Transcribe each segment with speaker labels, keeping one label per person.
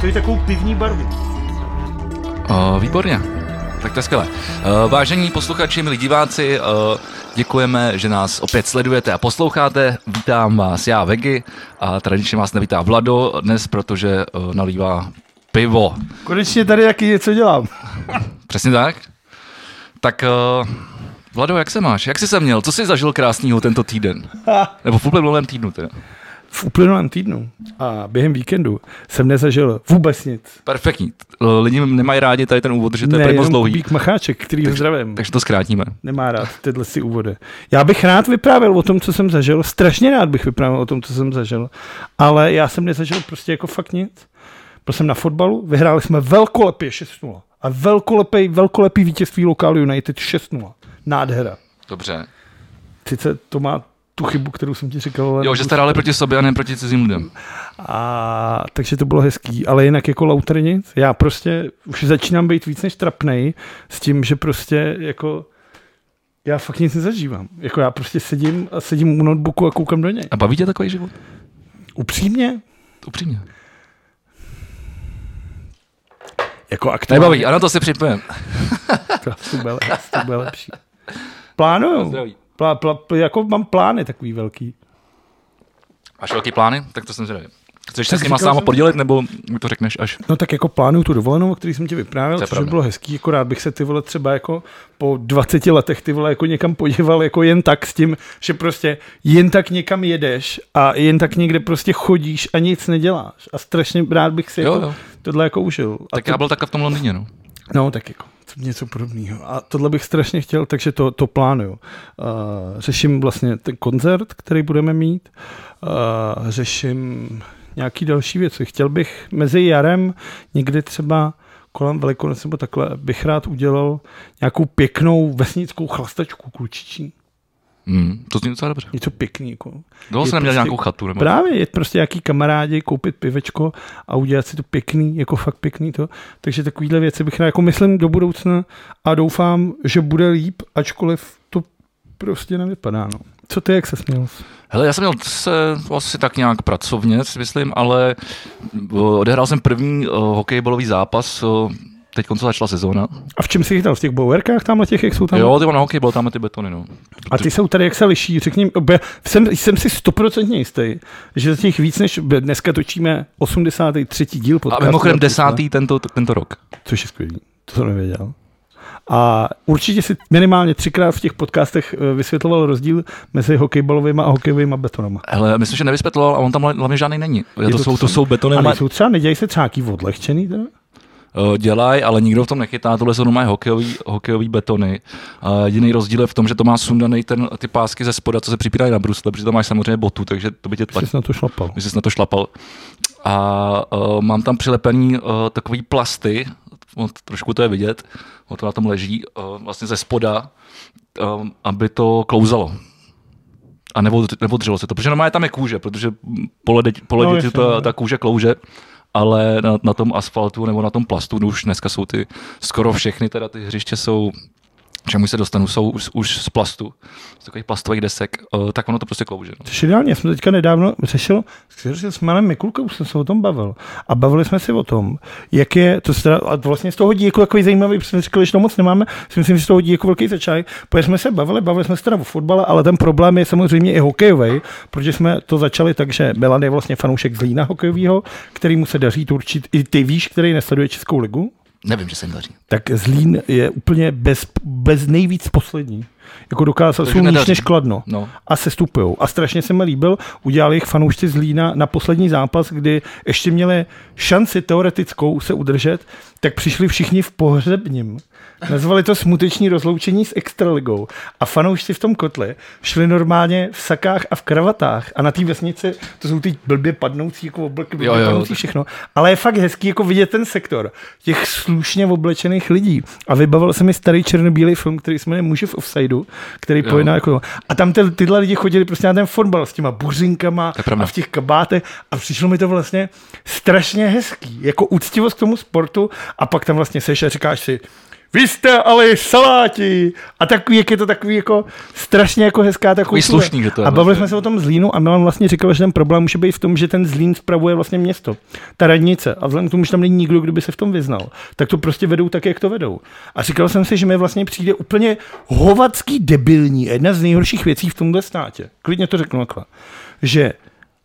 Speaker 1: to je takovou pivní barvu.
Speaker 2: Uh, výborně. Tak to je skvělé. Uh, vážení posluchači, milí diváci, uh, děkujeme, že nás opět sledujete a posloucháte. Vítám vás já, Vegy, a tradičně vás nevítá Vlado dnes, protože uh, nalívá pivo.
Speaker 3: Konečně tady taky něco dělám.
Speaker 2: Přesně tak. Tak, uh, Vlado, jak se máš? Jak jsi se měl? Co jsi zažil krásného tento týden? Nebo v uplynulém týdnu teda?
Speaker 3: V uplynulém týdnu a během víkendu jsem nezažil vůbec nic.
Speaker 2: Perfektní. Lidi nemají rádi tady ten úvod, že to je prý moc
Speaker 3: jenom
Speaker 2: dlouhý.
Speaker 3: Kubík Macháček, který ho zdravím.
Speaker 2: Takže to zkrátíme.
Speaker 3: Nemá rád tyhle si úvody. Já bych rád vyprávěl o tom, co jsem zažil. Strašně rád bych vyprávěl o tom, co jsem zažil. Ale já jsem nezažil prostě jako fakt nic. Byl jsem na fotbalu, vyhráli jsme velkolepě 6-0. A velkolepý, velkolepý vítězství Local United 6-0. Nádhera.
Speaker 2: Dobře.
Speaker 3: Sice to má tu chybu, kterou jsem ti říkal. ale
Speaker 2: Jo, že
Speaker 3: nebudu-
Speaker 2: jste hráli proti sobě a ne proti cizím lidem.
Speaker 3: A, takže to bylo hezký, ale jinak jako Lauter nic. Já prostě už začínám být víc než trapnej s tím, že prostě jako já fakt nic nezažívám. Jako já prostě sedím a sedím u notebooku a koukám do něj.
Speaker 2: A baví tě takový život?
Speaker 3: Upřímně?
Speaker 2: Upřímně.
Speaker 3: Jako aktuálně.
Speaker 2: Nebaví, a na to se připojím.
Speaker 3: To bude, lepší, to bude lepší. Plánuju.
Speaker 2: Zdraví.
Speaker 3: Plá, plá, plá, jako mám plány takový velký.
Speaker 2: Máš velký plány? Tak to jsem zvědavý. Chceš se
Speaker 3: Tak
Speaker 2: s nima
Speaker 3: říkal
Speaker 2: sám
Speaker 3: jsem-
Speaker 2: podělit, nebo mi to řekneš až?
Speaker 3: No tak jako plánuju tu dovolenou, o který jsem ti vyprávěl,
Speaker 2: To je
Speaker 3: což by
Speaker 2: pravda.
Speaker 3: bylo hezký, jako rád bych se ty vole třeba jako po 20 letech ty vole jako někam podíval jako jen tak s tím, že prostě jen tak někam jedeš a jen tak někde prostě chodíš a nic neděláš a strašně rád bych si
Speaker 2: Jo,
Speaker 3: jako
Speaker 2: jo.
Speaker 3: tohle jako užil. A
Speaker 2: Tak
Speaker 3: to,
Speaker 2: já byl takhle v tom Londýně, no.
Speaker 3: No tak jako co- něco podobného. A tohle bych strašně chtěl, takže to, to plánuju. Uh, řeším vlastně ten koncert, který budeme mít. Uh, řeším nějaký další věci. Chtěl bych mezi jarem někdy třeba kolem Velikonoc nebo takhle bych rád udělal nějakou pěknou vesnickou chlastačku klučiční.
Speaker 2: Hmm, to zní docela dobře.
Speaker 3: Něco pěkný. Jako.
Speaker 2: Dlouho
Speaker 3: Je
Speaker 2: jsem neměl
Speaker 3: prostě-
Speaker 2: nějakou chatu, nebo?
Speaker 3: Právě je prostě nějaký kamarádi, koupit pivečko a udělat si to pěkný, jako fakt pěkný to. Takže takovýhle věci bych rád, jako myslím do budoucna a doufám, že bude líp, ačkoliv to prostě nevypadá. No. Co ty, jak se směl?
Speaker 2: Hele, já jsem měl se asi tak nějak pracovně, si myslím, ale eh, odehrál jsem první uh, hokejbalový zápas, uh, teď konce začala sezóna.
Speaker 3: A v čem jsi chytal? V těch bowerkách tamhle těch, jak jsou tam?
Speaker 2: Tam... Jo, ty na hokej byl tam ty betony, no.
Speaker 3: A ty jsou tady, jak se liší, řekni, mi, obě- jsem, jsem si stoprocentně jistý, že z těch víc než, dneska točíme 83. díl
Speaker 2: A
Speaker 3: podcastu.
Speaker 2: mimochodem
Speaker 3: Na Twitteru.
Speaker 2: desátý tento, tento rok.
Speaker 3: Což je skvělý, to jsem nevěděl. A určitě si minimálně třikrát v těch podcastech eh, vysvětloval rozdíl mezi hokejbalovými a hokejovými betonama.
Speaker 2: Hele, myslím, že nevysvětloval a on tam hlavně žádný není. Je to,
Speaker 3: to
Speaker 2: jsou, to
Speaker 3: tak.
Speaker 2: jsou betony,
Speaker 3: A
Speaker 2: ale
Speaker 3: nejsou třeba, nedělají se třeba nějaký odlehčený? Teda?
Speaker 2: Eh, dělají, ale nikdo v tom nechytá. Tohle jsou normálně hokejový, hokejový betony. A jediný rozdíl je v tom, že to má sundaný ten, ty pásky ze spoda, co se připírají na brusle, protože tam máš samozřejmě botu, takže to by tě tlačilo.
Speaker 3: Přesně na to šlapal.
Speaker 2: My jsi na to šlapal. A uh, mám tam přilepený uh, takový plasty, on, trošku to je vidět, on to na tom leží, uh, vlastně ze spoda, um, aby to klouzalo. A nebo, nevodřilo se to, protože normálně tam je kůže, protože mm, po ledě, po
Speaker 3: No,
Speaker 2: ledě
Speaker 3: jasně,
Speaker 2: no, ta,
Speaker 3: no.
Speaker 2: ta kůže klouže, ale na, na tom asfaltu nebo na tom plastu, no už dneska jsou ty, skoro všechny teda ty hřiště jsou čemu se dostanu, jsou už, už z plastu, z takových plastových desek, uh, tak ono to prostě klouže. No.
Speaker 3: Což je ideálně, já jsem to teďka nedávno řešil, řešil s Malem Mikulkou, jsem se o tom bavil. A bavili jsme se o tom, jak je, to se teda, a vlastně z toho hodí jako takový zajímavý, protože jsme říkali, že to moc nemáme, si myslím, že z toho hodí jako velký začátek, protože jsme se bavili, bavili jsme se teda o fotbale, ale ten problém je samozřejmě i hokejový, protože jsme to začali tak, že Milan je vlastně fanoušek Zlína hokejového, který mu se daří to určit, i ty víš, který nesleduje Českou ligu,
Speaker 2: Nevím, že se jim daří.
Speaker 3: tak Zlín je úplně bez, bez nejvíc poslední. Jako dokázal,
Speaker 2: Takže
Speaker 3: jsou níž
Speaker 2: nedaří.
Speaker 3: než Kladno
Speaker 2: No.
Speaker 3: a se stupují. A strašně se mi líbil, udělali jich fanoušci z Lína na poslední zápas, kdy ještě měli šanci teoretickou se udržet, tak přišli všichni v pohřebním. Nazvali to smuteční rozloučení s extraligou. A fanoušci v tom kotli šli normálně v sakách a v kravatách. A na té vesnici to jsou ty blbě padnoucí jako oblky, blbě
Speaker 2: Jo,
Speaker 3: jo,
Speaker 2: jo,
Speaker 3: jo, padnoucí
Speaker 2: tak-
Speaker 3: všechno. Ale je fakt hezký jako vidět ten sektor těch slušně oblečených lidí. A vybavil se mi starý černobílý film, který se jmenuje Muži v offsideu, který
Speaker 2: Jo.
Speaker 3: pojedná jako... A tam ty, tyhle lidi chodili prostě na ten fotbal s těma buřinkama
Speaker 2: To je pravda.
Speaker 3: a v těch kabátech a přišlo mi to vlastně strašně hezký, jako úctivost k tomu sportu a pak tam vlastně seš a říkáš si, vy jste ale saláti. A takový, jak je to takový jako strašně jako hezká ta kultura.
Speaker 2: slušný, že to je
Speaker 3: a bavili
Speaker 2: vlastně.
Speaker 3: jsme se o tom Zlínu a Milan vlastně říkal, že ten problém může být v tom, že ten Zlín spravuje vlastně město, ta radnice. A vzhledem k tomu, že tam není nikdo, kdo by se v tom vyznal, tak to prostě vedou tak, jak to vedou. A říkal jsem si, že mi vlastně přijde úplně hovacký debilní, jedna z nejhorších věcí v tomhle státě. Klidně to řeknu takhle. Že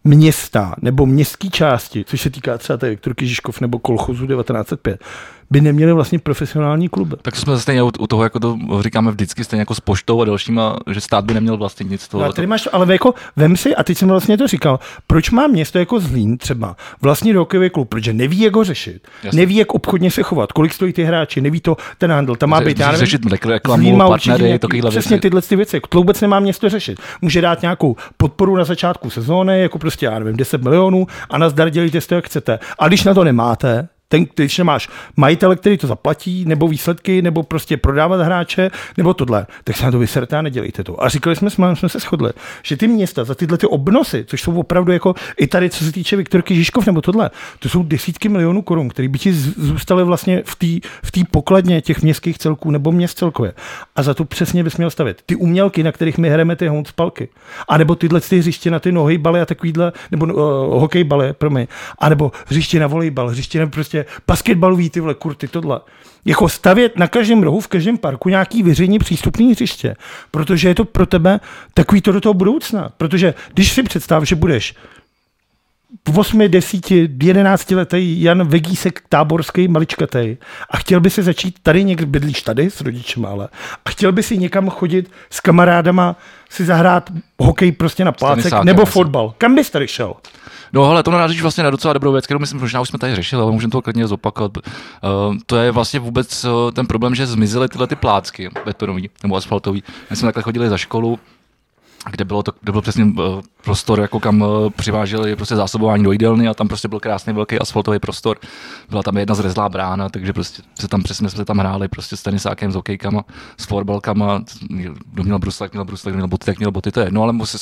Speaker 3: města nebo městské části, což se týká třeba té Viktorky Žižkov nebo kolchozu 1905, by neměly vlastně profesionální kluby.
Speaker 2: Tak to jsme zase stejně u, u toho, jako to říkáme vždycky, stejně jako s poštou a dalšíma, že stát by neměl vlastnit nic z
Speaker 3: No,
Speaker 2: toho.
Speaker 3: a tady máš, to, ale jako, vem si, a teď jsem vlastně to říkal, proč má město jako Zlín třeba vlastní hokejový klub, protože neví, jak ho řešit,
Speaker 2: Jasně.
Speaker 3: neví, jak obchodně se chovat, kolik stojí ty hráči, neví to, ten handel, tam má
Speaker 2: Ře-
Speaker 3: být, já nevím,
Speaker 2: řešit rekl- reklamu,
Speaker 3: Zlín má
Speaker 2: partnery,
Speaker 3: určitě nějaký-
Speaker 2: takovýhle věci.
Speaker 3: Přesně tyhle ty věci, to vůbec nemá město řešit. Může dát nějakou podporu na začátku sezóny, jako prostě, já nevím, 10 milionů a nazdar dělíte si to, jak chcete. A když na to nemáte, ten, když nemáš majitele, který to zaplatí, nebo výsledky, nebo prostě prodávat hráče, nebo tohle, tak se na to vyserte a nedělejte to. A říkali jsme, s Mánem, jsme se shodli, že ty města za tyhle ty obnosy, což jsou opravdu jako i tady, co se týče Viktorky Žižkov nebo tohle, to jsou desítky milionů korun, které by ti z- zůstaly vlastně v té v té pokladně těch městských celků nebo měst celkově. A za to přesně bys měl stavit. Ty umělky, na kterých my hrajeme ty honcpalky. A nebo tyhle ty hřiště na ty nohejbaly a takovýhle, nebo uh, hokejbaly, promiň. A nebo hřiště na volejbal, hřiště na prostě basketbalový tyhle kurty, tohle. Jako stavět na každém rohu, v každém parku nějaký veřejně přístupný hřiště, protože je to pro tebe takový to do toho budoucna. Protože když si představ, že budeš 8, 10, 11 letý Jan Vegísek táborský maličkatej a chtěl by si začít tady někde, bydlíš tady s rodičem ale, a chtěl by si někam chodit s kamarádama si zahrát hokej prostě na plácek
Speaker 2: tenisákem
Speaker 3: nebo
Speaker 2: asi.
Speaker 3: fotbal. Kam bys tady šel?
Speaker 2: No hele, to narážíš vlastně na docela dobrou věc, kterou myslím, možná už jsme tady řešili, ale můžeme to klidně zopakovat. Uh, to je vlastně vůbec uh, ten problém, že zmizely tyhle ty plácky betonový nebo asfaltový. My jsme takhle chodili za školu, kde, bylo to, kde byl přesně uh, prostor, jako kam uh, přiváželi prostě zásobování do jídelny a tam prostě byl krásný velký asfaltový prostor. Byla tam jedna zrezlá brána, takže prostě se tam přesně jsme se tam hráli prostě s tenisákem, s hokejkama, s florbalkama, kdo měl bruslak, měl bruslak, kdo měl boty, tak měl boty, to je jedno, ale mohl se,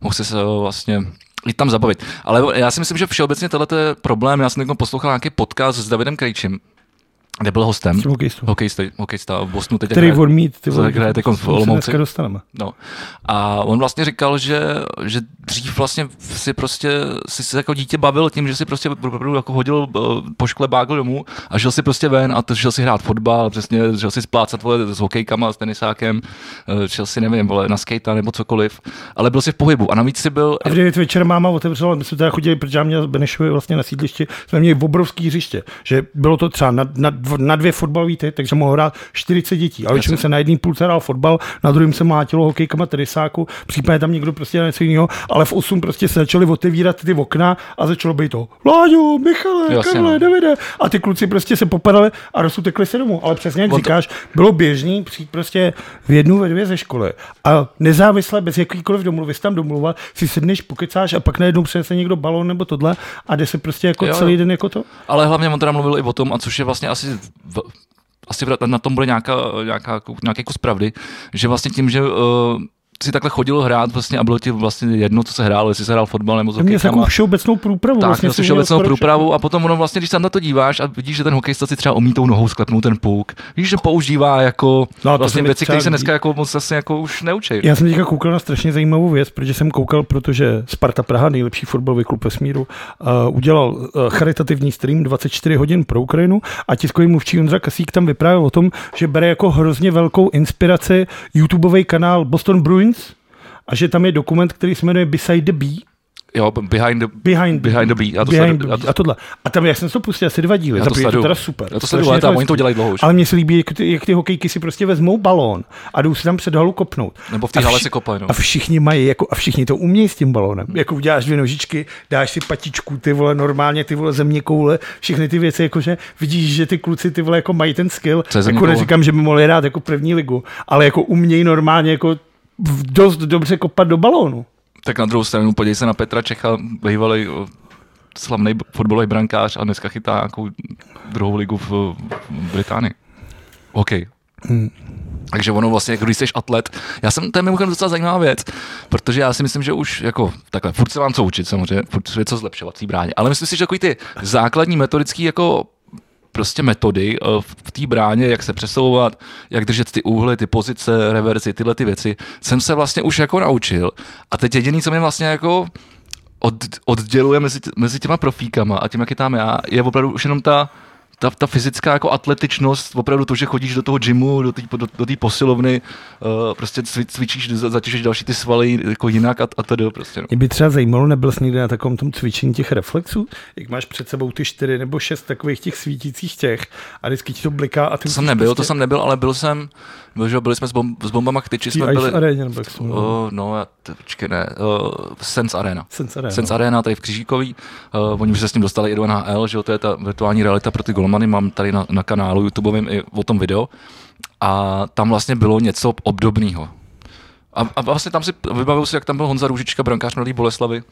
Speaker 2: mohl se eh, vlastně jít tam zabavit. Ale já si myslím, že všeobecně tenhle je problém, já jsem někdo poslouchal nějaký podcast s Davidem Krejčím, kde byl hostem.
Speaker 3: S tím hokejistou.
Speaker 2: Hokejista, hokejista v Bosnu teď.
Speaker 3: Který
Speaker 2: hraje-
Speaker 3: odmít? Ty
Speaker 2: co hraje teď v
Speaker 3: to se
Speaker 2: Olomouci.
Speaker 3: dneska dostaneme.
Speaker 2: No. A on vlastně říkal, že, že dřív vlastně si prostě si, si jako dítě bavil tím, že si prostě opravdu jako hodil eh, po škole bágl domů a šel si prostě ven a to, šel si hrát fotbal, přesně, šel si splácat vole, s hokejkama, s tenisákem, eh, šel si, nevím, vole, na skate nebo cokoliv, ale byl si v pohybu a navíc si byl...
Speaker 3: A v 9 večer máma otevřela, my jsme teda chodili, protože já měl Benešovi vlastně na sídlišti, jsme měli obrovský hřiště, že bylo to třeba na, na, dv- na dvě fotbalové ty, takže mohlo hrát 40 dětí. A většinou se na jedný půlce hrál fotbal, na druhém se mlátilo hokejkama, tenisáku, případně tam někdo prostě na něco jiného, ale v 8 prostě se začaly otevírat ty okna a začalo být to Láďo, Michale,
Speaker 2: Jasně,
Speaker 3: Karle,
Speaker 2: no.
Speaker 3: Davide. A ty kluci prostě se popadali a rozutekli se domů. Ale přesně jak
Speaker 2: On to-
Speaker 3: říkáš, bylo běžný přijít prostě v jednu, ve dvě ze školy a nezávisle, bez jakýkoliv domluvy, jsi tam domluva, si sedneš, pokecáš a pak najednou přinese někdo balón nebo tohle a jde se prostě jako
Speaker 2: Jo,
Speaker 3: jo,
Speaker 2: jo.
Speaker 3: celý den jako to.
Speaker 2: Ale hlavně on teda mluvil i o tom, a což je vlastně asi v, asi v- na tom bude nějaká, nějaká, jako, nějaký kus pravdy, že vlastně tím, že uh, si takhle chodil hrát vlastně a bylo ti vlastně jedno, co se hrálo, jestli se hrál fotbal nebo s
Speaker 3: To mě takovou
Speaker 2: hokejkama.
Speaker 3: jako všeobecnou průpravu.
Speaker 2: Tak,
Speaker 3: vlastně
Speaker 2: vlastně
Speaker 3: si
Speaker 2: slyšel
Speaker 3: měl
Speaker 2: věcnou
Speaker 3: skoro
Speaker 2: průpravu a potom ono vlastně, když se na to díváš a vidíš, že ten hokejista si třeba omítou nohou sklepnul ten puk, víš, že používá jako
Speaker 3: No, to
Speaker 2: no,
Speaker 3: se
Speaker 2: vlastně
Speaker 3: mi
Speaker 2: věci,
Speaker 3: třeba
Speaker 2: které se dneska
Speaker 3: líbí.
Speaker 2: jako moc zase jako už neučí.
Speaker 3: Já jsem teďka koukal na strašně zajímavou věc, protože jsem koukal, protože Sparta Praha, nejlepší fotbalový klub vesmíru, uh, udělal uh, charitativní stream 24 hodin pro Ukrajinu a tiskový mluvčí Ondra Kasík tam vyprávěl o tom, že bere jako hrozně velkou inspiraci YouTubeový kanál Boston Bruins a že tam je dokument, který se jmenuje Beside the Bee,
Speaker 2: Jo, behind the,
Speaker 3: Behind,
Speaker 2: Behind the Bee, já to
Speaker 3: behind
Speaker 2: sledu-
Speaker 3: the
Speaker 2: já
Speaker 3: Bee
Speaker 2: to-
Speaker 3: a tohle. A tam já jsem si to pustil asi dva díly.
Speaker 2: Já
Speaker 3: Za
Speaker 2: to
Speaker 3: prvé je to
Speaker 2: sleduju.
Speaker 3: teda super.
Speaker 2: Já to
Speaker 3: Strašně
Speaker 2: sleduju, ale
Speaker 3: je
Speaker 2: tam oni
Speaker 3: hezký.
Speaker 2: to dělají dlouho už.
Speaker 3: Ale mně se líbí, jak ty, jak ty hokejky si prostě vezmou balón a jdou si tam před halu kopnout.
Speaker 2: Nebo v té
Speaker 3: A
Speaker 2: hale
Speaker 3: vši-
Speaker 2: si kopají, no.
Speaker 3: A všichni mají, jako, a všichni to umějí s tím balónem. Jako uděláš dvě nožičky, dáš si patičku, ty vole, normálně ty vole země koule, všechny ty věci, jakože vidíš, že ty kluci ty vole jako mají ten skill.
Speaker 2: Co je
Speaker 3: Jako
Speaker 2: zeměkoule?
Speaker 3: neříkám, že by mohli hrát jako první ligu, ale jako umějí normálně jako v- dost dobře kopat do balónu.
Speaker 2: Tak na druhou stranu podívej se na Petra Čecha, bývalý o, slavný b- fotbalový brankář a dneska chytá nějakou druhou ligu v, v Británii. OK. Takže ono vlastně, jako když jsi atlet, já jsem, to je mimochodem docela zajímavá věc, protože já si myslím, že už jako takhle, furt se vám co učit samozřejmě, furt je co zlepšovat v té bráně, ale myslím si, že takový ty základní metodický jako prostě metody eh, v- v té bráně, jak se přesouvat, jak držet ty úhly, ty pozice, reverzy, tyhle ty věci, jsem se vlastně už jako naučil. A teď jediný, co mě vlastně jako od, odděluje mezi, t- mezi těma profíkama a tím, jak je tam já, je opravdu už jenom ta, ta, ta fyzická jako atletičnost, opravdu to, že chodíš do toho gymu, do té do, do té posilovny, uh, prostě cvi, cvičíš, za- zatěžíš další ty svaly jako jinak a, a tedy prostě. No.
Speaker 3: Mě by třeba zajímalo, nebyl jsi někde na takovém tom cvičení těch reflexů, jak máš před sebou ty čtyři nebo šest takových těch svítících těch a vždycky ti to bliká a ty
Speaker 2: To
Speaker 3: musíš
Speaker 2: jsem nebyl, to
Speaker 3: prostě-
Speaker 2: jsem nebyl, ale byl jsem, byl, že jo, byli jsme s, bom, s bombama k tyči,
Speaker 3: Ty
Speaker 2: jsme
Speaker 3: Ice
Speaker 2: byli,
Speaker 3: Aréně, nebo jak se jmenuje?
Speaker 2: uh, no, já, t- počkej, ne, uh, Sense Arena.
Speaker 3: Sense Arena.
Speaker 2: Sense Arena tady v Křížíkový, uh, oni už se s ním dostali i do NHL, že jo, to je ta virtuální realita pro ty golmany, mám tady na, na kanálu YouTubeovým i o tom video a tam vlastně bylo něco obdobného. A, a vlastně tam si vybavil si, jak tam byl Honza Růžička, brankář Mladý Boleslavy,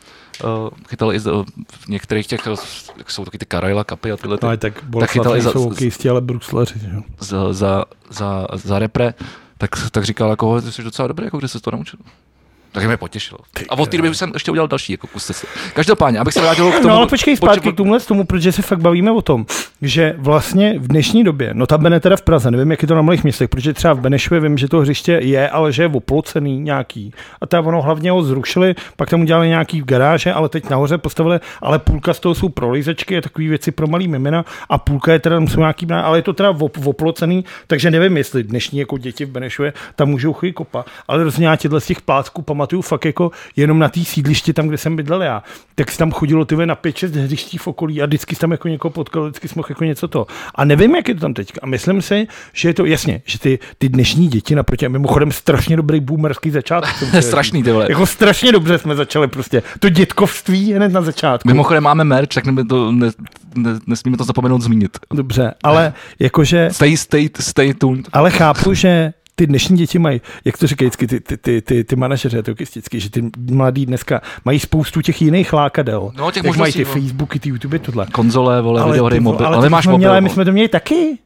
Speaker 2: uh, chytal i z, uh, v některých těch, eh, jak jsou taky ty Karajla kapy a tyhle ty,
Speaker 3: No, ale tak
Speaker 2: chytal
Speaker 3: Boleslav
Speaker 2: i za-
Speaker 3: jsou hokejisti, ale bruslaři. že jo.
Speaker 2: za, za, za, za repre, tak, tak říkal, jako, "Hele, ty jsi docela dobrý, jako kde se to naučil. Tak mě potěšilo. A od té doby jsem ještě udělal další jako kus cesty. Každopádně, abych se vrátil k tomu.
Speaker 3: No ale počkej zpátky
Speaker 2: počkej,
Speaker 3: k tomuhle tomu, protože se fakt bavíme o tom, že vlastně v dnešní době, no tam teda v Praze, nevím, jak je to na malých městech, protože třeba v Benešově vím, že to hřiště je, ale že je oplocený nějaký. A tam ono hlavně ho zrušili, pak tam udělali nějaký garáže, ale teď nahoře postavili, ale půlka z toho jsou prolízečky a takové věci pro malý mimina a půlka je teda tam jsou nějaký, brány, ale je to teda op- oplocený, takže nevím, jestli dnešní jako děti v Benešově tam můžou chodit kopa, ale rozhodně já těhle z těch plátků pamatuju fakt jako jenom na té sídlišti tam, kde jsem bydlel já, tak si tam chodilo ty vole, na 5-6 hřiští v okolí a vždycky jsi tam jako někoho potkal, vždycky jsi mohl jako něco to. A nevím, jak je to tam teď. A myslím si, že je to jasně, že ty, ty dnešní děti naproti, a mimochodem strašně dobrý boomerský začátek. jsem chtěl říct.
Speaker 2: Strašný, ty vole.
Speaker 3: Jako strašně dobře jsme začali prostě. To dětkovství hned na začátku.
Speaker 2: Mimochodem máme merch, tak neby to, ne, ne, nesmíme to zapomenout zmínit.
Speaker 3: Dobře, ale jakože
Speaker 2: Stay, stay, stay tuned.
Speaker 3: Ale chápu, že ty dnešní děti mají, jak to říkají vždycky ty, ty, ty, ty, ty manažeři, to vždycky, že ty mladí dneska mají spoustu těch jiných lákadel.
Speaker 2: No, těch
Speaker 3: jak mají ty
Speaker 2: možností, no.
Speaker 3: Facebooky, ty YouTube, tohle.
Speaker 2: Konzole, vole,
Speaker 3: Ale,
Speaker 2: videohry,
Speaker 3: ty vole,
Speaker 2: mobil. Ale,
Speaker 3: ty
Speaker 2: máš
Speaker 3: jsme
Speaker 2: mobil.
Speaker 3: Měli, my
Speaker 2: vole.
Speaker 3: jsme to měli taky.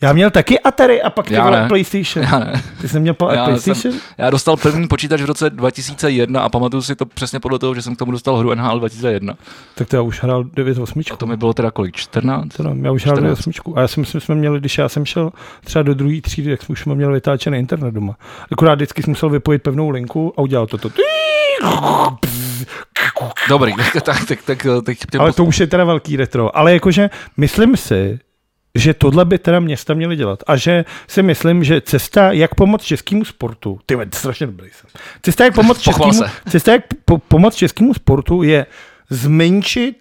Speaker 3: Já měl taky Atari a pak ty
Speaker 2: Já
Speaker 3: vole
Speaker 2: ne.
Speaker 3: PlayStation.
Speaker 2: Já ne.
Speaker 3: Ty jsi měl pa-
Speaker 2: no. Já,
Speaker 3: PlayStation?
Speaker 2: jsem, já dostal první počítač v roce 2001 a pamatuju si to přesně podle toho, že jsem k tomu dostal hru NHL 2001.
Speaker 3: Tak to já už hrál 9.8.
Speaker 2: To mi bylo teda kolik? 14?
Speaker 3: To nám, já už hrál
Speaker 2: 14.
Speaker 3: 8. A já si myslím, že jsme měli, když já jsem šel třeba do druhé třídy, tak jsme už jsme měli vytáčený internet doma. Akorát vždycky jsem musel vypojit pevnou linku a udělal to. to.
Speaker 2: Dobrý, tak, tak, tak, tak teď tě
Speaker 3: Ale to už je teda velký retro. Ale jakože myslím si, že tohle by teda města měly dělat. A že si myslím, že cesta, jak pomoct českému sportu, ty vole, strašně dobrý jsem. Cesta, jak pomoct
Speaker 2: Pochval
Speaker 3: českému, cesta, jak po, pomoct českému sportu je zmenšit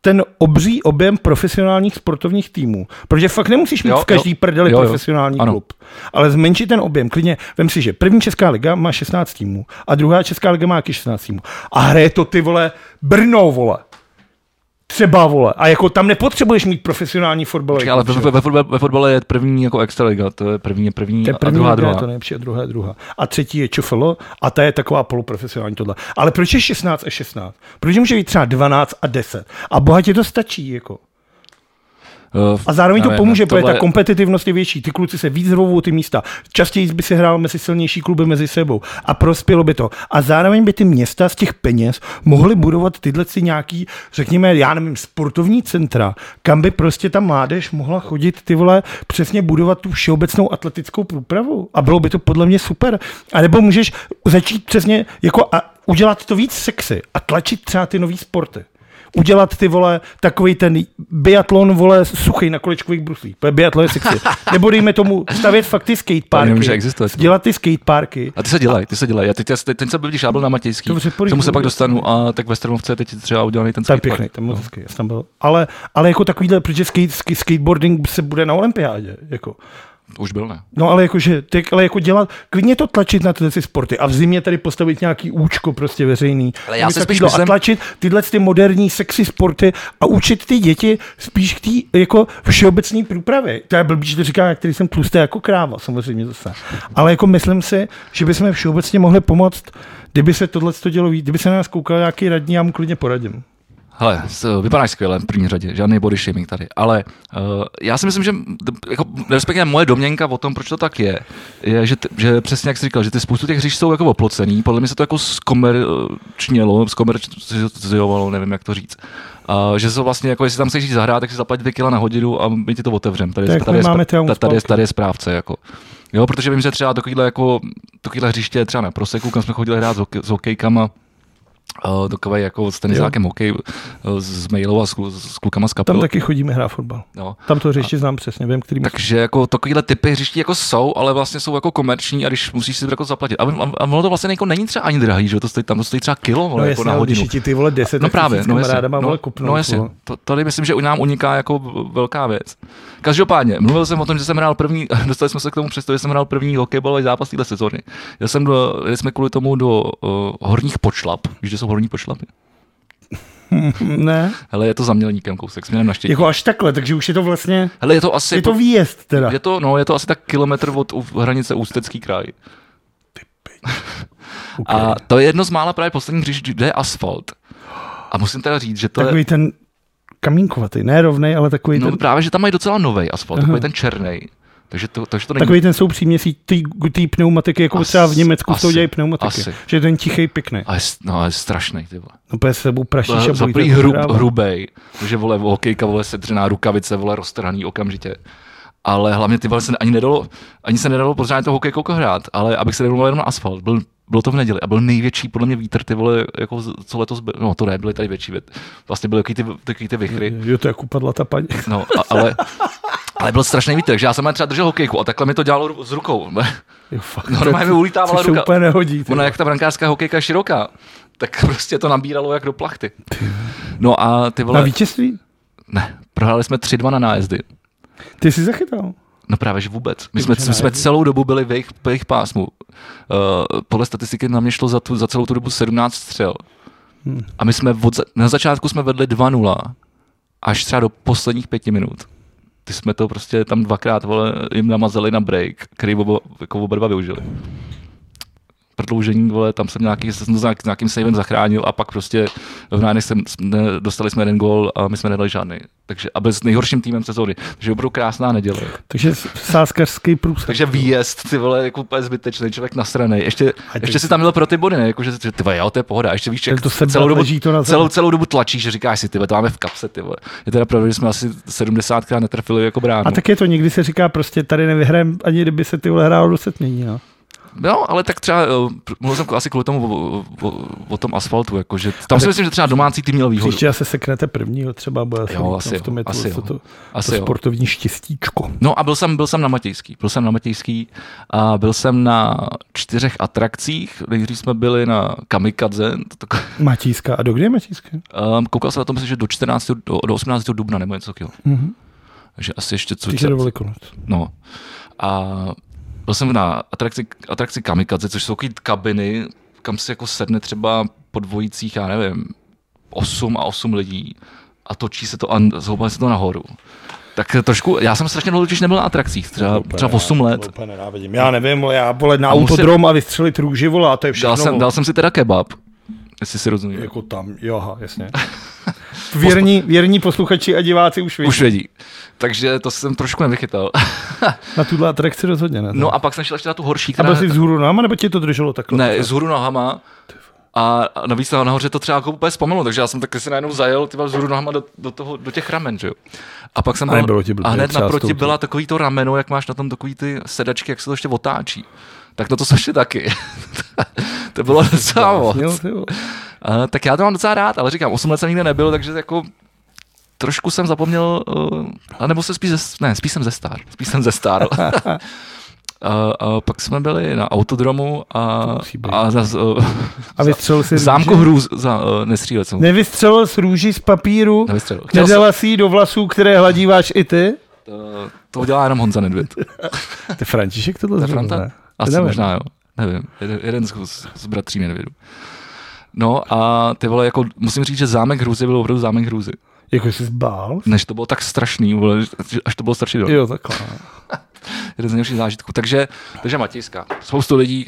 Speaker 3: ten obří objem profesionálních sportovních týmů. Protože fakt nemusíš mít
Speaker 2: Jo,
Speaker 3: v každý
Speaker 2: jo.
Speaker 3: prdeli
Speaker 2: Jo, jo.
Speaker 3: profesionální
Speaker 2: Ano.
Speaker 3: klub. Ale zmenšit ten objem. Klidně, vem si, že první Česká liga má 16 týmů a druhá Česká liga má taky 16 týmů. A hraje to ty vole Brno, vole. Třeba, vole. A jako tam nepotřebuješ mít profesionální fotbal.
Speaker 2: Počkej, ale ve, ve, ve, fotbale, ve fotbale je první jako extraliga, to je první, je první,
Speaker 3: To je první,
Speaker 2: a druhá,
Speaker 3: liga,
Speaker 2: druhá.
Speaker 3: je to nejlepší, a druhá, je druhá. A třetí je ČFL a ta je taková poloprofesionální tohle. Ale proč je 16 a 16? Proč může být třeba 12 a 10? A bohatě to stačí, jako.
Speaker 2: Eh,
Speaker 3: A zároveň to
Speaker 2: nevím,
Speaker 3: pomůže, protože
Speaker 2: tohle-
Speaker 3: ta kompetitivnost je větší, ty kluci se víc zvou o ty místa, častěji by si hrál mezi silnější kluby mezi sebou a prospělo by to. A zároveň by ty města z těch peněz mohly budovat tyhle si nějaký, řekněme, já nevím, sportovní centra, kam by prostě ta mládež mohla chodit ty vole, přesně budovat tu všeobecnou atletickou průpravu. A bylo by to podle mě super. A nebo můžeš začít přesně jako a udělat to víc sexy a tlačit třeba ty nový sporty udělat ty vole takový ten biatlon vole suchý na kolečkových bruslích. To je biatlon je sexy. Nebo dejme tomu stavět fakt ty skateparky.
Speaker 2: To nemůže existovat.
Speaker 3: Dělat ty skateparky.
Speaker 2: A ty se dělají, ty se dělají. Já teď, teď, teď jsem byl, když já byl na Matějský,
Speaker 3: Dobře,
Speaker 2: k
Speaker 3: pojď,
Speaker 2: tomu se
Speaker 3: pojď.
Speaker 2: pak dostanu a tak ve Stromovce je teď třeba udělaný ten
Speaker 3: Tam je
Speaker 2: skatepark. no.
Speaker 3: pěkný, tam moc hezký, já jsem tam byl. Ale, ale jako takovýhle, protože skate, sk- skateboarding se bude na olympiádě. Jako.
Speaker 2: Už byl, ne?
Speaker 3: No ale jakože, tak, ale jako dělat, klidně to tlačit na tyhle ty sporty a v zimě tady postavit nějaký účko prostě veřejný.
Speaker 2: Ale já
Speaker 3: Něco
Speaker 2: si spíš
Speaker 3: takovýhle A
Speaker 2: myslím-
Speaker 3: tlačit tyhle ty moderní sexy sporty a učit ty děti spíš k té jako všeobecné průpravě. To je blbý, že to říkám, já, který jsem tlustý jako kráva, samozřejmě zase. Ale jako myslím si, že bychom všeobecně mohli pomoct, kdyby se tohle dělo víc, kdyby se na nás koukal nějaký radní, já mu klidně poradím.
Speaker 2: Hele, s- eh, vypadáš skvěle v první řadě, žádný body shaming tady, ale uh, já si myslím, že d- jako, respektive moje domněnka o tom, proč to tak je, je, že, t- že přesně jak jsi říkal, že ty spoustu těch hřišť jsou jako oplocený, podle mě se to jako zkomerčnělo, zkomerčizovalo, nevím jak to říct. A že se vlastně, jako jestli tam chceš jít zahrát, tak si zaplať dvě kila na hodinu a my ti to otevřeme. Tady,
Speaker 3: Tak my
Speaker 2: tady, je,
Speaker 3: máme
Speaker 2: spra-
Speaker 3: traum
Speaker 2: ta- tady, je,
Speaker 3: zpátky.
Speaker 2: tady je správce. Jako. Jo, protože vím, že třeba takovýhle, jako, takovýhle hřiště je třeba na Proseku, kam jsme chodili hrát s, hokej, s hokejkama, eh, takové jako s tenisákem hokej, eh, s mailou a s, klu- s klukama z
Speaker 3: Tam
Speaker 2: kapel.
Speaker 3: taky chodíme hrát fotbal.
Speaker 2: No.
Speaker 3: Tam to hřiště znám přesně, vím, který tak,
Speaker 2: Takže jako takovýhle typy hřiští jako jsou, ale vlastně jsou jako komerční a když musíš si to jako zaplatit. A, a, a ono to vlastně jako není třeba ani drahý, že jo, to stojí, tam to stojí třeba kilo vole,
Speaker 3: no
Speaker 2: jako
Speaker 3: jasně,
Speaker 2: na
Speaker 3: ale když
Speaker 2: hodinu.
Speaker 3: je ti ty vole 10,
Speaker 2: No
Speaker 3: tak
Speaker 2: právě,
Speaker 3: s
Speaker 2: no jasně,
Speaker 3: kamarádama,
Speaker 2: no,
Speaker 3: vole, kopnout,
Speaker 2: no jasně.
Speaker 3: vole.
Speaker 2: To, tady myslím, že u nám uniká jako v- velká věc. Každopádně, mluvil jsem o tom, že jsem hrál první, dostali jsme se k tomu přesto, že jsem hrál první hokejbalový zápas téhle sezóny. Jel jsem do, jeli jsme kvůli tomu do uh, horních počlap, víš, že jsou horní počlapy.
Speaker 3: Ne,
Speaker 2: Hele, je to za mělníkem kousek, směrem na štětí.
Speaker 3: jako až takhle, takže už je to vlastně,
Speaker 2: Hele, je to asi...
Speaker 3: je to výjezd teda.
Speaker 2: Je to, no, je to asi tak kilometr od u- hranice Ústecký kraj.
Speaker 3: Okay.
Speaker 2: A to je jedno z mála právě posledních hřišť, kde je asfalt. A musím teda říct, že to je...
Speaker 3: takový ten kamínkovatý, ne rovnej, ale takový,
Speaker 2: No,
Speaker 3: ten,
Speaker 2: právě, že tam mají docela nový asfalt,
Speaker 3: Aha.
Speaker 2: takový ten černý. Takže to, takže to není
Speaker 3: takový ten soupříměsí té pneumatiky, jako
Speaker 2: Asi,
Speaker 3: třeba v Německu s tou
Speaker 2: asi,
Speaker 3: dělají pneumatiky.
Speaker 2: asi.
Speaker 3: Že je ten tichý, pěkný.
Speaker 2: A je, s- no, ale je strašný, ty vole.
Speaker 3: No, protože se sebou prašíš a
Speaker 2: Za
Speaker 3: bojí
Speaker 2: prý
Speaker 3: to
Speaker 2: hrub,
Speaker 3: hrává.
Speaker 2: hrubej, že vole hokejka, vole sedřená rukavice, vole roztrhaný okamžitě. Ale hlavně ty vole se ani nedalo, ani se nedalo pořádně toho hokejkou hrát, ale abych se nedal jenom na asfalt, byl, bylo to v neděli a byl největší podle mě vítr, ty vole, jako z- co letos byl, no to ne, byly tady větší, vět- vlastně byly takový ty, takový ty vychry,
Speaker 3: Jo, to jak upadla ta paní.
Speaker 2: no a, ale, ale byl strašný vítr, takže já jsem třeba držel hokejku a takhle mi to dělalo ru- s rukou.
Speaker 3: Jo, fakt,
Speaker 2: No, normálně
Speaker 3: to-
Speaker 2: mi ulítávala
Speaker 3: což se
Speaker 2: ruka.
Speaker 3: úplně nehodí. ty.
Speaker 2: Ona, jak ta brankářská hokejka je široká, tak prostě to nabíralo jak do plachty. No a ty
Speaker 3: Na
Speaker 2: vole,
Speaker 3: vítězství?
Speaker 2: ne, prohráli jsme 3-2 na nájezdy.
Speaker 3: Ty jsi zachytal.
Speaker 2: No právě, že vůbec. My jsme,
Speaker 3: Ty
Speaker 2: my jsme
Speaker 3: nájezdy.
Speaker 2: celou dobu byli v jejich, v jejich pásmu. Uh, podle statistiky nám mě šlo za, tu, za celou tu dobu 17 střel.
Speaker 3: Hmm.
Speaker 2: A my jsme od, za- na začátku jsme vedli 2-0 až třeba do posledních pěti minut. Ty jsme to prostě tam dvakrát vole, jim namazali na break, který oba, jako oba dva využili. Prodloužení, vole, tam jsem nějaký, jsem to s nějak- nějakým savem zachránil a pak prostě v Nánech jsem, ne- dostali jsme jeden gol a my jsme nedali žádný. Takže a byl s nejhorším týmem sezóny. Takže opravdu krásná neděle.
Speaker 3: Takže s- sáskařský průsad.
Speaker 2: Takže výjezd, ty vole, jako úplně zbytečný, člověk nasranej. Ještě,
Speaker 3: teď-
Speaker 2: ještě si tam měl pro ty body, ne? Jako, že, že ty vole, jo, to je pohoda. Ještě víš, jak
Speaker 3: to sebrat,
Speaker 2: celou dobu,
Speaker 3: leží to na zemi.
Speaker 2: celou, celou dobu tlačíš, říkáš si, ty vole, to máme v kapse, ty vole. Je teda pravda, že jsme asi 70krát netrefili jako bránu.
Speaker 3: A tak je to, někdy se říká prostě, tady nevyhrajem, ani kdyby se ty vole hrálo do setmění, no.
Speaker 2: No, ale tak třeba, eh, pr- mluvil jsem asi kvůli tomu o, o, o tom asfaltu, jako, že tam
Speaker 3: A
Speaker 2: si
Speaker 3: tak-
Speaker 2: myslím, že třeba domácí tým měl výhodu.
Speaker 3: Příště se seknete prvního třeba, bo já jsem
Speaker 2: Jo,
Speaker 3: tam
Speaker 2: asi
Speaker 3: v tom
Speaker 2: jo,
Speaker 3: je to,
Speaker 2: asi
Speaker 3: co
Speaker 2: jo.
Speaker 3: to, to
Speaker 2: Asi jo.
Speaker 3: sportovní štěstíčko.
Speaker 2: No a byl jsem, byl jsem na Matějský, byl jsem na Matějský a byl jsem na čtyřech atrakcích, nejdřív jsme byli na Kamikadze, to, to,
Speaker 3: Matíska. A do kde je Matíska?
Speaker 2: Um, koukal jsem na to, myslím, že do 14. do, do 18. dubna nebo něco takového.
Speaker 3: Mhm.
Speaker 2: Takže asi ještě co.
Speaker 3: Takže do Velikonoc.
Speaker 2: No. A byl jsem na atrakci, atrakci Kamikadze, což jsou takové kabiny, kam si jako sedne třeba po dvojicích, já nevím, 8 a 8 lidí a točí se to a zhoupá se to nahoru. Tak trošku, já jsem strašně dlouho totiž nebyl na atrakcích, třeba, Eh, třeba 8 let.
Speaker 3: Úplně nenávidím. Já nevím, vole, já vole na
Speaker 2: A musím-
Speaker 3: autodrom a vystřelit růži, vole, a to je všechno.
Speaker 2: Dal jsem,
Speaker 3: vole.
Speaker 2: dal jsem si teda kebab, jestli si rozumím.
Speaker 3: Jako tam, jo, aha, jasně. Věrní, věrní posluchači a diváci už vědí.
Speaker 2: Už vědí. Takže to jsem trošku nevychytal.
Speaker 3: Na tuhle atrakci rozhodně ne.
Speaker 2: No a pak jsem šel ještě na tu horší,
Speaker 3: a
Speaker 2: která...
Speaker 3: byl jsi vzhůru nohama, nebo tě to drželo takhle?
Speaker 2: Ne, z hůru nohama. A a navíc tam nahoře to třeba jako úplně vzpomenulo, takže já jsem taky si najednou zajel ty vole, vzhůru nohama do, do, toho, do těch ramen, že jo. A pak jsem
Speaker 3: A nebylo ti blbě,
Speaker 2: a hned
Speaker 3: třeba s
Speaker 2: naproti
Speaker 3: touto.
Speaker 2: byla takový to rameno, jak máš na tom takový ty sedačky, jak se to ještě otáčí. Tak na to jsem ještě taky. to bylo docela moc. A, Eh, tak já to mám docela rád, ale říkám, 8 let jsem nikde nebyl, takže jako trošku jsem zapomněl, uh, anebo se spíš, ze, ne, spíš jsem ze star, spíš jsem ze star. a, a pak jsme byli na autodromu a,
Speaker 3: musí být.
Speaker 2: a za, uh,
Speaker 3: A vystřelil jsi
Speaker 2: v zámku
Speaker 3: růži?
Speaker 2: hru za, uh, nestřílet jsem.
Speaker 3: Nevystřelil jsi růži z papíru,
Speaker 2: Nevystřelil. Chtěl jsem,
Speaker 3: nedala si ji do vlasů, které hladíváš i ty.
Speaker 2: uh, to udělá jenom Honza Nedvěd.
Speaker 3: Ty František tohle
Speaker 2: To je Franta? Asi
Speaker 3: Nevím.
Speaker 2: možná jo, nevím. Jeden, jeden z, z- z bratří Nedvědu. No a ty vole, jako musím říct, že zámek hrůzy byl opravdu zámek hrůzy.
Speaker 3: Jako jsi zbál?
Speaker 2: Než to bylo tak strašný, vole, že- až to bylo strašidelné.
Speaker 3: Jo, takhle.
Speaker 2: jeden z nejlepších zážitků. Takže, takže Matějská, spoustu lidí.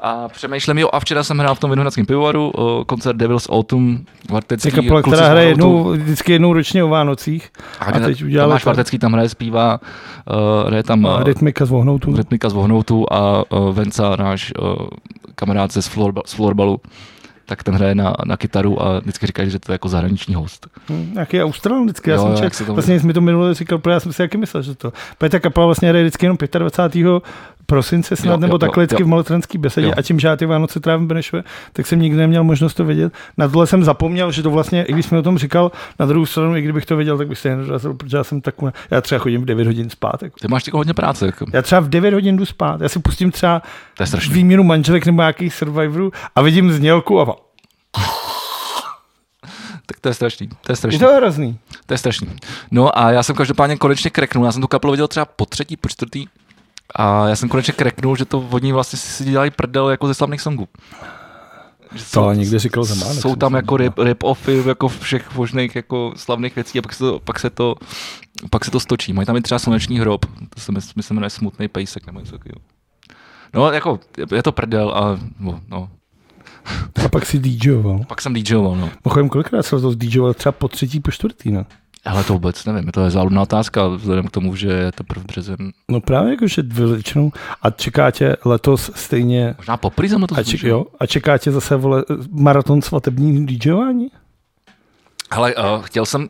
Speaker 2: A přemýšlím, jo, a včera jsem hrál v tom vinohradském pivovaru o, koncert Devils Autumn, vartecký
Speaker 3: kapela, která hraje jednou, vždycky jednou ročně o Vánocích.
Speaker 2: a, a teď udělala Tomáš
Speaker 3: to-
Speaker 2: Vartecký tam hraje, zpívá, uh, hraje tam
Speaker 3: A
Speaker 2: uh,
Speaker 3: rytmika z Vohnoutu.
Speaker 2: rytmika z Vohnoutu a uh, Venca, náš uh, kamarád ze z, florba, z florbalu, tak ten hraje na, na kytaru a vždycky říkají, že to je jako zahraniční host.
Speaker 3: Hm, Nějaký Australan vždycky, já
Speaker 2: Jo,
Speaker 3: jsem
Speaker 2: jo,
Speaker 3: čekal.
Speaker 2: jak se to
Speaker 3: Vlastně jsi mi to minule říkal, protože já jsem si taky myslel, že to. Protože ta kapela vlastně hraje vždycky jenom 25. prosince snad,
Speaker 2: Jo, jo,
Speaker 3: nebo
Speaker 2: jo,
Speaker 3: takhle vždycky
Speaker 2: jo.
Speaker 3: v malotranský besedě.
Speaker 2: Jo.
Speaker 3: A tím, že já ty Vánoce trávím v Benešve, tak jsem nikdy neměl možnost to vědět. Na tohle jsem zapomněl, že to vlastně, i když jsme o tom říkal, na druhou stranu, i kdybych to věděl, tak bych se nedorazil, protože já jsem tak. Já třeba chodím v 9 hodin spát. Jako.
Speaker 2: Ty máš jako hodně práce. Jako.
Speaker 3: Já třeba v 9 hodin jdu spát. Já si pustím třeba
Speaker 2: To je strašný.
Speaker 3: výměnu manželek nebo nějakých survivorů a vidím znělku a
Speaker 2: Tak to je strašný. To je
Speaker 3: je
Speaker 2: strašný.
Speaker 3: to hrozný.
Speaker 2: To je strašný. No a já jsem každopádně konečně kreknul. Já jsem tu kapelu viděl třeba po třetí, po čtvrtý. A já jsem konečně kreknul, že to od ní vlastně si dělají prdel jako ze slavných songů. Že
Speaker 1: To
Speaker 2: jsou,
Speaker 1: ale někde říkal Zemánek.
Speaker 2: jsou
Speaker 1: jsem
Speaker 2: tam
Speaker 1: si
Speaker 2: jako
Speaker 1: myslel.
Speaker 2: rip, rip offy jako všech možných jako slavných věcí a pak se to, pak se to, pak se to stočí. Mají tam i třeba sluneční hrob, to se mys- myslím jmenuje smutný pejsek nebo něco takového. No jako je to prdel a no, no.
Speaker 3: A pak si DJoval.
Speaker 2: pak jsem DJoval, no.
Speaker 3: Mimochodem, kolikrát se to DJoval? Třeba po třetí, po čtvrtý, ne?
Speaker 2: Ale to vůbec nevím, to je záludná otázka, vzhledem k tomu, že je teprve březen.
Speaker 3: No právě jakože většinou. A čeká tě letos stejně...
Speaker 2: Možná poprý jsem na to
Speaker 3: A, ček, jo, a čeká tě zase vole, maraton svatební DJování?
Speaker 2: Hele, uh, chtěl jsem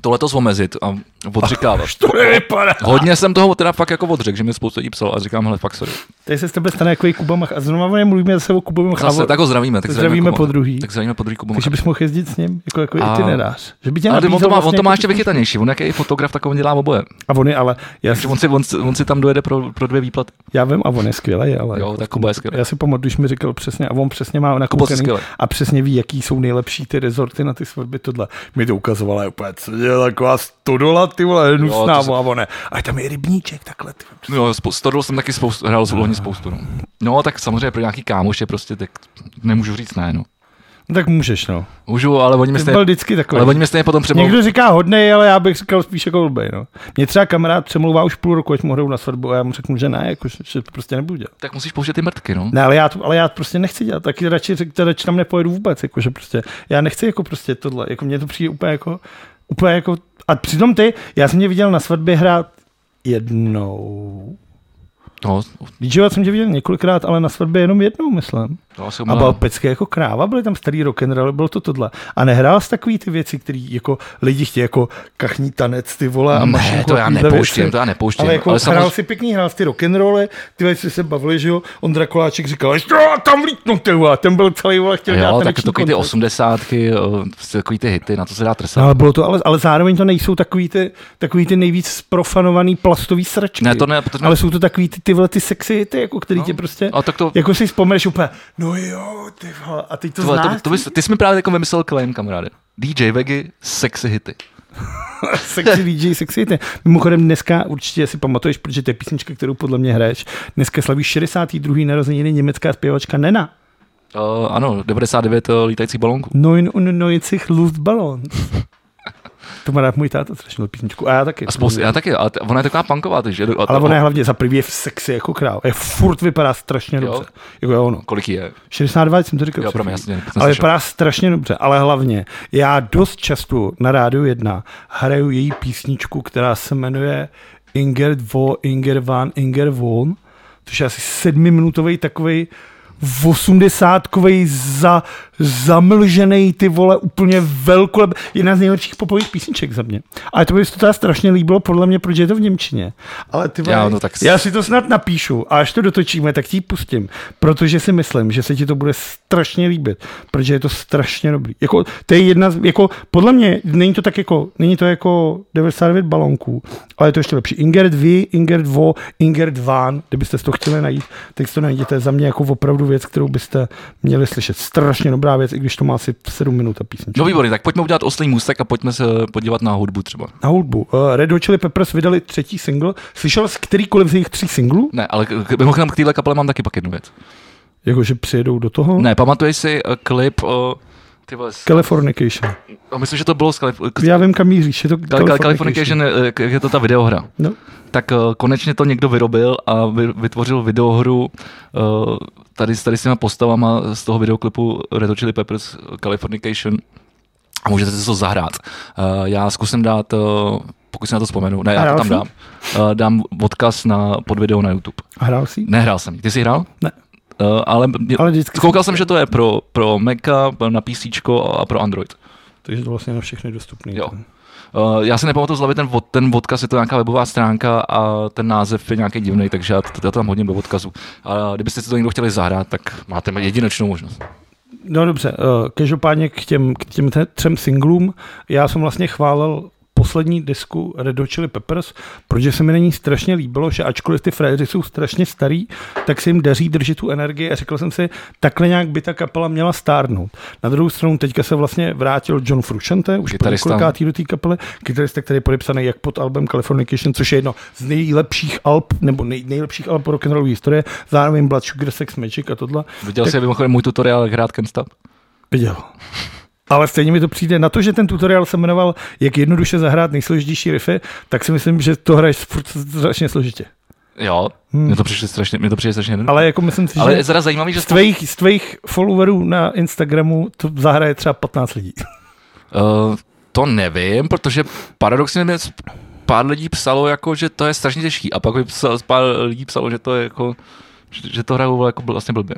Speaker 2: to letos omezit a odřekávat.
Speaker 3: To nevypadá.
Speaker 2: Hodně jsem toho teda fakt jako odřekl, že mi spoustu lidí psal a říkám, hele, fakt sorry.
Speaker 3: Teď se s tebe stane jako Kuba Mach. A znovu nemluvíme zase o Kubovi Mach.
Speaker 2: Zase, tak ho zdravíme. Tak
Speaker 3: Zdravíme
Speaker 2: Kubu.
Speaker 3: po druhý.
Speaker 2: Tak zdravíme po druhý Kubu.
Speaker 3: Takže bys mohl jezdit s ním, jako, jako
Speaker 2: A-
Speaker 3: itinerář. Že by tě
Speaker 2: Ale on to,
Speaker 3: nabízel
Speaker 2: má, on to má ještě
Speaker 3: vlastně-
Speaker 2: vychytanější, on jak je i fotograf, tak on dělá oboje.
Speaker 3: A on je, ale já,
Speaker 2: Takže on si, on, si- on si tam dojede pro, pro dvě výplaty.
Speaker 3: já vím, a on je skvělý, ale prostě
Speaker 2: Jo, tak Kuba je skvělý.
Speaker 3: já si pamatuju, když mi říkal přesně, a on přesně má
Speaker 2: Kuba je
Speaker 3: nakoukaný
Speaker 2: skvělý.
Speaker 3: a přesně ví, jaký jsou nejlepší ty rezorty na ty svatby, tohle. Mi to ukazovala úplně, co je taková stodola, ty vole, hnusná,
Speaker 2: to se-
Speaker 3: a one. A tam je rybníček, takhle, ty vole.
Speaker 2: No jo, spou- Stodol jsem taky spoustu, hrál z loni spoustu. No. no. tak samozřejmě pro nějaký kámoše prostě, tak nemůžu říct ne, no.
Speaker 3: No, tak můžeš, no.
Speaker 2: Můžu, ale oni mi
Speaker 3: Ty byl
Speaker 2: stejně,
Speaker 3: vždycky
Speaker 2: ale
Speaker 3: takový.
Speaker 2: oni mi stejně potom přemluv...
Speaker 3: Někdo říká hodnej, ale já bych říkal spíš jako blbej, no. Mě třeba kamarád přemlouvá už půl roku, ať mu hrajou na svatbu a já mu řeknu, že ne, jako, že, že to prostě nebudu dělat.
Speaker 2: Tak musíš použít ty mrtky, no.
Speaker 3: Ne, ale já, to- ale já prostě nechci dělat, taky radši, řek- teda radši tam nepojedu vůbec, jakože prostě, já nechci jako prostě tohle, jako mně to přijde úplně jako, úplně jako, a přitom ty, já jsem tě viděl na svatbě hrát jednou.
Speaker 2: No,
Speaker 3: DJovat jsem tě viděl několikrát, ale na svatbě jenom jednou, myslím.
Speaker 2: to asi
Speaker 3: A
Speaker 2: umělá.
Speaker 3: byl pecky jako kráva, byly tam starý rock and roll, bylo to tohle. A nehrál jsi takový ty věci, které jako lidi chtějí, jako kachní tanec, ty vole a
Speaker 2: Ne,
Speaker 3: mašinku
Speaker 2: to
Speaker 3: a
Speaker 2: já
Speaker 3: takovýhle
Speaker 2: nepouštím,
Speaker 3: věci.
Speaker 2: to já nepouštím.
Speaker 3: Ale jako ale hrál
Speaker 2: samozřejmě-
Speaker 3: si pěkný, hrál si ty rock'n'rolle, ty věci se bavili, že jo, Ondra Koláček říkal, že jo, tam vlítnu, ty vole, ten byl celý, vole, chtěl
Speaker 2: Jo,
Speaker 3: dát
Speaker 2: tak
Speaker 3: taneční
Speaker 2: takový ty
Speaker 3: koncert.
Speaker 2: osmdesátky, jo, prostě takový ty hity, na to se dá
Speaker 3: No,
Speaker 2: trsat.
Speaker 3: ale bylo to, ale, ale zároveň to nejsou takový ty, takový ty nejvíc sprofanovaný plastový sračky.
Speaker 2: Ne, to ne, protože...
Speaker 3: Ale jsou to takový ty, tyhle ty sexy hity, jako který
Speaker 2: No.
Speaker 3: tě prostě,
Speaker 2: A tak to,
Speaker 3: jako si vzpomeneš úplně, no jo, ty vole, a teď to,
Speaker 2: to,
Speaker 3: znáš,
Speaker 2: to, to bys, ty jsi mi právě jako vymyslel claim, kamaráde. DJ Vegy, sexy hity.
Speaker 3: Sexy DJ, sexy hity. Mimochodem dneska určitě si pamatuješ, protože to je písnička, kterou podle mě hraješ. Dneska slaví 62. narozeniny německá zpěvačka Nena.
Speaker 2: Uh, ano, 99 uh, lítající balonku.
Speaker 3: Neun und neunzig Luftballon. To má rád můj táta strašnou písničku. A já taky.
Speaker 2: A spoustu, já taky, ale t- ona je taková punková, takže... a-
Speaker 3: Mm. Ale
Speaker 2: a-
Speaker 3: ona je hlavně za prvý je sexy jako král. Je furt vypadá strašně
Speaker 2: Jo?
Speaker 3: dobře. Jako je ono.
Speaker 2: Kolik jí je?
Speaker 3: 62 jsem to říkal.
Speaker 2: Jo,
Speaker 3: před
Speaker 2: promiň,
Speaker 3: chvílí.
Speaker 2: jasně, jsem
Speaker 3: Ale
Speaker 2: slyšel.
Speaker 3: vypadá strašně dobře, ale hlavně já dost často na rádiu 1 hraju její písničku, která se jmenuje Inger Vo, Inger Van, Inger Von, což je asi sedmiminutový takovej osmdesátkovej za, zamlžený ty vole úplně velkolepý, jedna z nejlepších popových písniček za mě. Ale to by se to teda strašně líbilo, podle mě, protože je to v Němčině. Ale ty vole,
Speaker 2: Já, no tak s-
Speaker 3: já si to snad napíšu a až to dotočíme, tak ti ji pustím, protože si myslím, že se ti to bude strašně líbit, protože je to strašně dobrý. Jako, to je jedna z, jako, podle mě, není to tak jako, není to jako 99 balonků, ale je to ještě lepší. Inger 2, Inger 2, Inger 2, kdybyste si to chtěli najít, tak si to najdete za mě jako opravdu věc, kterou byste měli slyšet. Strašně dobrá věc, i když to má asi 7 minut a písnička.
Speaker 2: No výborně, tak pojďme udělat oslý můstek a pojďme se podívat na hudbu třeba.
Speaker 3: Na hudbu. Eh, Red Hot Chili Peppers vydali třetí single. Slyšel jsi kterýkoliv z jejich tří singlů?
Speaker 2: Ne, ale k- k- mimochodem k téhle kapele mám taky pak jednu věc.
Speaker 3: Jakože přijedou do toho?
Speaker 2: Ne, pamatuješ si eh, klip... eh, Ty vole, s-
Speaker 3: Californication.
Speaker 2: a myslím, že to bylo z Kalif- k-
Speaker 3: Já vím, kam míříš. Je to
Speaker 2: Kal-
Speaker 3: Californication.
Speaker 2: Californication, eh, k- je to ta videohra.
Speaker 3: No.
Speaker 2: tak eh, konečně to někdo vyrobil a vy- vytvořil videohru eh, tady, s- tady s těma postavama z toho videoklipu Red Hot Chili Peppers eh, Californication a můžete si to zahrát. Eh, Já zkusím dát, eh, pokud si na to vzpomenu, ne,
Speaker 3: A
Speaker 2: já
Speaker 3: hrál
Speaker 2: to tam
Speaker 3: jsi?
Speaker 2: dám, Eh, dám odkaz na pod video na YouTube.
Speaker 3: A hrál jsi?
Speaker 2: Nehrál jsem ji. Ty jsi hrál?
Speaker 3: Ne.
Speaker 2: Uh, ale,
Speaker 3: Ale vždycky
Speaker 2: koukal jsem, že to je pro, pro Maca, na PC a pro Android.
Speaker 1: Takže to vlastně na všechny dostupný.
Speaker 2: Jo. Uh, já si nepamatuju zlavit ten, od- ten odkaz, je to nějaká webová stránka a ten název je nějaký divný, takže já to, já to tam hodím do odkazu. A kdybyste si to někdo chtěli zahrát, tak máte jedinečnou možnost.
Speaker 3: No dobře, eh, každopádně k těm, k těm te- třem singlům, já jsem vlastně chválil poslední desku Red Hot Chili Peppers, protože se mi na ní strašně líbilo, že ačkoliv ty frajeři jsou strašně starý, tak se jim daří držet tu energii a řekl jsem si, takhle nějak by ta kapela měla stárnout. Na druhou stranu teďka se vlastně vrátil John Frusciante, už po
Speaker 2: Kytarista.
Speaker 3: několikátý do té kapely, kytarista, který je podepsaný jak pod album Californication, což je jedno z nejlepších alb, nebo nej, nejlepších alb rock and historie, zároveň Blood Sugar Sex Magic a tohle.
Speaker 2: Viděl
Speaker 3: Tak-
Speaker 2: jsi mimochodem můj tutoriál, jak hrát Can't Stop?
Speaker 3: Viděl. Ale stejně mi to přijde. Na to, že ten tutoriál se jmenoval Jak jednoduše zahrát nejsložitější riffy, tak si myslím, že to hraješ furt strašně složitě.
Speaker 2: Jo,
Speaker 3: Hmm.
Speaker 2: hmm. mně to přišlo strašně, mně to přijde strašně jednoduché.
Speaker 3: Ale jako myslím si,
Speaker 2: Ale
Speaker 3: že
Speaker 2: je teda zajímavý, že
Speaker 3: z tvých, z tvých followerů na Instagramu to zahraje třeba 15 lidí.
Speaker 2: Uh, to nevím, protože paradoxně mě s- pár lidí psalo, jako, že to je strašně těžký. A pak mi psal, pár lidí psalo, že to je jako že že to hraju jako bl- vlastně blbě.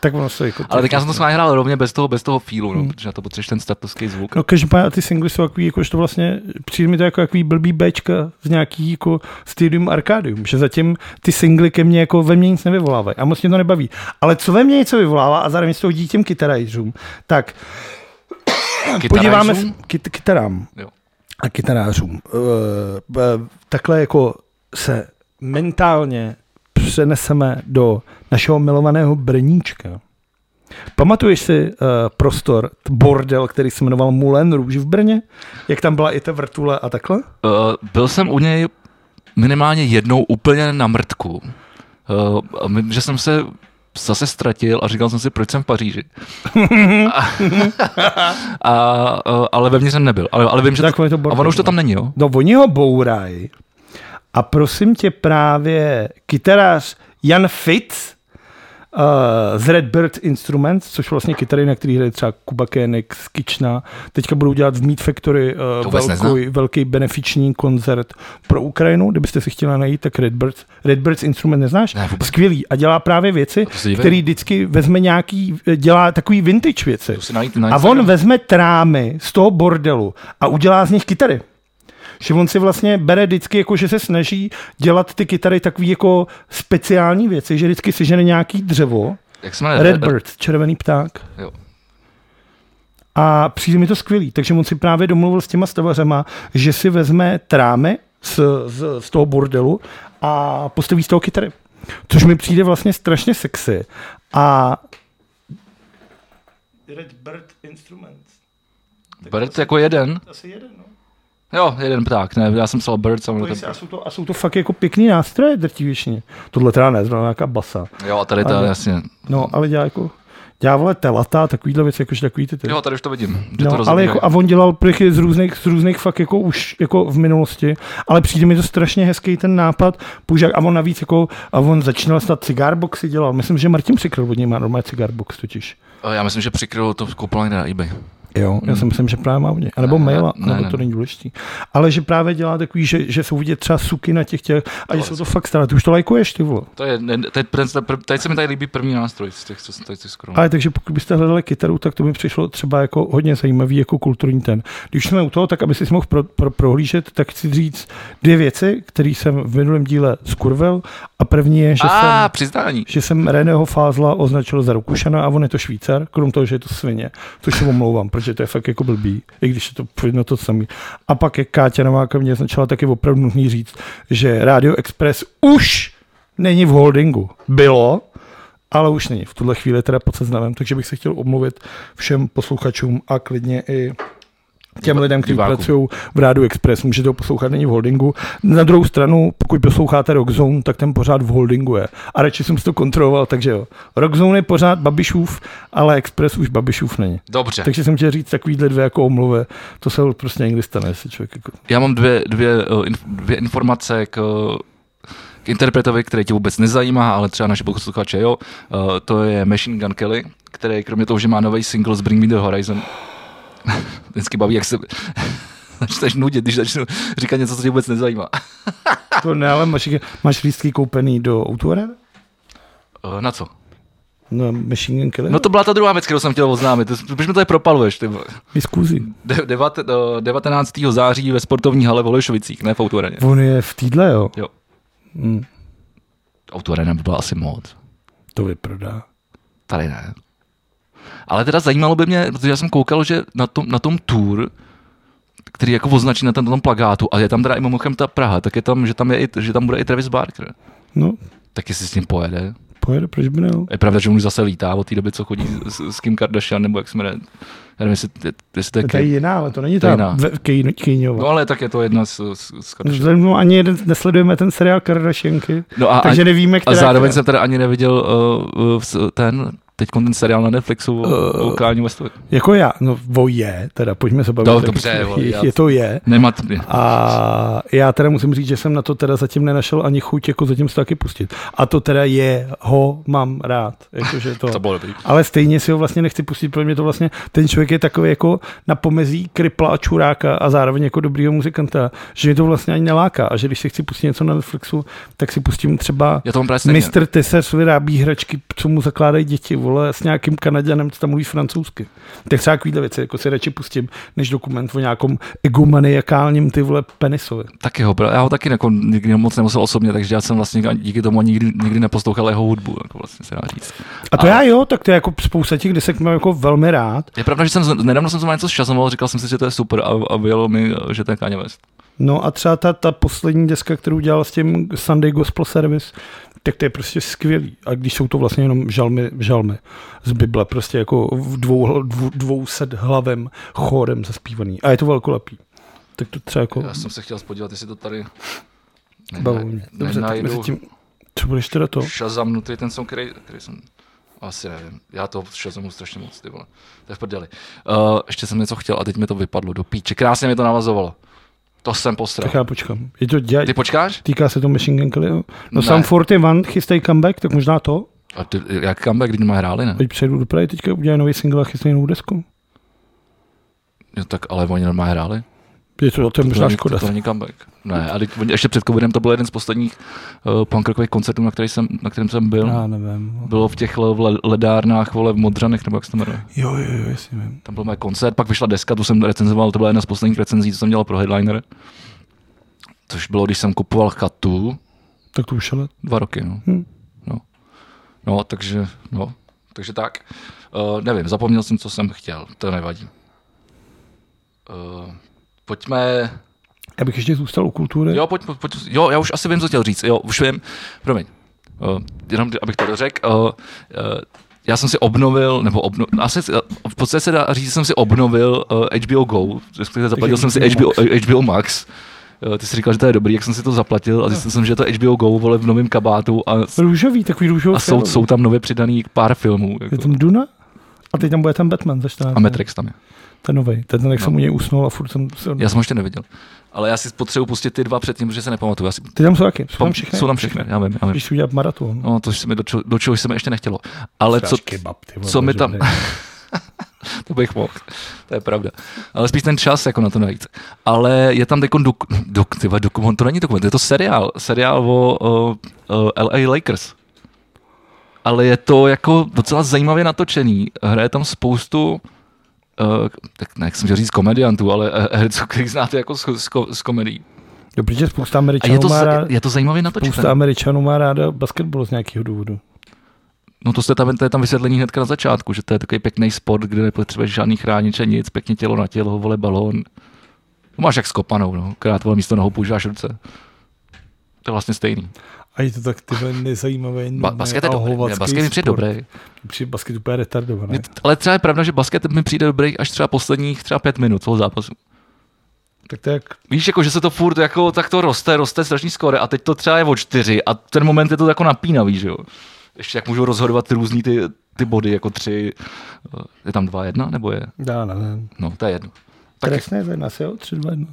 Speaker 3: Tak ono se jako...
Speaker 2: Ale tak já jsem to s vámi hrál rovně bez toho, bez toho feelu, no, protože na to potřebuješ ten statovský zvuk.
Speaker 3: Hmm. No každopádně ty singly jsou takový, jakož to vlastně, přijde mi to jako takový blbý Bčka z nějaký jako Stadium Arcadium, že zatím ty singly ke mně jako ve mně nic nevyvolávají a moc mě to nebaví. Ale co ve mně něco vyvolává a zároveň s tou dítím kytarajřům, tak podíváme se
Speaker 2: Kytarajzům?
Speaker 3: kyt, kytarám
Speaker 2: Jo.
Speaker 3: a kytarářům. Eh, eh, Takhle jako se mentálně přeneseme do našeho milovaného Brníčka. Pamatuješ si eh, prostor, t- bordel, který se jmenoval Mulen Růž v Brně? Jak tam byla i ta vrtule a takhle?
Speaker 2: Uh, byl jsem u něj minimálně jednou úplně na mrtku. Uh, a my- že jsem se zase ztratil a říkal jsem si, proč jsem v Paříži. a, a, uh, ale ve mně jsem nebyl. Ale, ale vím, že to,
Speaker 3: Takové to
Speaker 2: a
Speaker 3: bordel.
Speaker 2: ono už to tam není, jo?
Speaker 3: No, oni ho bourají. A prosím tě, právě kytarář Jan Fitz uh, z Redbird Instruments, což vlastně kytary, na který hraje třeba Kuba Koenig z Kična. Teďka budou dělat v Meat Factory uh,
Speaker 2: vůbec
Speaker 3: velký,
Speaker 2: neznám.
Speaker 3: velký benefiční koncert pro Ukrajinu. Kdybyste si chtěla najít, tak Redbird, Redbirds Instrument neznáš?
Speaker 2: Ne, vůbec.
Speaker 3: Skvělý. A dělá právě věci,
Speaker 2: To se dívej.
Speaker 3: který vždycky vezme nějaký, dělá takový vintage věci.
Speaker 2: To si najít na
Speaker 3: A on
Speaker 2: Instagramu.
Speaker 3: vezme trámy z toho bordelu a udělá z nich kytary. Že on si vlastně bere vždycky, jako že se snaží dělat ty kytary takový jako speciální věci, že vždycky sežene nějaký dřevo,
Speaker 2: Jak se jmenuje?
Speaker 3: Redbird, červený pták.
Speaker 2: Jo.
Speaker 3: A přijde mi to skvělý, takže on si právě domluvil s těma stavařema, že si vezme trámy z, z, z toho bordelu a postaví z toho kytary. Což mi přijde vlastně strašně sexy. A Redbird Instruments.
Speaker 2: Bird jako jeden?
Speaker 3: Asi jeden, no.
Speaker 2: Jo, jeden pták, ne, já jsem psal Bird,
Speaker 3: Podívej
Speaker 2: samozřejmě.
Speaker 3: se, A jsou, to, a jsou to fakt jako pěkný nástroje drtí většině. Tohle teda ne, zrovna nějaká basa.
Speaker 2: Jo, a tady to
Speaker 3: Ano.
Speaker 2: je jasně.
Speaker 3: No, ale dělá jako dělá vole telata, takovýhle věci, jakože takový ty ty.
Speaker 2: Jo, tady už to vidím, že to
Speaker 3: No, ale
Speaker 2: rozumím.
Speaker 3: jako, a on dělal prchy z různých, z různých fakt jako už jako v minulosti, ale přijde mi to strašně hezký ten nápad, použák, a on navíc jako, a on začínal snad cigarboxy dělal, myslím, že Martin Přikryl od něj má normálně cigarbox totiž.
Speaker 2: Eh, Já myslím, že přikrylo to koupil někde na eBay.
Speaker 3: Jo, já si myslím, že právě má u něj. A nebo
Speaker 2: Ne,
Speaker 3: maila,
Speaker 2: ne,
Speaker 3: nebo
Speaker 2: ne,
Speaker 3: to
Speaker 2: ne.
Speaker 3: není důležitý. Ale že právě dělá takový, že, že jsou vidět třeba suky na těch těch, a že
Speaker 2: je
Speaker 3: jsou to fakt staré. Ty už to lajkuješ, ty vole.
Speaker 2: To je, ne- teď, ten- ten- pr- teď se mi tady líbí první nástroj z těch, co jsem tady skoro.
Speaker 3: Ale takže pokud byste hledali kytaru, tak to mi přišlo třeba jako hodně zajímavý jako kulturní ten. Když jsme u toho, tak aby si mohl pro, pro, prohlížet, tak chci říct dvě věci, které jsem v minulém díle skurvel. A první je, že jsem
Speaker 2: A, přiznání.
Speaker 3: že jsem Reného Fázla označil za Rakušana a on je to Švýcar, krom toho, že je to svině, což se omlouvám, protože to je fakt jako blbý, i když je to jedno to samé. A pak je Káťa Nováka mě označila taky opravdu nutný říct, že Radio Express už není v holdingu. Bylo, ale už není. V tuhle chvíli teda pod seznamem, takže bych se chtěl omluvit všem posluchačům a klidně i těm
Speaker 2: Diva-
Speaker 3: lidem, kteří
Speaker 2: divákům.
Speaker 3: pracují v Rádu Express. Můžete ho poslouchat, není v holdingu. Na druhou stranu, pokud posloucháte Rockzone, tak ten pořád v holdingu je. A radši jsem si to kontroloval, takže jo. Rockzone je pořád Babišův, ale Express už Babišův není.
Speaker 2: Dobře.
Speaker 3: Takže jsem chtěl říct takovýhle dvě jako omluve, to se prostě někdy stane, jestli člověk jako...
Speaker 2: Já mám dvě, dvě, eh, inf- dvě informace k, eh, k interpretovi, který tě vůbec nezajímá, ale třeba naše posluchače, jo. Eh, To je Machine Gun Kelly, který kromě toho, že má nový single z Bring Me The Horizon, vždycky baví, jak se začneš nudit, když začnu říkat něco, co tě vůbec nezajímá.
Speaker 3: To ne, ale máš, máš lístky koupený do autora?
Speaker 2: Eh, Na co?
Speaker 3: Na Machine Gun Kelly?
Speaker 2: No to byla ta druhá věc, kterou jsem chtěl oznámit. Ty- Proč mi to je propaluješ? Ty? vole?
Speaker 3: Diskuzi.
Speaker 2: De- devat- eh, 19. září ve sportovní hale v Holešovicích, ne v Autoareně.
Speaker 3: On je v týdle, jo?
Speaker 2: Jo.
Speaker 3: Hmm,
Speaker 2: Autoarena by byla asi moc.
Speaker 3: to vyprodá.
Speaker 2: Tady ne. Ale teda zajímalo by mě, protože já jsem koukal, že na tom, na tom tour, který je jako označí na tom, na tom plagátu, a je tam teda i mimochodem ta Praha, tak je tam, že tam, je i, že tam bude i Travis Barker.
Speaker 3: No,
Speaker 2: Tak jestli s ním pojede.
Speaker 3: pojede, proč by ne? jo?
Speaker 2: Je pravda, že on už zase lítá od té doby, co chodí s, s Kim Kardashian, nebo jak jsme ne, já nevím, jestli, jestli to je
Speaker 3: To je
Speaker 2: Kim.
Speaker 3: jiná, ale to není
Speaker 2: To je
Speaker 3: ta
Speaker 2: jiná.
Speaker 3: ve- Kej- Kejňová.
Speaker 2: No ale tak je to jedna z, z, z Kardashian.
Speaker 3: Vzhledem k tomu ani jeden nesledujeme ten seriál Kardashianky,
Speaker 2: No a,
Speaker 3: takže nevíme,
Speaker 2: a
Speaker 3: která...
Speaker 2: zároveň jsem teda ani neviděl uh, uh, s- ten, teď ten seriál na Netflixu o, o Kanye Westovi.
Speaker 3: Jako já, no vo je, teda pojďme se bavit.
Speaker 2: No,
Speaker 3: tak-
Speaker 2: dobře, vole,
Speaker 3: je,
Speaker 2: já-
Speaker 3: je to je.
Speaker 2: Nemá to, mě.
Speaker 3: A já teda musím říct, že jsem na to teda zatím nenašel ani chuť, jako zatím se to taky pustit. A to teda je, ho mám rád. Jakože to.
Speaker 2: to bylo dobrý.
Speaker 3: Ale stejně si ho vlastně nechci pustit, protože mě to vlastně, ten člověk je takový jako na pomezí krypla a čuráka a zároveň jako dobrýho muzikanta, že mě to vlastně ani neláká a že když si chci pustit něco na Netflixu, tak si pustím třeba
Speaker 2: Já to mám právě stejně.
Speaker 3: Mr. Tessers vyrábí hračky, co mu zakládají děti, vole, s nějakým Kanaděnem, co tam mluví francouzsky. Tak třeba takovýhle věci, jako si radši pustím, než dokument o nějakom egomaniakálním ty vole penisovi.
Speaker 2: Taky ho, bral. já ho taky jako nikdy moc nemusel osobně, takže já jsem vlastně díky tomu ani nikdy, nikdy neposlouchal jeho hudbu, jako vlastně se dá říct.
Speaker 3: A to
Speaker 2: A-
Speaker 3: já jo, tak to je jako spousta těch desek mám jako velmi rád.
Speaker 2: Je pravda, že jsem, z- nedávno jsem se na něco šazoval, říkal jsem si, že to je super a, a bylo mi, že to je Kanye West.
Speaker 3: No a třeba ta, ta poslední deska, kterou dělal s tím Sunday Gospel Service, tak to je prostě skvělý. A když jsou to vlastně jenom žalmy, žalmy z Bible, prostě jako v dvou, dvou, dvou set hlavem chórem zaspívaný. A je to velkolepý. Tak to třeba jako...
Speaker 2: Já jsem se chtěl podívat, jestli to tady ne-
Speaker 3: Bavu
Speaker 2: ne-
Speaker 3: mě. Dobře, tak
Speaker 2: nenajdu.
Speaker 3: mezi tím, co budeš teda to?
Speaker 2: šazamnutý no ten song, který, který jsem... Asi nevím. Já to šazamu strašně moc, ty vole. To je v prdeli. Uh, ještě jsem něco chtěl a teď mi to vypadlo do píče. Krásně mi to navazovalo. To jsem
Speaker 3: Tak
Speaker 2: postral.
Speaker 3: já počkám. Je to dělaj.
Speaker 2: Ty počkáš?
Speaker 3: Týká se to Machine Gun Kellyho? No
Speaker 2: Ne.
Speaker 3: Sam 41 chystají comeback, tak možná to.
Speaker 2: A ty, jak comeback, když nemá hráli, ne?
Speaker 3: Teď přejdu do Prahy, teďka udělají nový single a chystají novou desku.
Speaker 2: Jo, tak ale oni nemá hráli.
Speaker 3: Je to, to je možná
Speaker 2: není-
Speaker 3: škoda.
Speaker 2: To, to není comeback. Ne, a teď, oni- ještě před covidem to byl jeden z posledních uh, punkrockových koncertů, na, který jsem, na kterém jsem byl.
Speaker 3: Já nevím. no.
Speaker 2: Bylo v těch le- v le- ledárnách, vole, v Modřanech, nebo jak se to jmenuje.
Speaker 3: Jo, jo, jo, jestli vím.
Speaker 2: Tam byl můj koncert, pak vyšla deska, tu jsem recenzoval, to byla jedna z posledních recenzí, co jsem dělal pro Headliner. Což bylo, když jsem kupoval chatu,
Speaker 3: Tak to už ale.
Speaker 2: dva roky, no.
Speaker 3: Hm.
Speaker 2: No, no takže, no, takže tak. Uh, nevím, zapomněl jsem, co jsem chtěl, to nevadí. Uh, pojďme,
Speaker 3: Já bych ještě zůstal u kultury.
Speaker 2: jo, pojď, pojď, pojď, jo, já už asi vím, co chtěl říct, jo, už vím, promiň. Uh, jenom, abych to dořekl, uh, uh, já jsem si obnovil, nebo obno, asi, eh, v podstatě se dá říct, že jsem si obnovil uh, HBO Go, respektive zaplatil jsem si HBO, HBO Max, Eh, ty jsi říkal, že to je dobrý, jak jsem si to zaplatil a zjistil jsem, že je to HBO Go, vole, v novém kabátu a
Speaker 3: Růžový, takový růžový.
Speaker 2: a jsou,
Speaker 3: film.
Speaker 2: jsou tam nově přidaný pár filmů.
Speaker 3: Je
Speaker 2: Jako.
Speaker 3: tam Duna? A teď tam bude ten Batman za 14.
Speaker 2: A Matrix No. tam je.
Speaker 3: Ten nový. Ten, ten jak jsem u něj usnul a furt jsem... se-
Speaker 2: Já jsem ho ještě neviděl. Ale já si potřebuji pustit ty dva předtím, protože se nepamatuju. Já si...
Speaker 3: Ty tam jsou taky. Jsou tam všechny.
Speaker 2: Jsou tam všechny, já vím. Já vím.
Speaker 3: Když si udělat maraton.
Speaker 2: No, to se mi do, čo- do čeho se mi ještě nechtělo. Ale co,
Speaker 3: Kebab, ty vole,
Speaker 2: co mi
Speaker 3: že
Speaker 2: tam-
Speaker 3: ne.
Speaker 2: to bych mohl, to je pravda. Ale spíš ten čas jako na to najít. Ale je tam takový dok, dok, tyva, dokument, to není dokument, je to seriál. Seriál o uh, uh, LA Lakers. Ale je to jako docela zajímavě natočený. Hraje tam spoustu Uh, tak ne, jak jsem chtěl říct komediantů, ale eh, herců, který znáte jako z, z, ko- z komedií.
Speaker 3: Dobrý, že spousta
Speaker 2: A je
Speaker 3: Američanů
Speaker 2: to,
Speaker 3: má
Speaker 2: za-
Speaker 3: rád...
Speaker 2: je to zajímavě natočené.
Speaker 3: Spousta Američanů má ráda basketbal z nějakého důvodu.
Speaker 2: No to, jste tam, to je tam vysvětlení hnedka na začátku, že to je takový pěkný sport, kde nepotřebuješ žádný chrániče, nic, pěkně tělo na tělo, vole balón. To máš jak skopanou, no. Krát vole místo nohou používáš ruce. To je vlastně stejný.
Speaker 3: A je to tak tyhle nezajímavé.
Speaker 2: Ba- basket je dobrý, ne, basket mi přijde dobrý.
Speaker 3: Při basket úplně retardovaný.
Speaker 2: Mě t- Ale třeba je pravda, že basket mi přijde dobrý až třeba posledních třeba pět minut toho zápasu.
Speaker 3: Tak to je jak
Speaker 2: Víš, jako, že se to furt jako, tak to roste, roste strašný skore a teď to třeba je o čtyři a ten moment je to jako napínavý, že jo. Ještě jak můžou rozhodovat ty různý ty, ty body, jako tři, eh, je tam dva jedna, nebo je,
Speaker 3: dá, nevím.
Speaker 2: no to je jedno. Tak jak-
Speaker 3: Trestné za nás, jo? 3, 2, 1.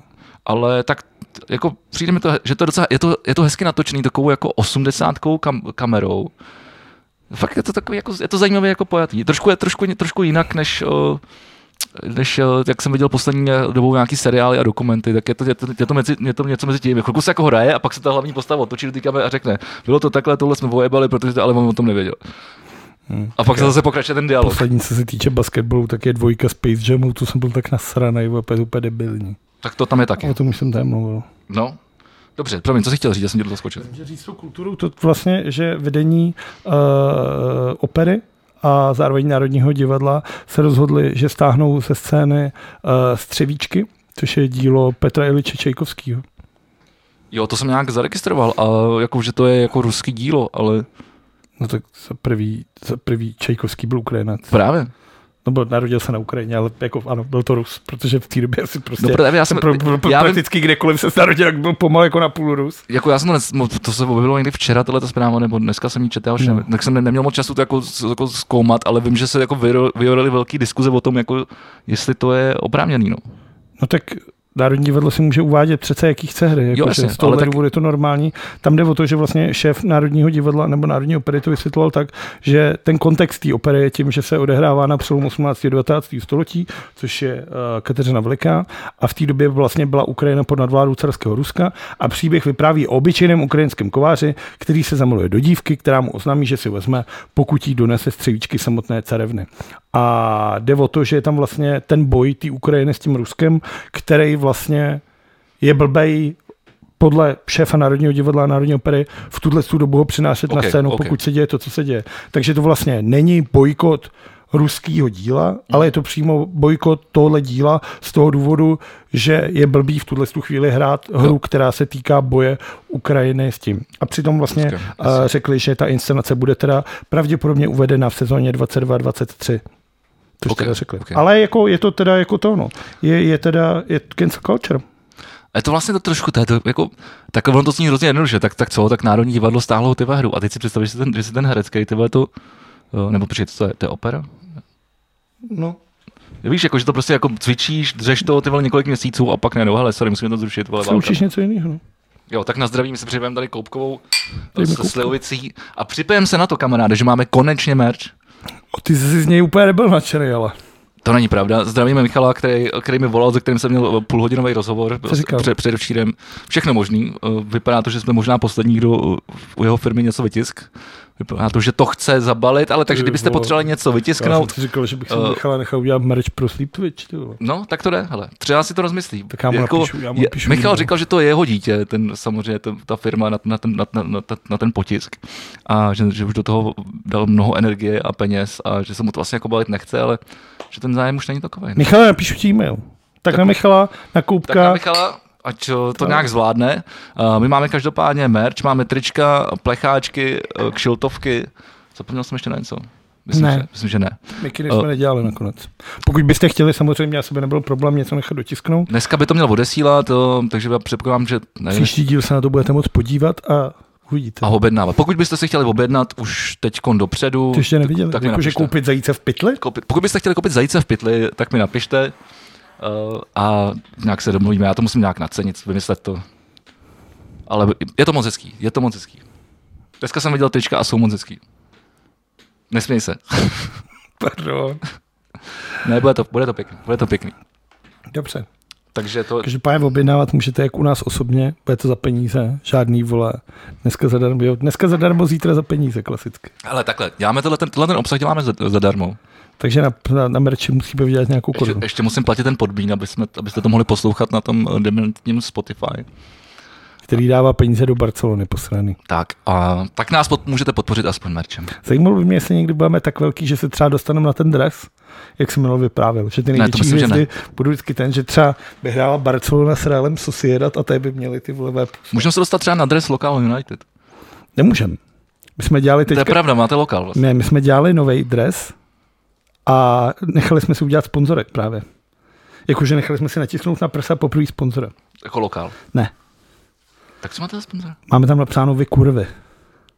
Speaker 2: ale tak t- jako přijde mi to, he- že to je docela, je to, je to hezky natočený takovou jako osmdesátkou kam, kamerou. Fakt je to takový, jako, je to zajímavě jako pojatý. Trošku je trošku, trošku jinak, než, o, než o, jak jsem viděl poslední dobou nějaký seriály a dokumenty, tak je to, je to, je to, mezi, je to něco mezi tím. Chvilku se jako hraje a pak se ta hlavní postava otočí do té kamery a řekne, bylo to takhle, tohle jsme vojebali, protože ale on o tom nevěděl.
Speaker 3: Hmm.
Speaker 2: A pak se zase pokračuje ten dialog.
Speaker 3: Poslední, co se týče basketbalu, tak je dvojka Space Jamu, tu jsem byl tak nasraný, úplně, úplně debilní.
Speaker 2: Tak to tam je taky.
Speaker 3: O tom už jsem tady mluvil.
Speaker 2: No, dobře, promiň, co jsi chtěl říct, já jsem tě do toho skočil.
Speaker 3: Může říct tou kulturou to vlastně, že vedení uh, opery a zároveň Národního divadla se rozhodli, že stáhnou ze scény uh, Střevíčky, což je dílo Petra Iliče Čejkovského.
Speaker 2: Jo, to jsem nějak zaregistroval, a jako, že to je jako ruský dílo, ale
Speaker 3: No tak za prvý, za prvý Čejkovský byl Ukrajinec.
Speaker 2: právě.
Speaker 3: No byl, narodil se na Ukrajině, ale jako ano, byl to Rus, protože v té době asi prostě...
Speaker 2: No, právě já jsem,
Speaker 3: pro, pro, pro,
Speaker 2: já vím,
Speaker 3: prakticky kdekoliv se narodil, jak byl pomalu jako na půl Rus.
Speaker 2: jako já jsem to, nes, mo- to se objevilo někdy včera, tohle ta zpráva, nebo dneska jsem ji četl, už
Speaker 3: No.
Speaker 2: nevím, tak jsem ne- neměl moc času to jako, z- jako zkoumat, ale vím, že se jako vyro- vyjorily velký diskuze o tom, jako, jestli to je oprávněný. No.
Speaker 3: No tak Národní divadlo si může uvádět přece, jaký chce hry. Jako,
Speaker 2: jasně,
Speaker 3: že z tohohle
Speaker 2: ale tak-
Speaker 3: důvodu je to normální. Tam jde o to, že vlastně šéf Národního divadla nebo Národní opery to vysvětloval tak, že ten kontext té opery je tím, že se odehrává na přelomu 18. a 19. století, což je uh, Kateřina Veliká. A v té době vlastně byla Ukrajina pod nadvládou carského Ruska a příběh vypráví o obyčejném ukrajinském kováři, který se zamiluje do dívky, která mu oznámí, že si ho vezme, pokud jí donese střevíčky samotné carevny. A jde o to, že je tam vlastně ten boj té Ukrajiny s tím Ruskem, který vlastně je blbej podle šéfa Národního divadla a Národní opery v tuhle tu dobu ho přinášet okay, na
Speaker 2: Ok,
Speaker 3: scénu,
Speaker 2: ok.
Speaker 3: okay. pokud se děje to, co se děje. Takže to vlastně není bojkot ruského díla, ale je to přímo bojkot tohle díla z toho důvodu, že je blbý v tuhle tu chvíli hrát hru, která se týká boje Ukrajiny s tím. A přitom vlastně
Speaker 2: Ruskem,
Speaker 3: eh, řekli, že ta inscenace bude teda pravděpodobně uvedena v sezóně 22-23. Což
Speaker 2: Ok,
Speaker 3: okay, teda řekli.
Speaker 2: ok.
Speaker 3: Okay. Ale jako, je to teda jako to, no. Je, je teda, je cancel culture.
Speaker 2: A je to vlastně to trošku, to je to, jako, tak ono to zní hrozně jednoduše, tak, tak co, tak Národní divadlo stáhlo ty hru. A teď si představíš, že ten, že si ten herec, který ty vole to, eh, nebo počkej, co to je, to je opera?
Speaker 3: No,
Speaker 2: Víš, jako, že to prostě jako cvičíš, dřeš to ty vole několik měsíců a pak najednou, hele, sorry, musíme to zrušit, vole,
Speaker 3: se
Speaker 2: válka.
Speaker 3: učíš něco jiného. No.
Speaker 2: Jo, tak na zdraví my si připojeme tady Koupkovou
Speaker 3: Dej mi
Speaker 2: s
Speaker 3: Koupku.
Speaker 2: Slivovicí a připojeme se na to, kamaráde, že máme konečně merch.
Speaker 3: O, ty jsi z něj úplně nebyl nadšený, ale.
Speaker 2: To není pravda. Zdravíme Michala, který, který mi volal, se kterým jsem měl eh, půlhodinový rozhovor
Speaker 3: Co říkal?
Speaker 2: před, předevčírem. Všechno možný. Eh, Vypadá to, že jsme možná poslední, kdo eh, u jeho firmy něco vytisk. Vypadá to, že to chce zabalit, ale takže
Speaker 3: Ty
Speaker 2: kdybyste
Speaker 3: vole.
Speaker 2: potřebovali něco
Speaker 3: Já jsem
Speaker 2: vytisknout,
Speaker 3: ti říkal, že bych si
Speaker 2: Eh.
Speaker 3: Michala nechal udělat merch pro Sleep Twitch. Ty vole.
Speaker 2: No, tak to jde, hele. Třeba si to rozmyslí.
Speaker 3: Tak já mu napíšu, já mu
Speaker 2: je-
Speaker 3: napíšu
Speaker 2: Michal
Speaker 3: e-mail.
Speaker 2: říkal, že to je jeho dítě, ten, samozřejmě ten, ta firma na, na, ten, na, na, na, na ten potisk. A že, že už do toho dal mnoho energie a peněz a že se mu to vlastně jako balit nechce, ale že ten zájem už není takový. No.
Speaker 3: Michale, napíšu ti e-mail. Tak,
Speaker 2: Tak-
Speaker 3: na Michala, na
Speaker 2: Tak na
Speaker 3: Koupka.
Speaker 2: Michala, ať eh, to nějak zvládne. A My máme každopádně merch, máme trička, plecháčky, eh, kšiltovky. Zapomněl jsem ještě na něco. Myslím,
Speaker 3: Ne.
Speaker 2: Že, myslím, že ne.
Speaker 3: Mikiny
Speaker 2: Eh.
Speaker 3: jsme nedělali nakonec. Pokud byste chtěli, samozřejmě, já sebe nebyl problém něco nechat dotisknout.
Speaker 2: Dneska by to měl odesílat, eh, takže já předpokládám, že nevím,
Speaker 3: Příští díl se na to budete moc podívat a uvidíte.
Speaker 2: A objednávat. Pokud byste si chtěli objednat už teď dopředu,
Speaker 3: Ty ještě neviděli.
Speaker 2: tak
Speaker 3: Tak
Speaker 2: mi
Speaker 3: jako, že
Speaker 2: napište.
Speaker 3: koupit zajíce v pytli?
Speaker 2: koupit, pokud byste chtěli koupit zajíce v pytli, tak mi napište uh, a nějak se domluvíme. Já to musím nějak nacenit, vymyslet to. Ale je to moc hezký, je to moc hezký. Dneska jsem viděl trička a jsou moc hezký. Nesměj se.
Speaker 3: Pardon.
Speaker 2: Ne, bude to, bude to pěkný, bude to pěkný.
Speaker 3: Dobře.
Speaker 2: Takže to,
Speaker 3: Každopádně objednávat můžete jak u nás osobně, bude to za peníze, žádný vole. Dneska zadarmo, jo, dneska zadarmo, zítra za peníze, klasicky.
Speaker 2: ale takhle, děláme tenhle, ten, tenhle ten obsah děláme za- zadarmo.
Speaker 3: Takže na, na, na merči musíme vydělat nějakou
Speaker 2: Ještě,
Speaker 3: korunu.
Speaker 2: ještě, musím platit ten podbín, aby jsme, abyste to mohli poslouchat na tom eh, dementním Spotify.
Speaker 3: který dává peníze do Barcelony posraný.
Speaker 2: Tak, a tak nás pod, můžete podpořit aspoň merčem.
Speaker 3: Zajímalo by mě, jestli někdy budeme tak velký, že se třeba dostaneme na ten dres, jak jsem minul vyprávěl, že ty
Speaker 2: to
Speaker 3: největší
Speaker 2: myslím, že
Speaker 3: hvězdy budou vždycky ten, že třeba by hrála Barcelona s Realem Sociedad a tady by měli ty vlevé.
Speaker 2: Můžeme se dostat třeba na dres Local United.
Speaker 3: Nemůžem. My jsme dělali
Speaker 2: To je
Speaker 3: teďka,
Speaker 2: pravda, máte lokal vlastně.
Speaker 3: ne, my jsme dělali nový dres a nechali jsme si udělat sponzorek právě. Jakože nechali jsme si natisknout na prsa poprvé sponzora.
Speaker 2: Jako lokal.
Speaker 3: Ne,
Speaker 2: Tak co máte za sponzora?
Speaker 3: máme tam napsáno vy kurvy.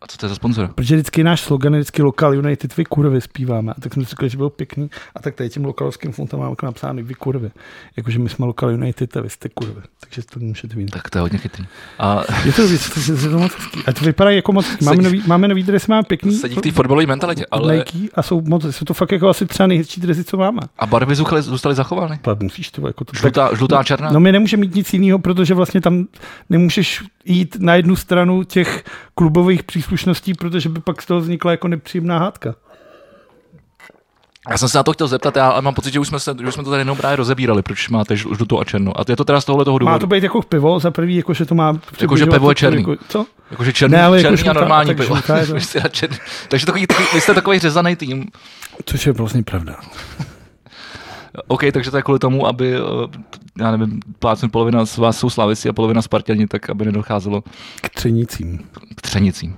Speaker 2: A co to je za sponzora?
Speaker 3: Protože vždycky náš slogan je vždycky Local United, vy kurvy zpíváme. A tak jsme si řekli, že byl pěkný. A tak tady tím lokalovským fontem mám napsáno vy kurvy. Jakože my jsme Local United a vy jste kurvy. Takže to můžete vidět.
Speaker 2: Tak to je hodně chytrý. A
Speaker 3: Je to věc, to je to moc hezký. A to vypadá jako moc hezký. Máme nový, máme nový dres, máme pěkný.
Speaker 2: sedí v té fotbalové mentalitě,
Speaker 3: od
Speaker 2: ale
Speaker 3: Nike a jsou moc, jsou to fakt jako asi třeba nejhezčí dresy, co máme.
Speaker 2: a barvy zuchly, zůstaly zachovány.
Speaker 3: Ale musíš to jako to.
Speaker 2: Žlutá, žlutá černá.
Speaker 3: No my nemůžeme mít nic jiného, protože vlastně tam nemůžeš jít na jednu stranu těch klubových příslušností, protože by pak z toho vznikla jako nepříjemná hádka.
Speaker 2: Já jsem se na to chtěl zeptat, já ale mám pocit, že už jsme, se, že už jsme to tady jenom právě rozebírali, proč máte žl- žlutou a černou. A je to teda z tohohle toho
Speaker 3: Má
Speaker 2: důvodu.
Speaker 3: to být jako pivo, za prvý, jako, že to má... přibližovat
Speaker 2: pivo je
Speaker 3: to-
Speaker 2: černý.
Speaker 3: Jako, co?
Speaker 2: Jakože černý,
Speaker 3: Ne, ale jako
Speaker 2: černý a
Speaker 3: žlutá,
Speaker 2: normální
Speaker 3: tak
Speaker 2: pivo.
Speaker 3: žlutá je to.
Speaker 2: Vy jste černý. Takže takový, takový, vy jste takový řezaný tým.
Speaker 3: Což je vlastně pravda.
Speaker 2: OK, takže to je kvůli tomu, aby, eh, já nevím, plácnu polovina z vás jsou slavici a polovina Spartěni, tak aby nedocházelo
Speaker 3: K třenicím.
Speaker 2: k třenicím.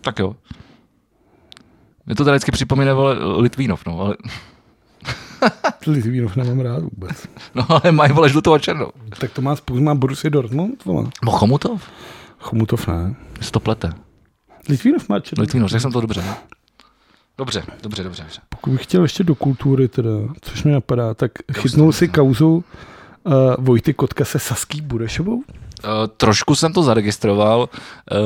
Speaker 2: Tak jo. Mě to teda vždycky připomíná vole, Litvínov, no, ale,
Speaker 3: Litvínov nemám rád vůbec.
Speaker 2: no, ale mají vole žlutou a černou. No,
Speaker 3: Tak to má spoustu, má Borussia Dortmund, vole.
Speaker 2: Mochomutov?
Speaker 3: Chomutov ne.
Speaker 2: Si to plete.
Speaker 3: Litvínov má černý.
Speaker 2: Litvínov, řekl jsem to dobře. ne? Dobře, dobře, dobře. dobře.
Speaker 3: Pokud bych chtěl ještě do kultury, teda, což mi napadá, tak chytnul si kauzu uh, Vojty Kotka se Saský Budešovou?
Speaker 2: Eh, trošku jsem to zaregistroval. Eh,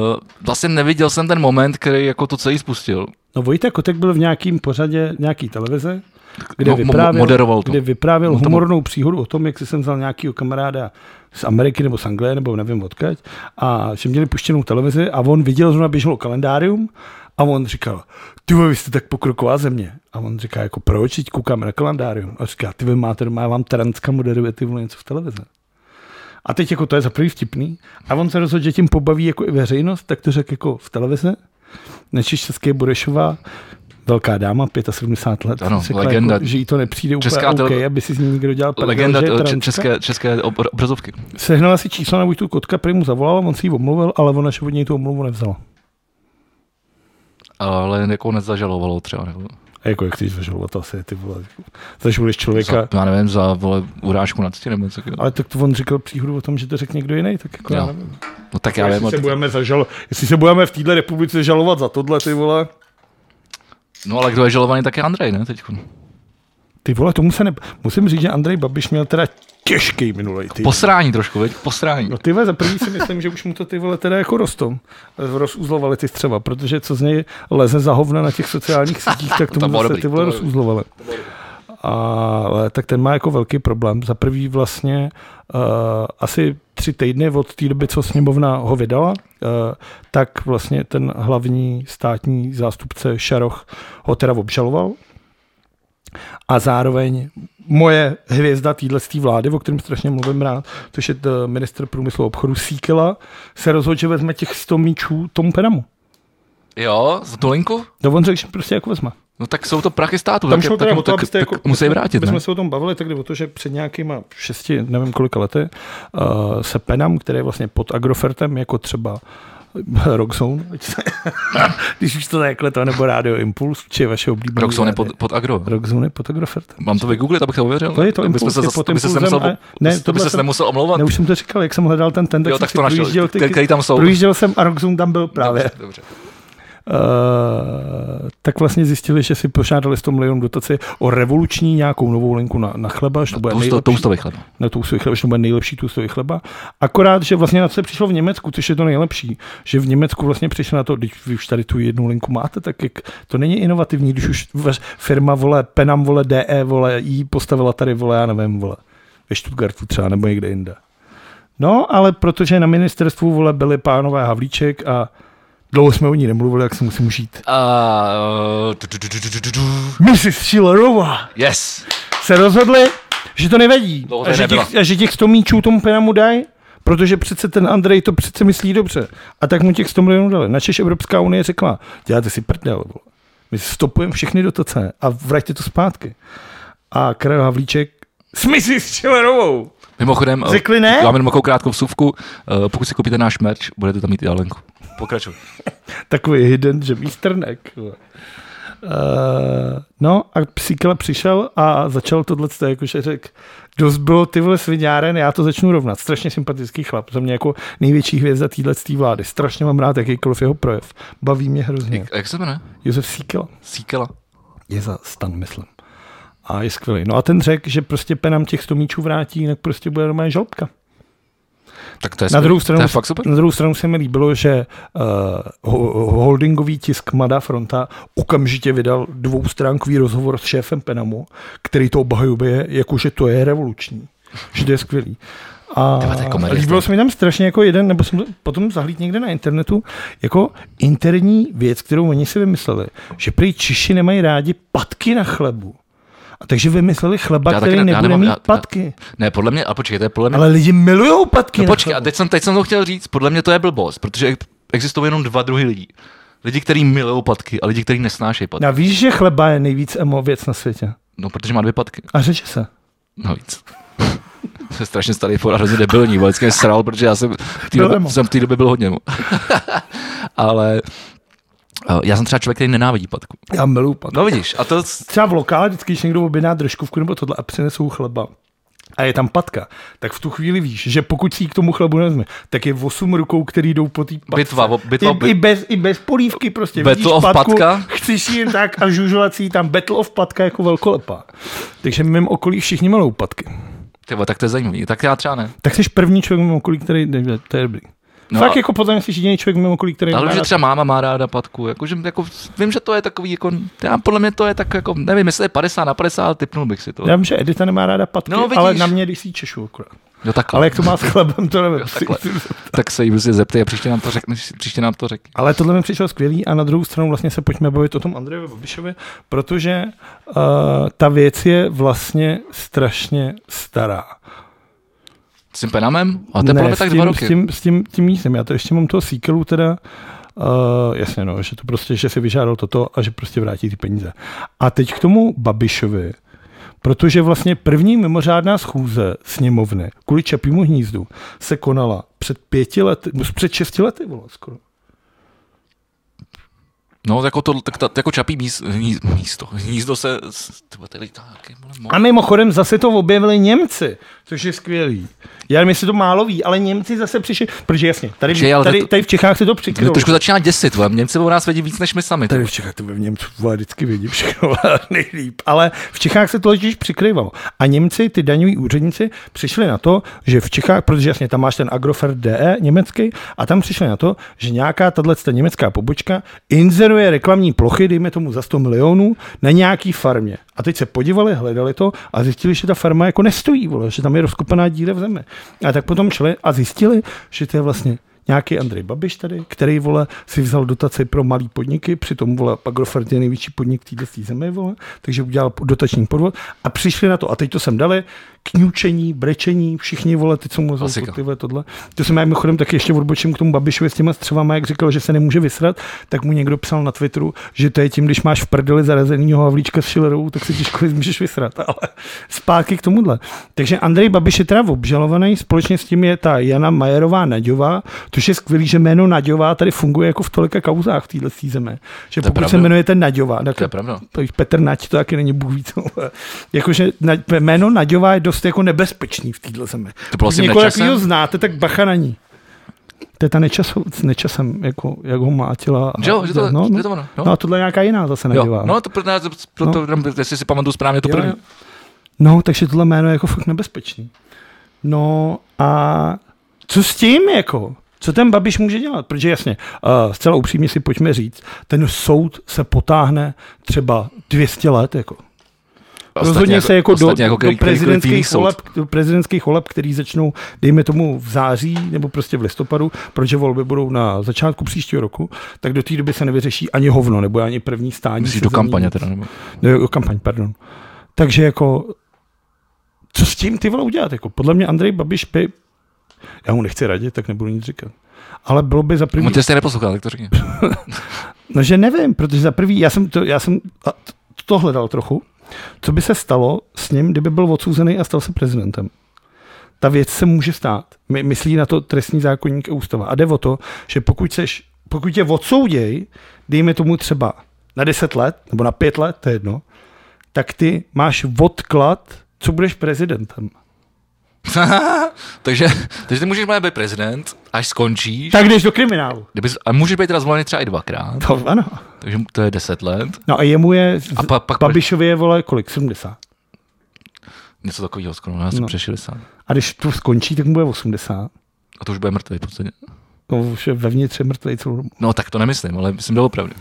Speaker 2: vlastně neviděl jsem ten moment, který jako to celý spustil.
Speaker 3: No Vojta Kotek byl v nějakém pořadě nějaký televize, kde
Speaker 2: Mo- mo-
Speaker 3: vyprávěl,
Speaker 2: moderoval to.
Speaker 3: kde vyprávěl
Speaker 2: No to mo-
Speaker 3: humornou příhodu o tom, jak si jsem vzal nějakého kamaráda z Ameriky nebo z Anglie, nebo nevím odkaď, a že měli puštěnou televizi a on viděl, zrovna běželo kalendárium a on říkal, ty vole, vy jste tak pokroková země. A on říká, jako proč, Teď koukáme na kalendárium. A říká, ty vy máte doma, já vám Taranska moderuje ty vole něco v televizi. A teď jako to je za prvý vtipný. A on se rozhodl, že tím pobaví jako i veřejnost, tak to řekl jako v televizi. Nečiš České Budešová, velká dáma, 75 let,
Speaker 2: Ano,
Speaker 3: řekla
Speaker 2: legenda.
Speaker 3: Jako, že jí to nepřijde úplně
Speaker 2: Česká
Speaker 3: Česká
Speaker 2: tele-
Speaker 3: OK, aby si z ní někdo dělal prdel,
Speaker 2: Legenda
Speaker 3: že je
Speaker 2: t- če-
Speaker 3: transka.
Speaker 2: české, české obr- obrazovky.
Speaker 3: Sehnala si číslo na Vojtu Kotka, prý mu zavolala, on si ji omluvil, ale ona že od něj tu omluvu nevzala.
Speaker 2: Ale jako nezažalovalo třeba. Nebo
Speaker 3: A jako jak chceš zažalovat, to asi je, ty vole. jako, Zažaluješ člověka.
Speaker 2: za, já nevím, za vole, urážku na cti nebo něco. takového.
Speaker 3: Ale tak to on říkal příhodu o tom, že to řekl někdo jiný, tak jako
Speaker 2: Jo.
Speaker 3: já, nevím.
Speaker 2: No tak já vím.
Speaker 3: jestli,
Speaker 2: ale-
Speaker 3: se budeme zažalo, jestli se budeme v této republice žalovat za tohle, ty vole.
Speaker 2: No ale kdo je žalovaný, tak je Andrej, ne? Teď.
Speaker 3: Ty vole, tomu se ne... Musím říct, že Andrej Babiš měl teda těžký minulý týden.
Speaker 2: Posrání trošku, veď? Posrání.
Speaker 3: No ty vole, za první si myslím, že už mu to ty vole teda jako rostou. Rozuzlovali ty střeva, protože co z něj leze za hovna na těch sociálních sítích, tak
Speaker 2: To
Speaker 3: tomu
Speaker 2: bylo
Speaker 3: zase
Speaker 2: dobrý,
Speaker 3: ty
Speaker 2: to
Speaker 3: vole
Speaker 2: bylo dobrý.
Speaker 3: rozuzlovali. Ale tak ten má jako velký problém. Za prvý vlastně uh, asi tři týdny od té doby, co sněmovna ho vydala, uh, tak vlastně ten hlavní státní zástupce Šaroch ho teda obžaloval. A zároveň moje hvězda téhle vlády, o kterém strašně mluvím rád, což je eh, minister průmyslu a obchodu Síkela, se rozhodl, že vezme těch 100 míčů tomu Penamu.
Speaker 2: Jo, za tu linku?
Speaker 3: No on řekl, že prostě jako vezme.
Speaker 2: No tak jsou to prachy státu.
Speaker 3: Tam
Speaker 2: tak,
Speaker 3: šlo
Speaker 2: tak,
Speaker 3: teda o to,
Speaker 2: tak,
Speaker 3: abyste
Speaker 2: tak,
Speaker 3: jako...
Speaker 2: tak musí vrátit,
Speaker 3: My
Speaker 2: ne?
Speaker 3: jsme se o tom bavili tak o to, že před nějakýma šesti, nevím kolika lety, uh, se Penam, který je vlastně pod Agrofertem, jako třeba Rockzone, ať se- když už to takhle to, nebo Radio Impuls, či vaše oblíbené.
Speaker 2: Roxone pod, pod agro.
Speaker 3: Rockzone je pod Agrofertem.
Speaker 2: Mám to vygooglit, abych to ověřil?
Speaker 3: To je to,
Speaker 2: Aby jsme
Speaker 3: impuls
Speaker 2: se,
Speaker 3: je
Speaker 2: zas-
Speaker 3: pod
Speaker 2: aby se
Speaker 3: impulzem
Speaker 2: nemusel,
Speaker 3: a- ne,
Speaker 2: aby se- aby
Speaker 3: tohle
Speaker 2: se
Speaker 3: jsem-
Speaker 2: nemusel omlouvat.
Speaker 3: Ne, už jsem to říkal, jak jsem hledal ten ten, tak,
Speaker 2: No, Jo,
Speaker 3: jsem
Speaker 2: tak
Speaker 3: si
Speaker 2: to našel,
Speaker 3: projížděl ty-
Speaker 2: k- který tam jsou.
Speaker 3: Projížděl jsem a Rockzone tam byl právě.
Speaker 2: Dobře, dobře.
Speaker 3: Eh, tak vlastně zistili, že si požádali 100 milionů dotaci o revoluční nějakou novou linku na, na chleba, že to bude
Speaker 2: Toast-
Speaker 3: nejlepší,
Speaker 2: Toastový chleba.
Speaker 3: na toustový chleba, že to bude nejlepší toustový chleba. Akorát, že vlastně na to se přišlo v Německu, což je to nejlepší, že v Německu vlastně přišlo na to, když vy už tady tu jednu linku máte, tak jak, to není inovativní, když už vaš firma vole, Penam vole, DE vole, jí postavila tady vole, já nevím vole, ve Stuttgartu třeba nebo někde jinde. No, ale protože na ministerstvu vole byli pánové Havlíček a dlouho jsme o ní nemluvili, jak se musím žít.
Speaker 2: A, eh, tu- tu- tu- tu- tu- tu- tu.
Speaker 3: Mrs. Schillerová
Speaker 2: Yes.
Speaker 3: se rozhodli, že to nevadí.
Speaker 2: Dlouho
Speaker 3: A
Speaker 2: tady
Speaker 3: že,
Speaker 2: nebyla.
Speaker 3: těch, a že těch 100 míčů tomu Penamu dají, protože přece ten Andrej to přece myslí dobře. A tak mu těch 100 milionů dali. Načež Evropská unie řekla, děláte si prdel, vole. my stopujeme všechny dotace a vraťte to zpátky. A Karel Havlíček s Mrs. Schillerovou.
Speaker 2: Mimochodem, eh,
Speaker 3: Řekli ne?
Speaker 2: Máme jenom takovou krátkou vsuvku. Eh, Pokud si koupíte náš merch, budete tam mít i Alenku. Pokračuj.
Speaker 3: Takový hidden, že výstrnek. Uh, no a psíkle přišel a začal tohle, jakože řekl, dost bylo ty vole sviňáren, já to začnu rovnat. Strašně sympatický chlap, za mě jako největší hvězda téhle vlády. Strašně mám rád jakýkoliv jeho projev. Baví mě hrozně.
Speaker 2: Jak se jmenuje?
Speaker 3: Josef Síkela
Speaker 2: Síkela.
Speaker 3: je za stan, myslím. A je skvělý. No a ten řekl, že prostě penám těch 100 míčů vrátí, jinak prostě bude normálně žalobka.
Speaker 2: Tak to je,
Speaker 3: Na
Speaker 2: skvělý.
Speaker 3: druhou, stranu,
Speaker 2: to je fakt super.
Speaker 3: na druhou stranu se mi líbilo, že uh, ho- holdingový tisk Mladá fronta okamžitě vydal dvoustránkový rozhovor s šéfem Penamu, který to obhajuje, jakože to je revoluční. Že to je skvělý. A
Speaker 2: Tyhle, to je komedie,
Speaker 3: líbilo
Speaker 2: to je.
Speaker 3: se mi tam strašně jako jeden, nebo jsem to potom zahlíd někde na internetu, jako interní věc, kterou oni si vymysleli, že prý Češi nemají rádi patky na chlebu. A takže vymysleli chleba,
Speaker 2: Já
Speaker 3: já
Speaker 2: taky
Speaker 3: který
Speaker 2: ne- já
Speaker 3: nebude
Speaker 2: nemám-
Speaker 3: mít
Speaker 2: já- já-
Speaker 3: patky.
Speaker 2: Ne, podle mě, ale počkej, to je podle mě...
Speaker 3: Ale lidi milují patky.
Speaker 2: no
Speaker 3: na
Speaker 2: počkej, a
Speaker 3: chleba.
Speaker 2: teď jsem, teď jsem to chtěl říct, podle mě to je blbost, protože ex- existují jenom dva druhy lidí. Lidi, kteří milují patky a lidi, kteří nesnášejí patky.
Speaker 3: A víš, že chleba je nejvíc emo věc na světě.
Speaker 2: No, protože má dvě patky.
Speaker 3: A řeče se.
Speaker 2: Navíc. To je strašně starý for a hrozně debilní. Vždycky mě sral, protože já jsem v té
Speaker 3: Byl
Speaker 2: době,
Speaker 3: emo.
Speaker 2: jsem v té době byl hodně. emo. Ale eh, já jsem třeba člověk, který nenávidí patku.
Speaker 3: Já miluju patky.
Speaker 2: No vidíš, a to...
Speaker 3: Třeba v lokále, vždycky, když někdo objedná držkovku nebo tohle a přinesou chleba a je tam patka, tak v tu chvíli víš, že pokud si ji k tomu chlebu nevezme, tak je 8 rukou, který jdou po té patce.
Speaker 2: Bitva o- bitva o
Speaker 3: I,
Speaker 2: bit-
Speaker 3: i, bez, I bez polívky prostě.
Speaker 2: Battle
Speaker 3: vidíš
Speaker 2: of
Speaker 3: patku,
Speaker 2: patka?
Speaker 3: Chceš jí jen tak a žužulací tam battle of patka jako velkolepá. Takže v mém okolí všichni malou patky.
Speaker 2: Tyvo, tak to je zajímavý. Tak já třeba ne.
Speaker 3: Tak jsi první člověk v mém okolí, který jde, to je dobrý.
Speaker 2: No
Speaker 3: No,
Speaker 2: a-
Speaker 3: Fakt jako podle mě jsi jediný člověk v mém okolí, který
Speaker 2: Ale
Speaker 3: má
Speaker 2: že
Speaker 3: rád-
Speaker 2: třeba máma má ráda patku, jako, že, jako, vím, že to je takový, jako, já podle mě to je tak, jako, nevím, jestli je 50 na 50, ale typnul bych si to.
Speaker 3: Já vím, že Edita nemá ráda patky,
Speaker 2: No, vidíš.
Speaker 3: ale na mě, když si ji češu akorát.
Speaker 2: Jo, takhle.
Speaker 3: Ale jak to má s chlebem, to nevím.
Speaker 2: takhle. Tak se jí prostě zeptej a příště nám to řekne. Příště nám to řekne.
Speaker 3: Ale tohle mi přišlo skvělý a na druhou stranu vlastně se pojďme bavit o tom Andrejovi Babišovi, protože uh, ta věc je vlastně strašně stará.
Speaker 2: S tím penamem? A to je podle mě
Speaker 3: s
Speaker 2: tak
Speaker 3: tím,
Speaker 2: dva roky.
Speaker 3: S tím, s tím, tím místem. Já to ještě mám toho síkelu teda, uh, jasně no, že to prostě, že si vyžádal toto a že prostě vrátí ty peníze. A teď k tomu Babišovi, protože vlastně první mimořádná schůze sněmovny kvůli Čapímu hnízdu se konala před pěti lety, no, před šesti lety, vole, skoro.
Speaker 2: No, jako, to, tak, ta, jako čapí míst, hníz, místo. Hnízdo se... s- Tyba, tady tak, je, vole, mo-
Speaker 3: A mimochodem zase to objevili Němci, což je skvělý. Já nevím, jestli to málo ví, ale Němci zase přišli, protože jasně, tady,
Speaker 2: Že jo, ale
Speaker 3: tady,
Speaker 2: to-
Speaker 3: tady v Čechách se to
Speaker 2: Mě
Speaker 3: přikrylo.
Speaker 2: trošku začíná děsit, vole. Němci o nás vědí víc než my sami.
Speaker 3: Tady v Čechách to v Němců vole, vždycky vědí všechno vole, nejlíp. Ale v Čechách se to totiž přikryvalo. A Němci, ty daňoví úředníci, přišli na to, že v Čechách, protože jasně tam máš ten Agrofert DE německý, a tam přišli na to, že nějaká tahle německá pobočka inzeruje reklamní plochy, dejme tomu za 100 milionů, na nějaký farmě. A teď se podívali, hledali to a zjistili, že ta farma jako nestojí, vole, že tam je rozkopaná díra v zemi. A tak potom šli a zjistili, že to je vlastně nějaký Andrej Babiš tady, který, vole, si vzal dotaci pro malý podniky, přitom, vole, Agrofert je největší podnik této zemi, vole, takže udělal dotační podvod a přišli na to. A teď to sem dali, kňučení, brečení, všichni, vole, teď jsou mu
Speaker 2: Klasika.
Speaker 3: ty vole, tohle. To jsem já mimochodem taky ještě odbočím k tomu Babišovi s těma střevama, jak říkal, že se nemůže vysrat, tak mu někdo psal na Twitteru, že to je tím, když máš v prdeli zarazenýho Havlíčka s Schillerovou, tak se těžko můžeš vysrat. Ale zpátky k tomuhle. Takže Andrej Babiš je teda obžalovaný, společně s tím je ta Jana Majerová Naďová, což je skvělý, že jméno Naďová tady funguje jako v tolika kauzách v této zemi. Že
Speaker 2: To je
Speaker 3: pokud se
Speaker 2: pravda.
Speaker 3: jmenujete Naďová, tak
Speaker 2: To je pravda.
Speaker 3: to je Petr Nať, to taky není Bůh ví co. Jakože Na- jméno Naďová je dost jako nebezpečný v této zemi.
Speaker 2: To
Speaker 3: Pokud
Speaker 2: bylo asi
Speaker 3: někoho
Speaker 2: Nečasem?
Speaker 3: takového znáte, tak bacha na ní. To je ta nečasov, s nečasem, jako, jak ho mlátila. a-
Speaker 2: Jo, že to-
Speaker 3: no,
Speaker 2: že to
Speaker 3: no,
Speaker 2: ono,
Speaker 3: no.
Speaker 2: no.
Speaker 3: no, a tohle je nějaká jiná zase
Speaker 2: Jo,
Speaker 3: Naďová.
Speaker 2: no to proto, proto no. jestli si pamatuju správně, to
Speaker 3: Jo,
Speaker 2: první.
Speaker 3: jo. no, takže tohle jméno je jako fakt nebezpečný. No a co s tím jako? Co ten Babiš může dělat? Protože jasně, uh, zcela upřímně si pojďme říct, ten soud se potáhne třeba 200 let. Jako. Rozhodně se jako do, do, prezidentských voleb, do prezidentských voleb, který začnou, dejme tomu, v září nebo prostě v listopadu, protože volby budou na začátku příštího roku, tak do té doby se nevyřeší ani hovno, nebo ani první stání.
Speaker 2: Myslíš
Speaker 3: se
Speaker 2: do
Speaker 3: zemí.
Speaker 2: kampaně teda? Nebo?
Speaker 3: No, jo, kampaň, pardon. Takže jako, co s tím ty vole udělat? Jako, podle mě Andrej Babiš by, já mu nechci radit, tak nebudu nic říkat. Ale bylo by za první,
Speaker 2: On No, tě stejně neposlouchal, tak to řekni.
Speaker 3: no že nevím, protože za první, já jsem to, já jsem a t- to hledal trochu, co by se stalo s ním, kdyby byl odsouzený a stal se prezidentem. Ta věc se může stát. My, myslí na to trestní zákonník a ústava. A jde o to, že pokud, seš, pokud tě odsouděj, dejme tomu třeba na 10 let nebo na 5 let, to je jedno, tak ty máš odklad, co budeš prezidentem.
Speaker 2: takže, takže ty můžeš být prezident, až skončíš.
Speaker 3: Tak jdeš do kriminálu.
Speaker 2: Kdyby, a můžeš být teda zvolený třeba i dvakrát,
Speaker 3: To, ano.
Speaker 2: takže to je 10 let,
Speaker 3: No a jemu je,
Speaker 2: A
Speaker 3: a
Speaker 2: pa-
Speaker 3: pa,
Speaker 2: pak-
Speaker 3: Babišovi je vole kolik, 70.
Speaker 2: něco takového skoro, já jsem
Speaker 3: No.
Speaker 2: přes 60.
Speaker 3: A když to skončí, tak mu bude 80.
Speaker 2: A to už bude mrtvý v podstatě.
Speaker 3: No, už je vevnitř je mrtvý celou dobu.
Speaker 2: No tak to nemyslím, ale myslím doopravdy.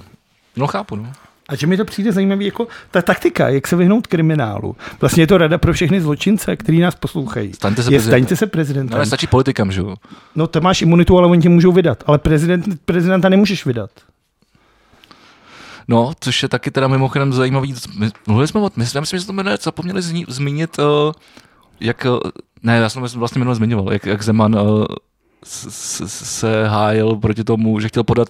Speaker 2: No chápu, no.
Speaker 3: A že mi to přijde zajímavý, jako ta taktika, jak se vyhnout kriminálu. Vlastně je to rada pro všechny zločince, kteří nás poslouchají.
Speaker 2: Staňte
Speaker 3: je,
Speaker 2: se prezidentem.
Speaker 3: staňte se
Speaker 2: No,
Speaker 3: prezidentem.
Speaker 2: ale stačí politikam, že jo?
Speaker 3: No, to máš imunitu, ale oni tě můžou vydat. Ale prezident, prezidenta nemůžeš vydat.
Speaker 2: No, což je taky teda mimochodem zajímavý. My- Mluvili jsme o, my- já myslím, že jsme to jmenuje, zapomněli zni- zmínit, eh, jak, eh, ne, já jsem to vlastně minule zmiňoval, jak, jak Zeman eh, s- s- se hájil proti tomu, že chtěl podat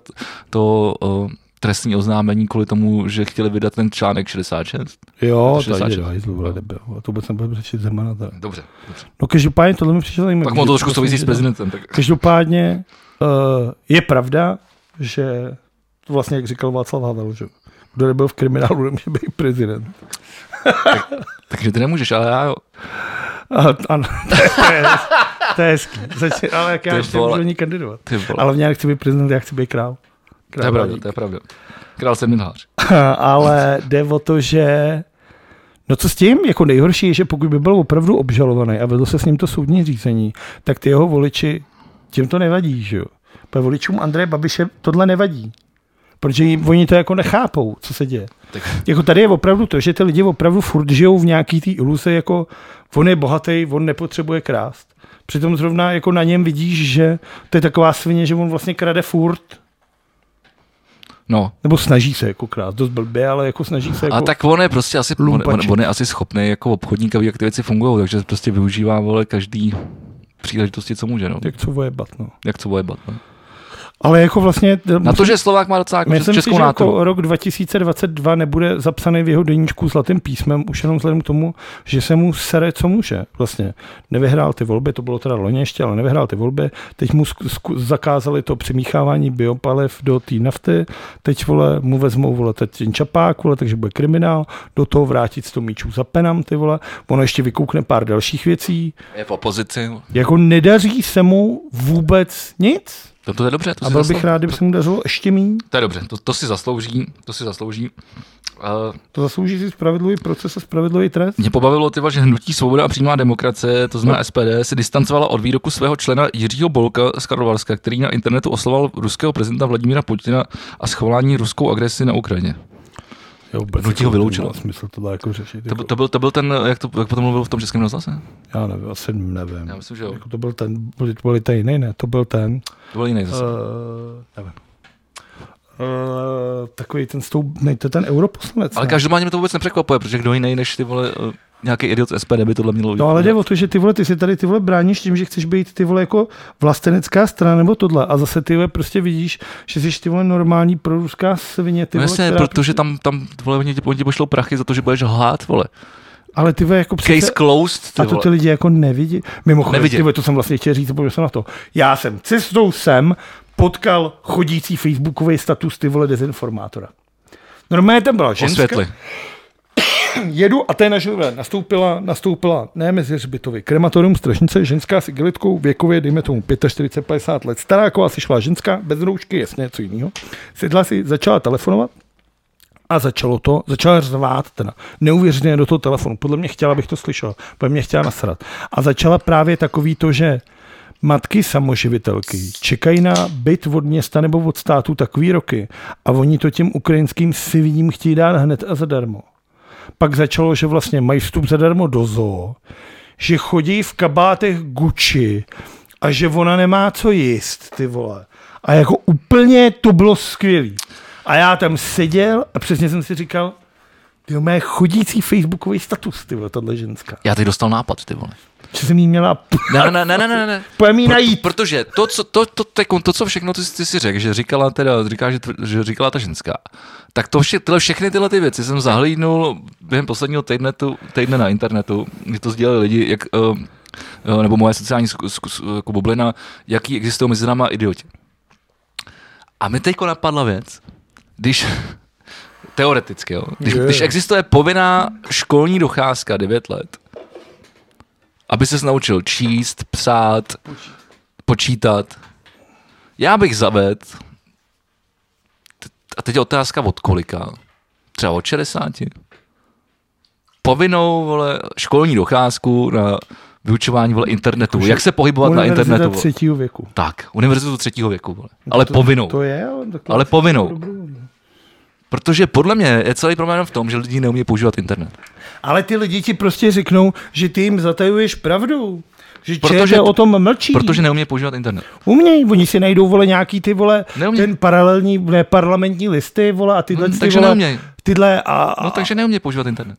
Speaker 2: to eh, trestní oznámení kvůli tomu, že chtěli vydat ten článek 66.
Speaker 3: Jo,
Speaker 2: Takže
Speaker 3: to je
Speaker 2: sáček.
Speaker 3: hajzlu, vole, debil. A to vůbec nebudu řešit Zemana. Teda.
Speaker 2: Dobře. dobře.
Speaker 3: No každopádně tohle mi přišlo zajímavé.
Speaker 2: Tak mu to trošku
Speaker 3: Myslím,
Speaker 2: souvisí s
Speaker 3: že-
Speaker 2: prezidentem. Tak.
Speaker 3: Každopádně uh, je pravda, že to vlastně, jak říkal Václav Havel, že kdo nebyl v kriminálu, nemůže být prezident.
Speaker 2: Takže ty nemůžeš, ale já jo.
Speaker 3: A, ano, to je, to je, to je hezký. Začne, ale jak já
Speaker 2: Ty
Speaker 3: ještě
Speaker 2: vole.
Speaker 3: můžu ani kandidovat.
Speaker 2: Ty vole.
Speaker 3: Ale já nechci být prezident, já chci být král. král
Speaker 2: to je pravda, to je pravda. Král seminář.
Speaker 3: Ale jde o to, že No co s tím? Jako nejhorší je, že pokud by byl opravdu obžalovaný a vedlo se s ním to soudní řízení, tak ty jeho voliči, těm to nevadí, že jo? Protože voličům Andreje Babiše tohle nevadí. Protože jim, oni to jako nechápou, co se děje.
Speaker 2: Tak.
Speaker 3: Jako tady je opravdu to, že ty lidi opravdu furt žijou v nějaký té iluze, jako on je bohatý, on nepotřebuje krást. Přitom zrovna jako na něm vidíš, že to je taková svině, že on vlastně krade furt,
Speaker 2: No,
Speaker 3: nebo snaží se jako krást, dost blbě, ale jako snaží se jako...
Speaker 2: A tak on je prostě asi, on, on,
Speaker 3: lumpaček.
Speaker 2: on, je asi schopný jako obchodník, aby jak ty věci fungují, takže prostě využívá vole každý příležitosti, co může, no.
Speaker 3: Jak co vojebat, no.
Speaker 2: Jak co vojebat, no.
Speaker 3: Ale jako vlastně...
Speaker 2: Na to, že Slovák má docela jako
Speaker 3: Myslím si,
Speaker 2: českou
Speaker 3: že
Speaker 2: náturu.
Speaker 3: jako rok 2022 nebude zapsaný v jeho deníčku zlatým písmem, už jenom vzhledem k tomu, že se mu sere, co může. Vlastně nevyhrál ty volby, to bylo teda loni ještě, ale nevyhrál ty volby. Teď mu zku- zku- zakázali to přimíchávání biopaliv do té nafty. Teď vole, mu vezmou vole, teď ten čapák, vole, takže bude kriminál. Do toho vrátit 100 míčů za penam, ty vole. Ono ještě vykoukne pár dalších věcí.
Speaker 2: Je v opozici.
Speaker 3: Jako nedaří se mu vůbec nic.
Speaker 2: To, to je dobře, to
Speaker 3: A
Speaker 2: si
Speaker 3: byl
Speaker 2: zaslouží.
Speaker 3: bych rád, kdyby se mu dařilo ještě méně.
Speaker 2: To je dobře, to, to si zaslouží, to si zaslouží. Uh,
Speaker 3: To zaslouží si spravedlivý proces a spravedlivý trest.
Speaker 2: mě pobavilo tyva, že hnutí svoboda a přímá demokracie, to
Speaker 3: No.
Speaker 2: znamená SPD, se distancovala od výroku svého člena Jiřího Bolka z Karlovarska, který na internetu osloval ruského prezidenta Vladimíra Putina a schování ruskou agresi na Ukrajině.
Speaker 3: Jo, vůbec
Speaker 2: Hnutí ho vyloučilo.
Speaker 3: To smysl to jako řešit.
Speaker 2: To, to, byl, to byl ten, eh, jak, to, jak potom mluvil v tom českém rozhlase?
Speaker 3: já nevím, asi nevím.
Speaker 2: Já myslím, že jo.
Speaker 3: Jako to byl ten, byli, byli ten jiný, ne, to byl ten,
Speaker 2: To byl jiný zase.
Speaker 3: uh, nevím. Uh, takový ten s tou, ne, to je ten europoslanec.
Speaker 2: Ale
Speaker 3: ne?
Speaker 2: každopádně mě to vůbec nepřekvapuje, protože kdo jiný než ty vole eh, nějaký idiot z SPD by tohle měl
Speaker 3: No ale jde
Speaker 2: udělat.
Speaker 3: o to, že ty vole, ty si tady ty vole bráníš tím, že chceš být ty vole jako vlastenecká strana nebo tohle. A zase ty vole prostě vidíš, že jsi ty vole normální proruská svině. Ty
Speaker 2: No
Speaker 3: vole,
Speaker 2: jasně,
Speaker 3: která-
Speaker 2: protože tam, tam vole, oni, ti- oni ti pošlou prachy za to, že budeš lhát, vole.
Speaker 3: Ale ty vole jako
Speaker 2: Case closed, ty
Speaker 3: a to
Speaker 2: vole.
Speaker 3: ty lidi jako nevidí. Mimochodem,
Speaker 2: Nevidí.
Speaker 3: ty vole, to jsem vlastně chtěl říct, zapomněl jsem na to. Já jsem cestou sem potkal chodící facebookový status ty vole dezinformátora. Normálně tam byla ženská.
Speaker 2: Osvětli.
Speaker 3: Jedu a té na žilové nastoupila, nastoupila ne mezi hřbitovy, krematorium Strašnice, ženská s igelitkou, věkově, dejme tomu 45-50 let. Stará jako asi šla ženská, bez roušky, jasně, co jiného. Sedla si, začala telefonovat, a začalo to, začala řvát teda neuvěřitelně do toho telefonu. Podle mě chtěla, abych to slyšel, podle mě chtěla nasrat. A začala právě takový to, že matky samoživitelky čekají na byt od města nebo od státu takový roky a oni to těm ukrajinským sivým chtějí dát hned a zadarmo. Pak začalo, že vlastně mají vstup zadarmo do zoo, že chodí v kabátech Gucci a že ona nemá co jíst, ty vole. A jako úplně to bylo skvělý. A já tam seděl a přesně jsem si říkal, ty mé chodící facebookový status, ty vole, tahle ženská.
Speaker 2: Já teď dostal nápad, ty vole.
Speaker 3: Že jsem jí měla p-
Speaker 2: Ne, ne, ne, ne, ne, ne.
Speaker 3: pojem jí najít.
Speaker 2: Protože to, co, to, to, jako to, to, co všechno ty, ty si řekl, že říkala, teda, říká, že, tv- že říkala ta ženská, tak to vše, tyhle, všechny tyhle ty věci jsem zahlídnul během posledního týdne, tu, týdne na internetu, kdy to sdělali lidi, jak, uh, nebo moje sociální zku- zku- zku- jako bublina, jaký existují mezi náma idioti. A mi teďko napadla věc, když teoreticky, jo, když,
Speaker 3: Je.
Speaker 2: když existuje povinná školní docházka 9 let, aby se naučil číst, psát, počítat. Já bych zavedl, t- a teď je otázka od kolika, třeba od 60, povinnou vole, školní docházku na vyučování vole, internetu, jak se pohybovat na
Speaker 3: Univerzita
Speaker 2: internetu. Vole.
Speaker 3: třetího věku.
Speaker 2: Tak, univerzitu třetího věku, vole. ale povinnou.
Speaker 3: To je, ale, tak
Speaker 2: No. Ale povinnou. Protože podle mě je celý problém jenom v tom, že lidi neumí používat internet.
Speaker 3: ale ty lidi ti prostě řeknou, že ty jim zatajuješ pravdu. Že
Speaker 2: Protože
Speaker 3: protože
Speaker 2: to-
Speaker 3: o tom mlčí.
Speaker 2: Protože neumí používat internet.
Speaker 3: Umějí, oni si najdou, vole, nějaký ty, vole,
Speaker 2: Neumějí.
Speaker 3: ten paralelní, ne, parlamentní listy, vole, a tyhle,
Speaker 2: No,
Speaker 3: ty,
Speaker 2: takže
Speaker 3: vole,
Speaker 2: neumějí.
Speaker 3: tyhle a,
Speaker 2: No, takže neumí používat internet.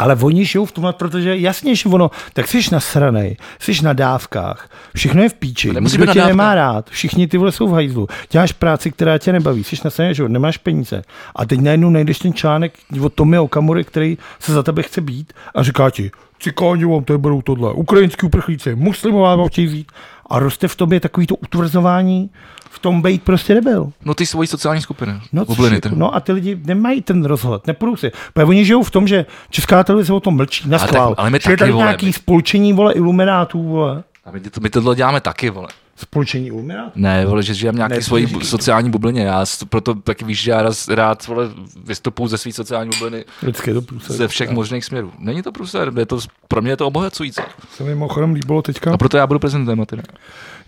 Speaker 3: Ale oni žijou v tomhle, protože jasně, že ono, tak jsi nasranej, jsi na dávkách, všechno je v píči,
Speaker 2: Nemusí
Speaker 3: nikdo
Speaker 2: být na
Speaker 3: tě
Speaker 2: dávkách.
Speaker 3: nemá rád, všichni ty vole jsou v hajzlu, děláš práci, která tě nebaví, jsi nasranej, že jo, nemáš peníze. A teď najednou najdeš ten článek od Tomi Okamury, který se za tebe chce být a říká ti, cikáni vám tady budou tohle, ukrajinský uprchlíci, muslimové vám chtějí vzít. A roste v tobě takový to utvrzování, v tom bejt prostě nebyl.
Speaker 2: No ty svoji sociální skupiny.
Speaker 3: No, což
Speaker 2: bubliny,
Speaker 3: je-
Speaker 2: teda.
Speaker 3: no a ty lidi nemají ten rozhled, nepůjdou si. Protože oni žijou v tom, že česká televize o tom mlčí, na
Speaker 2: tak-
Speaker 3: schvál.
Speaker 2: ale my
Speaker 3: Že je
Speaker 2: taky,
Speaker 3: tady
Speaker 2: vole,
Speaker 3: nějaký
Speaker 2: my-
Speaker 3: spolčení, vole, iluminátů, vole.
Speaker 2: A my, to, my tohle děláme taky, vole.
Speaker 3: Spolčení iluminátů?
Speaker 2: Ne, vole, že žijem nějaký
Speaker 3: Ne,
Speaker 2: svoji
Speaker 3: to
Speaker 2: bu-
Speaker 3: neříkej.
Speaker 2: sociální bublině. Já s- proto taky víš, že já raz, rád vole, vystupuji ze své sociální bubliny
Speaker 3: Vždycky je to
Speaker 2: ze všech možných směrů. Není to průser, je to, pro mě je to obohacující.
Speaker 3: Se mi mimochodem líbilo teďka.
Speaker 2: A proto já budu prezidentem. a ty ne.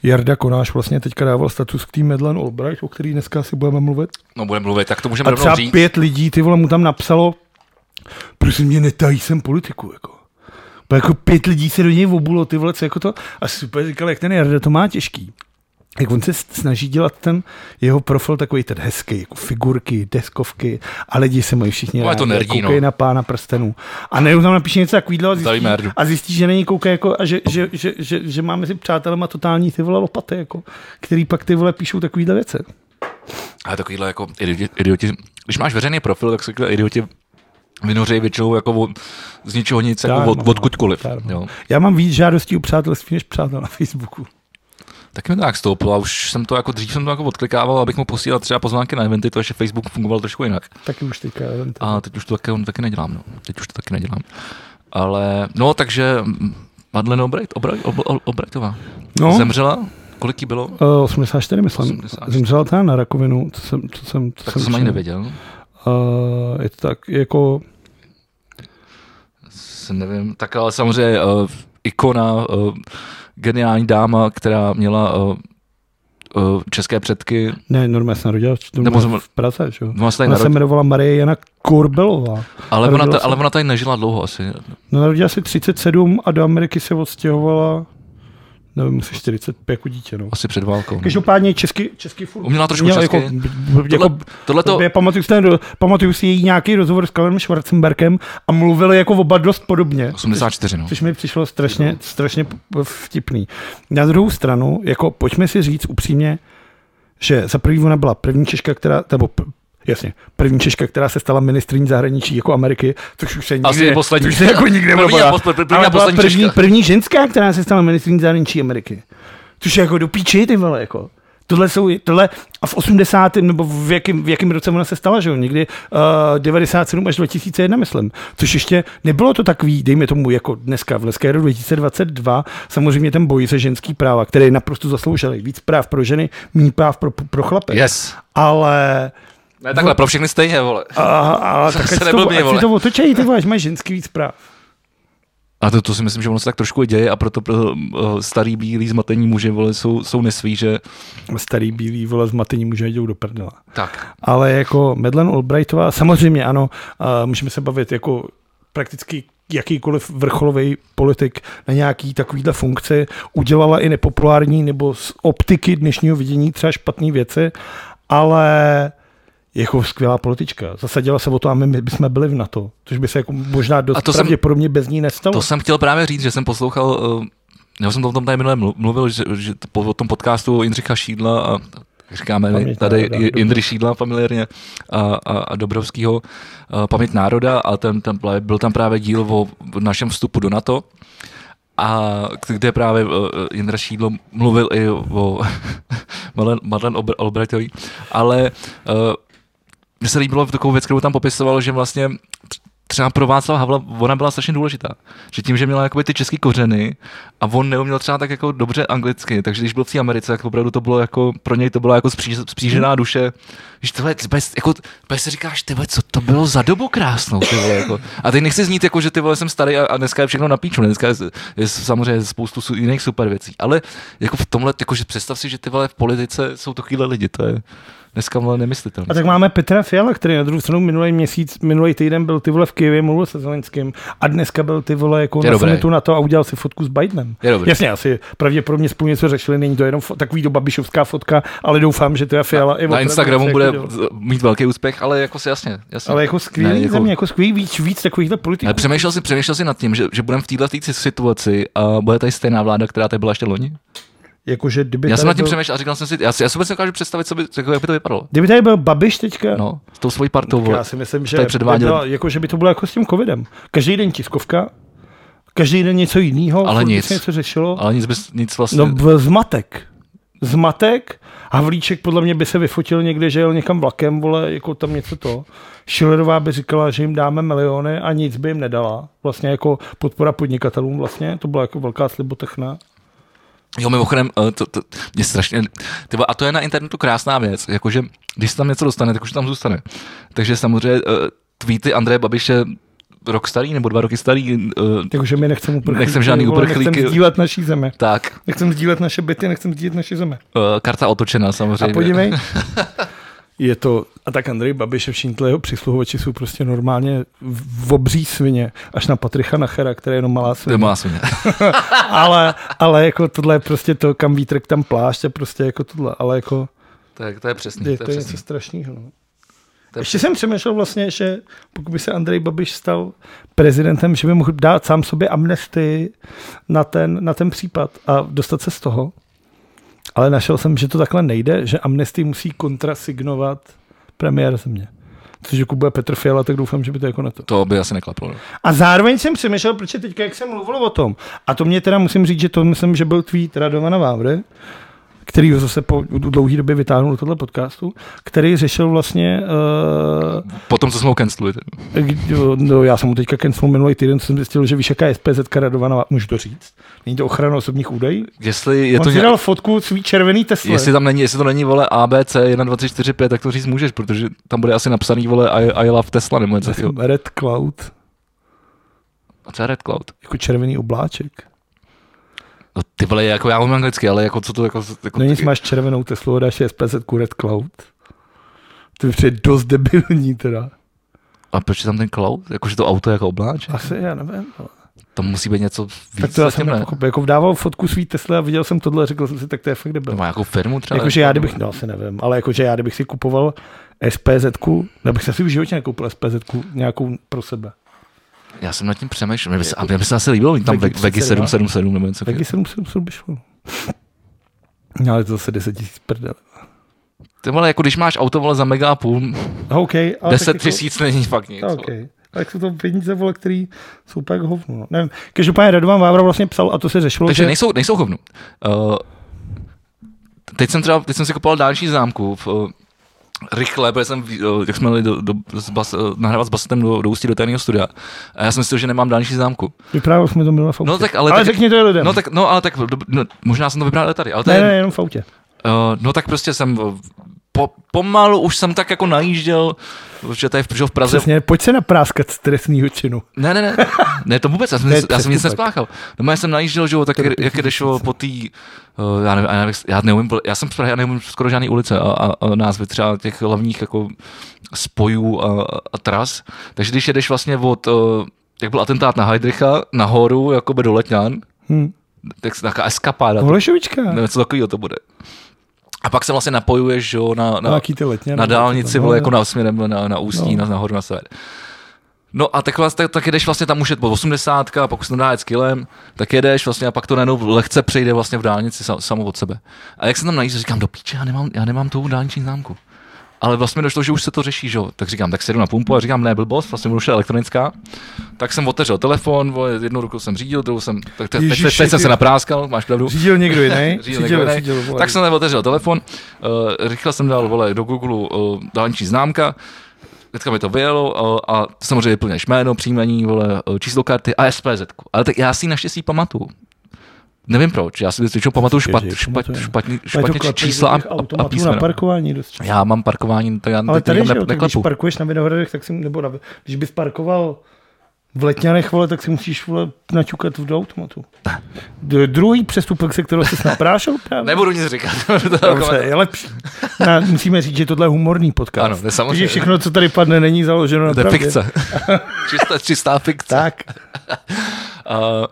Speaker 3: Jarda Konáš vlastně teďka dával status k tým Medlen Albright, o který dneska si budeme mluvit.
Speaker 2: No budeme mluvit, tak to můžeme
Speaker 3: A třeba
Speaker 2: rovnou říct.
Speaker 3: pět lidí, ty vole, mu tam napsalo, prosím mě, netají jsem politiku, jako. Bo jako pět lidí se do něj obulo, ty vole, co jako to. A super říkal, jak ten Jarda to má těžký. Jak on se s- snaží dělat ten jeho profil takový ten hezký, jako figurky, deskovky a lidi se mají všichni
Speaker 2: No, je to
Speaker 3: rádi a
Speaker 2: nerdí, no.
Speaker 3: koukají na pána prstenů. A najednou tam napíše něco takového a zjistí,
Speaker 2: Zdravíme Jardu.
Speaker 3: a zjistí, že není kouká jako, a že, že, že, že, že, máme si přátelema totální ty vole lopaty, jako, který pak ty vole píšou takovýhle věci.
Speaker 2: Ale takovýhle jako idioti, idioti, když máš veřejný profil, tak se takovýhle idioti vynoří většinou jako od, z ničeho nic, jako
Speaker 3: Dármo,
Speaker 2: od, odkudkoliv.
Speaker 3: dármo.
Speaker 2: Jo.
Speaker 3: Já mám víc žádostí o přátelství než přátel na Facebooku.
Speaker 2: Taky mi to nějak stoupilo a už jsem to jako dřív jsem to jako odklikával, abych mu posílal třeba pozvánky na eventy, to ještě Facebook fungoval trošku jinak.
Speaker 3: Taky už teďka. eh, nevím to.
Speaker 2: A teď už to taky, taky nedělám, no. Teď už to taky nedělám. Ale, no, takže mm, Madeleine Obright, Obright, Ob- Ob- Obrightová
Speaker 3: No,
Speaker 2: zemřela, kolik jí bylo?
Speaker 3: eh, 84 myslím.
Speaker 2: 84.
Speaker 3: Zemřela teda na rakovinu, co jsem, co jsem, co
Speaker 2: Tak to jsem ani
Speaker 3: četl.
Speaker 2: nevěděl.
Speaker 3: Eh, je to tak, jako,
Speaker 2: S- nevím, tak ale samozřejmě uh, ikona, uh, geniální dáma, která měla uh, uh, české předky,
Speaker 3: ne, normálně se narodila v-
Speaker 2: Nebo jsem-
Speaker 3: v Praze, že jo.
Speaker 2: no, vlastně
Speaker 3: Ona se
Speaker 2: narod,
Speaker 3: jmenovala Marie Jana Korbelová.
Speaker 2: ale, ona
Speaker 3: narodila
Speaker 2: ta,
Speaker 3: se-
Speaker 2: ale ona tady nežila dlouho asi.
Speaker 3: No, narodila se 37 a do Ameriky se odstěhovala, nevím, asi 45 jako dítě, no.
Speaker 2: Asi před válkou. no.
Speaker 3: Každopádně česky, česky furt.
Speaker 2: Uměla trošku
Speaker 3: měla
Speaker 2: česky.
Speaker 3: Jako, b- b- jako
Speaker 2: Tohle, tohle to,
Speaker 3: Tobě, pamatuju, si ten, do- pamatuju si její nějaký rozhovor s Kalem Schwarzenbergem a mluvili jako oba dost podobně.
Speaker 2: 84, no.
Speaker 3: Což mi přišlo strašně, strašně p- vtipný. Na druhou stranu, jako pojďme si říct upřímně, že za první ona byla první Češka, která, nebo p- jasně, první Češka, která se stala ministrní zahraničí jako Ameriky, což už se nikdy,
Speaker 2: Asi poslední.
Speaker 3: Což se jako nikdy
Speaker 2: První a
Speaker 3: nebyla.
Speaker 2: posle- první a
Speaker 3: Ale byla
Speaker 2: poslední
Speaker 3: první,
Speaker 2: Češka.
Speaker 3: první ženská, která se stala ministrní zahraničí Ameriky. Což je jako do píči, ty vole, jako. Tohle jsou, tohle, a v 80. nebo v jakém, v jakém roce ona se stala, že jo, někdy uh, 97 až 2001, myslím. Což ještě nebylo to takový, dejme tomu, jako dneska, v dneska je rok 2022, samozřejmě ten boj se ženský práva, který je naprosto zasloužili. Víc práv pro ženy, méně práv pro, pro chlapy.
Speaker 2: Yes.
Speaker 3: Ale
Speaker 2: Ne, takhle, pro všechny stejně, vole.
Speaker 3: a, a tak
Speaker 2: se
Speaker 3: ať si to,
Speaker 2: neblbni,
Speaker 3: ať si
Speaker 2: vole.
Speaker 3: to otočej, ty vole, až máš ženský víc práv.
Speaker 2: A to, to si myslím, že ono se tak trošku i děje a proto pro, uh, starý bílý zmatení muži, vole, jsou, jsou nesví, že...
Speaker 3: Starý bílý vole z matení muže jdou do prdela.
Speaker 2: Tak.
Speaker 3: Ale jako Madeleine Albrightová, samozřejmě ano, a můžeme se bavit jako prakticky jakýkoliv vrcholový politik na nějaký takovýhle funkci udělala i nepopulární nebo z optiky dnešního vidění třeba špatné věci, ale jako skvělá politička. Zasadila se o to a my, my bychom byli v NATO, což by se jako možná dost
Speaker 2: A to jsem-
Speaker 3: pravděpodobně bez ní nestalo.
Speaker 2: To jsem chtěl právě říct, že jsem poslouchal... Uh, já jsem to o tom tady minule mlu- mluvil, že, že t- po o tom podcastu o Jindřicha Šídla a jak říkáme my
Speaker 3: Paměť
Speaker 2: tady
Speaker 3: národa,
Speaker 2: národa,
Speaker 3: dobře.
Speaker 2: Jindřich Šídla familiárně a, a, a Dobrovského a Paměť národa a ten, ten, pla- byl tam právě díl o našem vstupu do NATO a k- kde právě uh, Jindra Šídlo mluvil i o Madlen- Madlen Obr- Albrechtový, ale uh, mně se líbilo takovou věc, kterou tam popisoval, že vlastně třeba pro Václava Havla ona byla strašně důležitá. Že tím, že měla jakoby ty české kořeny a on neuměl třeba tak jako dobře anglicky, takže když byl v té Americe, tak opravdu to bylo jako, pro něj to byla jako spříž, spřížená duše. Že tyhle, bez, jako, bez si říkáš, tyhle, co to bylo za dobu krásnou, ty vole, jako. A teď nechci znít jako, že ty vole jsem starý a, a dneska je všechno na píču, dneska je, je samozřejmě spoustu su- jiných super věcí, ale jako v tomhle, jako, že představ si, že ty vole v politice jsou takovýhle lidi, to je, dneska vole nemyslitelné.
Speaker 3: A tak máme Petra Fiala, který na druhou stranu minulý měsíc, minulý týden byl ty vole v Kijevě, mluvil se Zelenským a dneska byl ty vole jako
Speaker 2: Je
Speaker 3: na
Speaker 2: dobrý.
Speaker 3: summitu na to a udělal si fotku s Bidenem.
Speaker 2: Je dobrý.
Speaker 3: Jasně, asi pravděpodobně spolu něco řešili, není to jenom fo- takový do babišovská fotka, ale doufám, že to je Fiala. i
Speaker 2: na
Speaker 3: opravdu
Speaker 2: Instagramu
Speaker 3: jako
Speaker 2: bude
Speaker 3: dělal.
Speaker 2: z- mít velký úspěch, ale jako si jasně. jasně.
Speaker 3: Ale jako skvělý
Speaker 2: Ne, jako-
Speaker 3: země, jako skvělý víc, víc takovýchhle politiků.
Speaker 2: Ale přemýšlel jsi, přemýšlel jsi nad tím, že, že budeme v této situaci a bude tady stejná vláda, která tady byla ještě loni?
Speaker 3: Jakože kdyby
Speaker 2: Já jsem
Speaker 3: tady
Speaker 2: nad tím
Speaker 3: byl-
Speaker 2: přemýšlel a říkal jsem si, já si, já si vůbec nedokážu představit, co by, jako, jak by to vypadalo.
Speaker 3: Kdyby tady byl Babiš teďka,
Speaker 2: No, s tou svojí partou.
Speaker 3: já
Speaker 2: vole.
Speaker 3: si myslím, že
Speaker 2: tady
Speaker 3: by,
Speaker 2: předváděl-
Speaker 3: bylo, jako, že by to bylo jako s tím covidem. Každý den tiskovka, každý den něco jiného,
Speaker 2: Ale
Speaker 3: furt
Speaker 2: nic.
Speaker 3: se něco řešilo.
Speaker 2: Ale nic, bys, nic vlastně.
Speaker 3: No v- zmatek. Zmatek. Havlíček podle mě by se vyfotil někde, že jel někam vlakem, vole, jako tam něco to. Šilerová by říkala, že jim dáme miliony a nic by jim nedala. Vlastně jako podpora podnikatelům vlastně, to byla jako velká slibotechna.
Speaker 2: Jo, mimochodem, eh, to, to, mě strašně, ty vole, a to je na internetu krásná věc, jakože když se tam něco dostane, tak už tam zůstane. Takže samozřejmě eh, tweety Andreje Babiše rok starý nebo dva roky starý, eh,
Speaker 3: Takže my nechceme uprchlíky.
Speaker 2: Nechcem žádný
Speaker 3: vole,
Speaker 2: uprchlíky.
Speaker 3: Nechcem sdílet naší zemi.
Speaker 2: tak,
Speaker 3: Nechcem sdílet naše byty, nechcem sdílet naše zemi.
Speaker 2: eh, karta otočená
Speaker 3: A
Speaker 2: samozřejmě.
Speaker 3: podívej. Je to, a tak Andrej Babiš a všichni tle jeho přisluhovači jsou prostě normálně v- v obří svině, až na Patricha Nachera, který je jenom malá
Speaker 2: To je
Speaker 3: svině.
Speaker 2: má svině.
Speaker 3: ale, ale jako tohle je prostě to, kam výtrk tam plášť a prostě jako tohle, ale jako
Speaker 2: Tak to je přesný.
Speaker 3: je
Speaker 2: No, to
Speaker 3: to,
Speaker 2: je
Speaker 3: je
Speaker 2: přesný.
Speaker 3: něco strašného. No.
Speaker 2: To je
Speaker 3: Ještě jsem přemýšlel vlastně, že pokud by se Andrej Babiš stal prezidentem, že by mohl dát sám sobě amnestii na ten, na ten případ a dostat se z toho. Ale našel jsem, že to takhle nejde, že amnestii musí kontrasignovat premiér země. Což jako bude Petr Fiala, tak doufám, že by to jako na to.
Speaker 2: To by asi neklaplo. no.
Speaker 3: A zároveň jsem přemýšlel, protože teďka, jak jsem mluvil o tom, a to mě teda musím říct, že to myslím, že byl tweet Radovana Vávry, který ho zase po dlouhé době vytáhnul do tohle podcastu, který řešil vlastně, uh,
Speaker 2: Potom, co jsme ho cancelili. ten-
Speaker 3: no já jsem mu teďka cancelil minulý týden, co jsem zjistil, že víš, jaká je SPZ Radovana, Vávra- můžu to říct, není to ochrana osobních údajů.
Speaker 2: Jestli, je
Speaker 3: On
Speaker 2: to
Speaker 3: si
Speaker 2: nějak,
Speaker 3: dal fotku svý červený Tesla.
Speaker 2: jestli, tam není, jestli to není vole ABC 1, 2, 3, 4, 5, tak to říct můžeš, protože tam bude asi napsaný vole I, I love Tesla nebo něco. takového.
Speaker 3: Red Cloud,
Speaker 2: A co je Red Cloud?
Speaker 3: jako červený obláček.
Speaker 2: No ty vole, jako já umím anglicky, ale jako co to jako... jako
Speaker 3: No nic,
Speaker 2: taky-
Speaker 3: máš červenou Teslu, dáš je SPZ Red Cloud. To mi přijde dost debilní teda.
Speaker 2: A proč je tam ten cloud? Jakože to auto je jako obláče?
Speaker 3: Asi, já nevím. No.
Speaker 2: Tam musí být něco víc
Speaker 3: Tak to já
Speaker 2: zatím,
Speaker 3: jsem nepochopil. Jako dával fotku svý Tesla a viděl jsem tohle a řekl jsem si, tak to je fakt debil. No,
Speaker 2: To má jako firmu třeba?
Speaker 3: Jakože já kdybych, no asi nevím, ale jakože já kdybych si kupoval spz já bych si asi v životě nekoupil spz nějakou pro sebe.
Speaker 2: Já jsem nad tím přemýšlel. Mně by se, a mně by se asi líbilo mít tam
Speaker 3: Vegi
Speaker 2: Vegi
Speaker 3: 32.
Speaker 2: 777 nebo něco.
Speaker 3: Tak
Speaker 2: takového.
Speaker 3: ji 777 by šlo. No, ale to zase 10 tisíc prdel.
Speaker 2: Ty vole, jako když máš auto vole za mega a půl,
Speaker 3: OK, ale
Speaker 2: 10
Speaker 3: tak jako-
Speaker 2: tisíc není fakt nic. vole.
Speaker 3: OK. Ale jsou to peníze, vole, který jsou pak hovno. No. Nevím. Každopádně Radovan Vávra vlastně psal a to se řešilo,
Speaker 2: Takže
Speaker 3: že...
Speaker 2: nejsou, nejsou chovnu. Uh, teď jsem třeba, teď jsem si kupoval dálniční známku v, uh, rychle, protože jsem, uh, jak jsme jeli do, do, s bas, uh, nahrávat s Basetem do, do Ústí do tajného studia. A já jsem myslel, že nemám dálniční známku.
Speaker 3: Vyprávěl jsme to minule v autě.
Speaker 2: No tak, ale,
Speaker 3: ale
Speaker 2: tak,
Speaker 3: řekni to je lidem.
Speaker 2: No tak, no ale tak, dob- no, možná jsem to vyprávěl tady, ale to
Speaker 3: ne,
Speaker 2: je,
Speaker 3: ne, jenom v autě.
Speaker 2: Uh, no tak prostě jsem uh, po, pomalu už jsem tak jako najížděl, že tady v, že v Praze...
Speaker 3: Přesně, pojď se napráskat z trestného činu.
Speaker 2: Ne, ne, ne, ne, to vůbec, já jsem,
Speaker 3: To je
Speaker 2: nic- já jsem nic
Speaker 3: přestupek.
Speaker 2: nespáchal. No já jsem najížděl, že jo, tak jak- jak jdeš jo, po té, uh, já, nevím, já, nevím, já neumím, pol- já jsem z Prahy, já neumím skoro žádný ulice a, a, a názvy třeba těch hlavních jako spojů a, a tras, takže když jedeš vlastně od, uh, jak byl atentát na Heidricha, nahoru, jakoby do Letňan,
Speaker 3: Hm.
Speaker 2: tak se- taková eskapáda,
Speaker 3: Holešovička.
Speaker 2: nebo něco takového to bude. A pak se vlastně napojuješ, jo, na,
Speaker 3: na,
Speaker 2: na,
Speaker 3: jaký ty letně.
Speaker 2: no. na
Speaker 3: nebo
Speaker 2: dálnici,
Speaker 3: tohle,
Speaker 2: vole,
Speaker 3: no,
Speaker 2: jako na směrem na, na ústí,
Speaker 3: No.
Speaker 2: no. na, nahoru, na sever. No a tak, vás- tak, tak jedeš vlastně, tam už je po 80, pokud se to dá jet s kilem, tak jedeš vlastně a pak to najednou lehce přejde vlastně v dálnici sa, samo od sebe. A jak jsem tam najížděl, říkám, do píče, já nemám, já nemám tu dálniční známku. Ale vlastně mi došlo, že už se to řeší, že jo. Tak říkám, tak sedu na pumpu a říkám, ne, blbost, vlastně budu šel elektronická. Tak jsem otevřel telefon, vole, jednou rukou jsem řídil, druhou jsem, tak te, teď, teď,
Speaker 3: Ježiši,
Speaker 2: teď jsem
Speaker 3: ty-
Speaker 2: se napráskal, máš pravdu.
Speaker 3: Řídil někdo jiný?
Speaker 2: Řídil někdo jiný. Tak jsem tady otevřel telefon, uh, rychle jsem dal vole, do Google uh, dálniční známka, Teďka mi to vyjelo uh, a samozřejmě vyplněš jméno, příjmení, vole, uh, číslo karty a SPZ. Ale tak já si ji naštěstí pamatuju. Nevím proč, já si většinou pamatuju špat,
Speaker 3: Ježiš,
Speaker 2: špat,
Speaker 3: pamatujeme.
Speaker 2: špatně, špatně či- čísla a, a, a
Speaker 3: na
Speaker 2: písmena.
Speaker 3: parkování dost často.
Speaker 2: Já mám parkování, tak já
Speaker 3: Ale
Speaker 2: teď
Speaker 3: tady,
Speaker 2: nikam
Speaker 3: že
Speaker 2: ne,
Speaker 3: jo, tak když
Speaker 2: neklepu.
Speaker 3: parkuješ na Vinohradech, tak si, nebo na, když bys parkoval V letňanech, vole, tak si musíš vole, naťukat v do automatu. D- druhý přestupek, se kterého jsi naprášel právě.
Speaker 2: Nebudu nic říkat.
Speaker 3: Dobře, je lepší. Na, musíme říct, že tohle je humorný podcast.
Speaker 2: Ano, to je samozřejmě.
Speaker 3: Takže všechno, co tady padne, není založeno na
Speaker 2: to je
Speaker 3: pravdě.
Speaker 2: fikce. čistá, čistá fikce.
Speaker 3: Tak,
Speaker 2: Uh,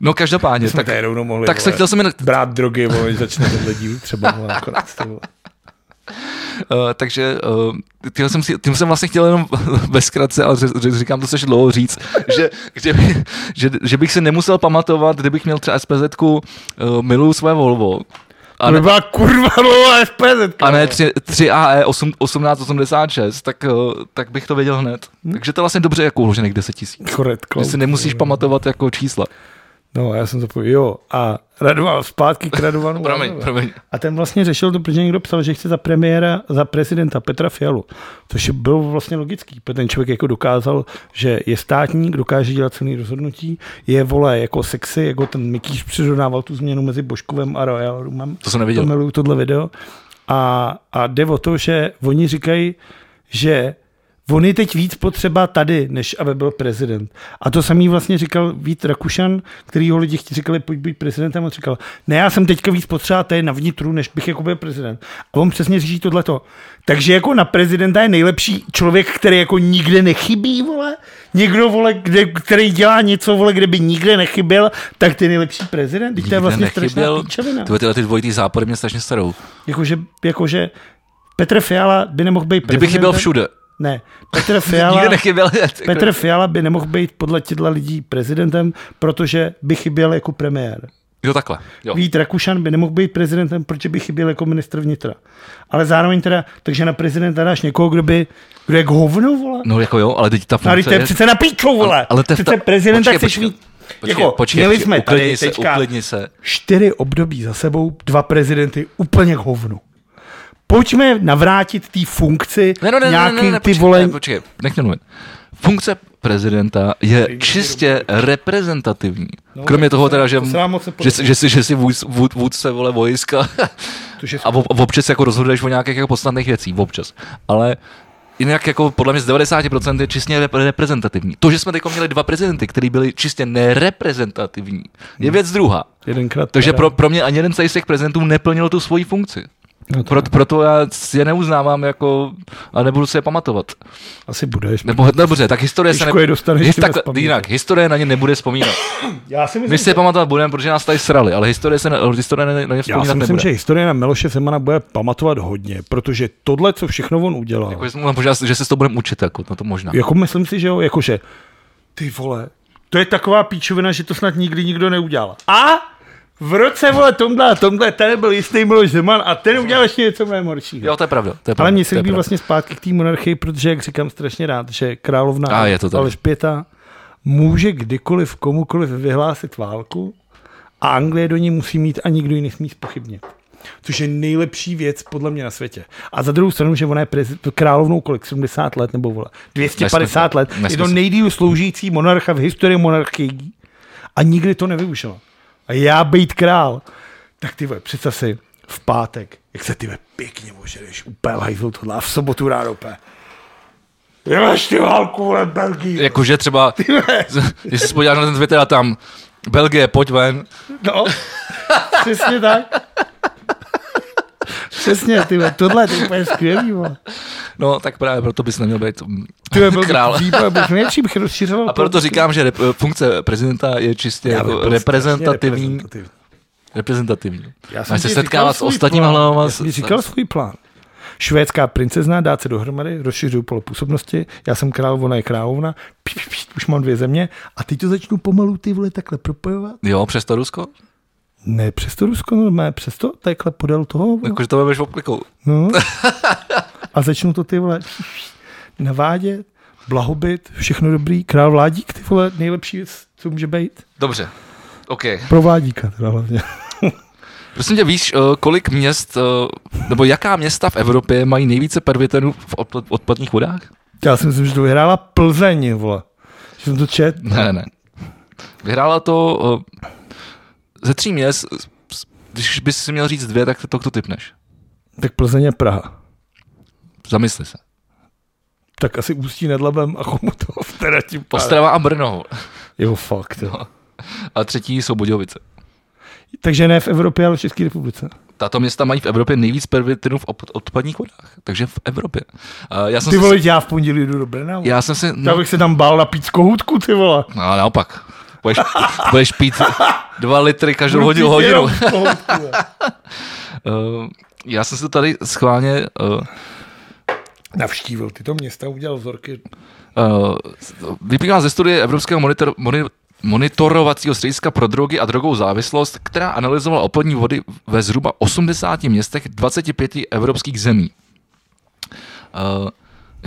Speaker 2: no každopádně,
Speaker 3: tak,
Speaker 2: tak,
Speaker 3: tady rovnou mohli
Speaker 2: tak se
Speaker 3: vole,
Speaker 2: chtěl jsem jen,
Speaker 3: brát drogy, vole, než začne tenhle díl třeba no, jako, vole, nakonec. ty vole.
Speaker 2: Uh, takže uh, tím, jsem si, tím jsem vlastně chtěl jenom ve zkratce, ale ř- ř- říkám to což dlouho říct, že, že, by, že, že bych si nemusel pamatovat, kdybych měl třeba SPZ, uh, miluju své Volvo, a
Speaker 3: To by
Speaker 2: ne,
Speaker 3: byla kurva vole SPZ.
Speaker 2: a E ne 3, 3 AE 8, 1886, tak, uh, tak bych to věděl hned. Takže to je vlastně dobře jako uložených 10 tisíc.
Speaker 3: Koret,
Speaker 2: Že si nemusíš pamatovat jako čísla.
Speaker 3: No, já jsem to pověděl. Jo, a Radoval, zpátky k Radovanu.
Speaker 2: Promiň,
Speaker 3: Vávrovi.
Speaker 2: promiň.
Speaker 3: A ten vlastně řešil to, protože někdo psal, že chce za premiéra, za prezidenta Petra Fialu. Což bylo vlastně logický, protože ten člověk jako dokázal, že je státník, dokáže dělat silný rozhodnutí, je vole jako sexy, jako ten Mikýš přirovnával tu změnu mezi Božkovem a Royal Roomem.
Speaker 2: To jsem neviděl.
Speaker 3: To miluju tohle video. A, a jde o to, že oni říkají, že on je teď víc potřeba tady, než aby byl prezident. A to samý vlastně říkal Vít Rakušan, který ho lidi chtěli- říkali, pojď být prezidentem, a on říkal, ne, já jsem teďka víc potřeba tady na vnitru, než bych jako byl prezident. A on přesně řeší tohleto. Takže jako na prezidenta je nejlepší člověk, který jako nikde nechybí, vole. Někdo, vole, kde, který dělá něco, vole, kde by nikde nechyběl, tak ty nejlepší prezident. Teď to je vlastně strašná píčovina.
Speaker 2: Tyhle, tyhle ty dvojitý zápory mě strašně starou.
Speaker 3: Jakože, jakože Petr Fiala by nemohl být
Speaker 2: Kdybych chyběl
Speaker 3: prezidentem.
Speaker 2: všude.
Speaker 3: Ne, Petr Fiala,
Speaker 2: Nikde nechyběl.
Speaker 3: Petr Fiala by nemohl být podle těchto lidí prezidentem, protože by chyběl jako premiér.
Speaker 2: Jo, takhle. Jo.
Speaker 3: Vít Rakušan by nemohl být prezidentem, protože by chyběl jako ministr vnitra. Ale zároveň teda, takže na prezidenta dáš někoho, kdo by, kdo je k hovnu, vole.
Speaker 2: No jako jo, ale teď ta
Speaker 3: No, teď to
Speaker 2: funkce
Speaker 3: je přece na píču, vole.
Speaker 2: Ale- ale to je
Speaker 3: přece
Speaker 2: ta-
Speaker 3: prezidenta
Speaker 2: počkej,
Speaker 3: chceš
Speaker 2: počkej.
Speaker 3: mít. Jako, měli jsme tady
Speaker 2: uklidni se,
Speaker 3: teďka-
Speaker 2: uklidni se.
Speaker 3: čtyři období za sebou, dva prezidenty úplně k hovnu. Pojďme navrátit té funkci
Speaker 2: Ne, no, ne, ne,
Speaker 3: nějaký
Speaker 2: ne, ne, ne,
Speaker 3: ty
Speaker 2: počkej,
Speaker 3: vole...
Speaker 2: ne, počkej, nech mě mluvit. Funkce prezidenta je čistě reprezentativní. Kromě toho teda, že,
Speaker 3: No, to se vám moc nepovedlo.
Speaker 2: že, si- že, si, že si vůd, vůd, vůdce vole vojska
Speaker 3: To, že-
Speaker 2: a ob, občas jako rozhoduješ o nějakých jako podstatných věcí, občas. Ale jinak jako podle mě z 90% je čistě rep- reprezentativní. To, že jsme teď měli dva prezidenty, kteří byli čistě nereprezentativní,
Speaker 3: Hmm.
Speaker 2: je věc druhá.
Speaker 3: Jedenkrát
Speaker 2: Takže
Speaker 3: teda.
Speaker 2: pro, pro mě ani jeden z těch prezidentů neplnil tu svoji funkci.
Speaker 3: No to
Speaker 2: Pro, proto já je neuznávám jako, a nebudu se je pamatovat.
Speaker 3: Asi budeš.
Speaker 2: Nebo dobře, tak historie se
Speaker 3: Těžko je dostaneš, ty
Speaker 2: tak,
Speaker 3: nezpomínáš.
Speaker 2: jinak, historie na ně nebude vzpomínat.
Speaker 3: Já si
Speaker 2: My
Speaker 3: myslím,
Speaker 2: si je pamatovat budeme, protože nás tady srali, ale historie se na, historie na, na ně
Speaker 3: já
Speaker 2: vzpomínat
Speaker 3: si myslím
Speaker 2: nebude.
Speaker 3: že historie na Miloše Zemana bude pamatovat hodně, protože tohle, co všechno on udělal, jako,
Speaker 2: Jako, že, jsme- možná, že se s to budeme učit, jako, no to možná.
Speaker 3: jako myslím si, že jo, jakože ty vole, to je taková píčovina, že to snad nikdy nikdo neudělal. A v roce, vole, tomhle a tomhle, tady byl jistý Miloš Zeman a ten udělal ještě něco mnohem horšího.
Speaker 2: Jo, to je pravda. To je pravda
Speaker 3: Ale mně se
Speaker 2: to je
Speaker 3: líbí
Speaker 2: pravda.
Speaker 3: vlastně zpátky k té monarchii, protože, jak říkám, strašně rád, že královna
Speaker 2: A je to tak.
Speaker 3: Alžběta může kdykoliv komukoliv vyhlásit válku a Anglie do ní musí mít a nikdo ji nesmí spochybnit. Což je nejlepší věc podle mě na světě. A za druhou stranu, že ona je prez, královnou kolik? 70 let nebo vole? 250
Speaker 2: Nesmysl.
Speaker 3: let. Je to
Speaker 2: Nesmysl.
Speaker 3: nejdýl sloužící monarcha v historii monarchií a nikdy to nevyužila. A já být král. Tak ty vole, představ si v pátek, jak se ty vole, pěkně ožereš, úplně hajzl tohle a v sobotu ráno úplně. Jelaš ty válku, vole, Belgii.
Speaker 2: Jakože třeba, když se podíváš na ten Twitter a tam, Belgie, pojď ven.
Speaker 3: No, přesně tak. Přesně, ty vole, tohle je to úplně skvělý, vole.
Speaker 2: No, tak právě proto bys neměl být mm,
Speaker 3: Ty vole, byl bych
Speaker 2: král.
Speaker 3: výborný, bych nejlepší bych rozšířoval.
Speaker 2: A proto říkám, že rep, funkce prezidenta je čistě
Speaker 3: Já bych byl
Speaker 2: jako
Speaker 3: strašně
Speaker 2: reprezentativní. Reprezentativní. Máš se
Speaker 3: ti
Speaker 2: setkávat
Speaker 3: říkal
Speaker 2: s
Speaker 3: svůj
Speaker 2: ostatníma
Speaker 3: plán.
Speaker 2: hlavama.
Speaker 3: Já jsem ti říkal svůj plán. Švédská princezna, dát se dohromady, rozšiřuju pole působnosti, já jsem král, ona je královna, pí, pí, pí, už mám dvě země a teď to začnu pomalu ty vole takhle propojovat.
Speaker 2: Jo, přes to Rusko?
Speaker 3: Ne, přes to Rusko, no, ne, přes to takhle podal toho. vole.
Speaker 2: Jakože to budeš jako- obklikou.
Speaker 3: No. A začnu to ty vole navádět, blahobyt, všechno dobrý, král vládík, ty vole, nejlepší věc, co může být.
Speaker 2: Dobře. OK.
Speaker 3: Pro vládíka teda hlavně.
Speaker 2: Prosím tě, víš, eh, kolik měst, eh, nebo jaká města v Evropě mají nejvíce pervitenů v odpad- odpadních vodách?
Speaker 3: Já si myslím, že to vyhrála Plzeň, vole. Že jsem to čet.
Speaker 2: Ne, ne, ne. Vyhrála to eh, ze tří měst, s- s- když bys si měl říct dvě, tak to, to typneš.
Speaker 3: Tak Plzeň je Praha.
Speaker 2: Zamysli se.
Speaker 3: Tak asi Ústí nad Labem a Chomutov. teda tím pádem.
Speaker 2: Ostrava a Brno.
Speaker 3: Jo, fakt. Jo.
Speaker 2: No. A třetí jsou Budějovice.
Speaker 3: Takže ne v Evropě, ale v České republice.
Speaker 2: Tato města mají v Evropě nejvíc pervitinů v op- odpadních vodách. Takže v Evropě. A já jsem
Speaker 3: Ty
Speaker 2: se-
Speaker 3: vole, já v pondělí jdu do Brna. Já,
Speaker 2: Já jsem se...
Speaker 3: já
Speaker 2: No,
Speaker 3: bych se tam bál na pít z kohoutku, ty vole.
Speaker 2: no naopak. Budeš, budeš pít dva litry každou
Speaker 3: Budu
Speaker 2: hodinu.
Speaker 3: pít
Speaker 2: hodinu.
Speaker 3: jenom z kohoutku, jo.
Speaker 2: Uh, já jsem se tady schválně uh,
Speaker 3: Navštívil ty to města, udělal vzorky.
Speaker 2: Uh, vyplývá ze studie Evropského monitor, moni- monitorovacího střediska pro drogy a drogovou závislost, která analyzovala opodní vody ve zhruba 80 městech 25 evropských zemí.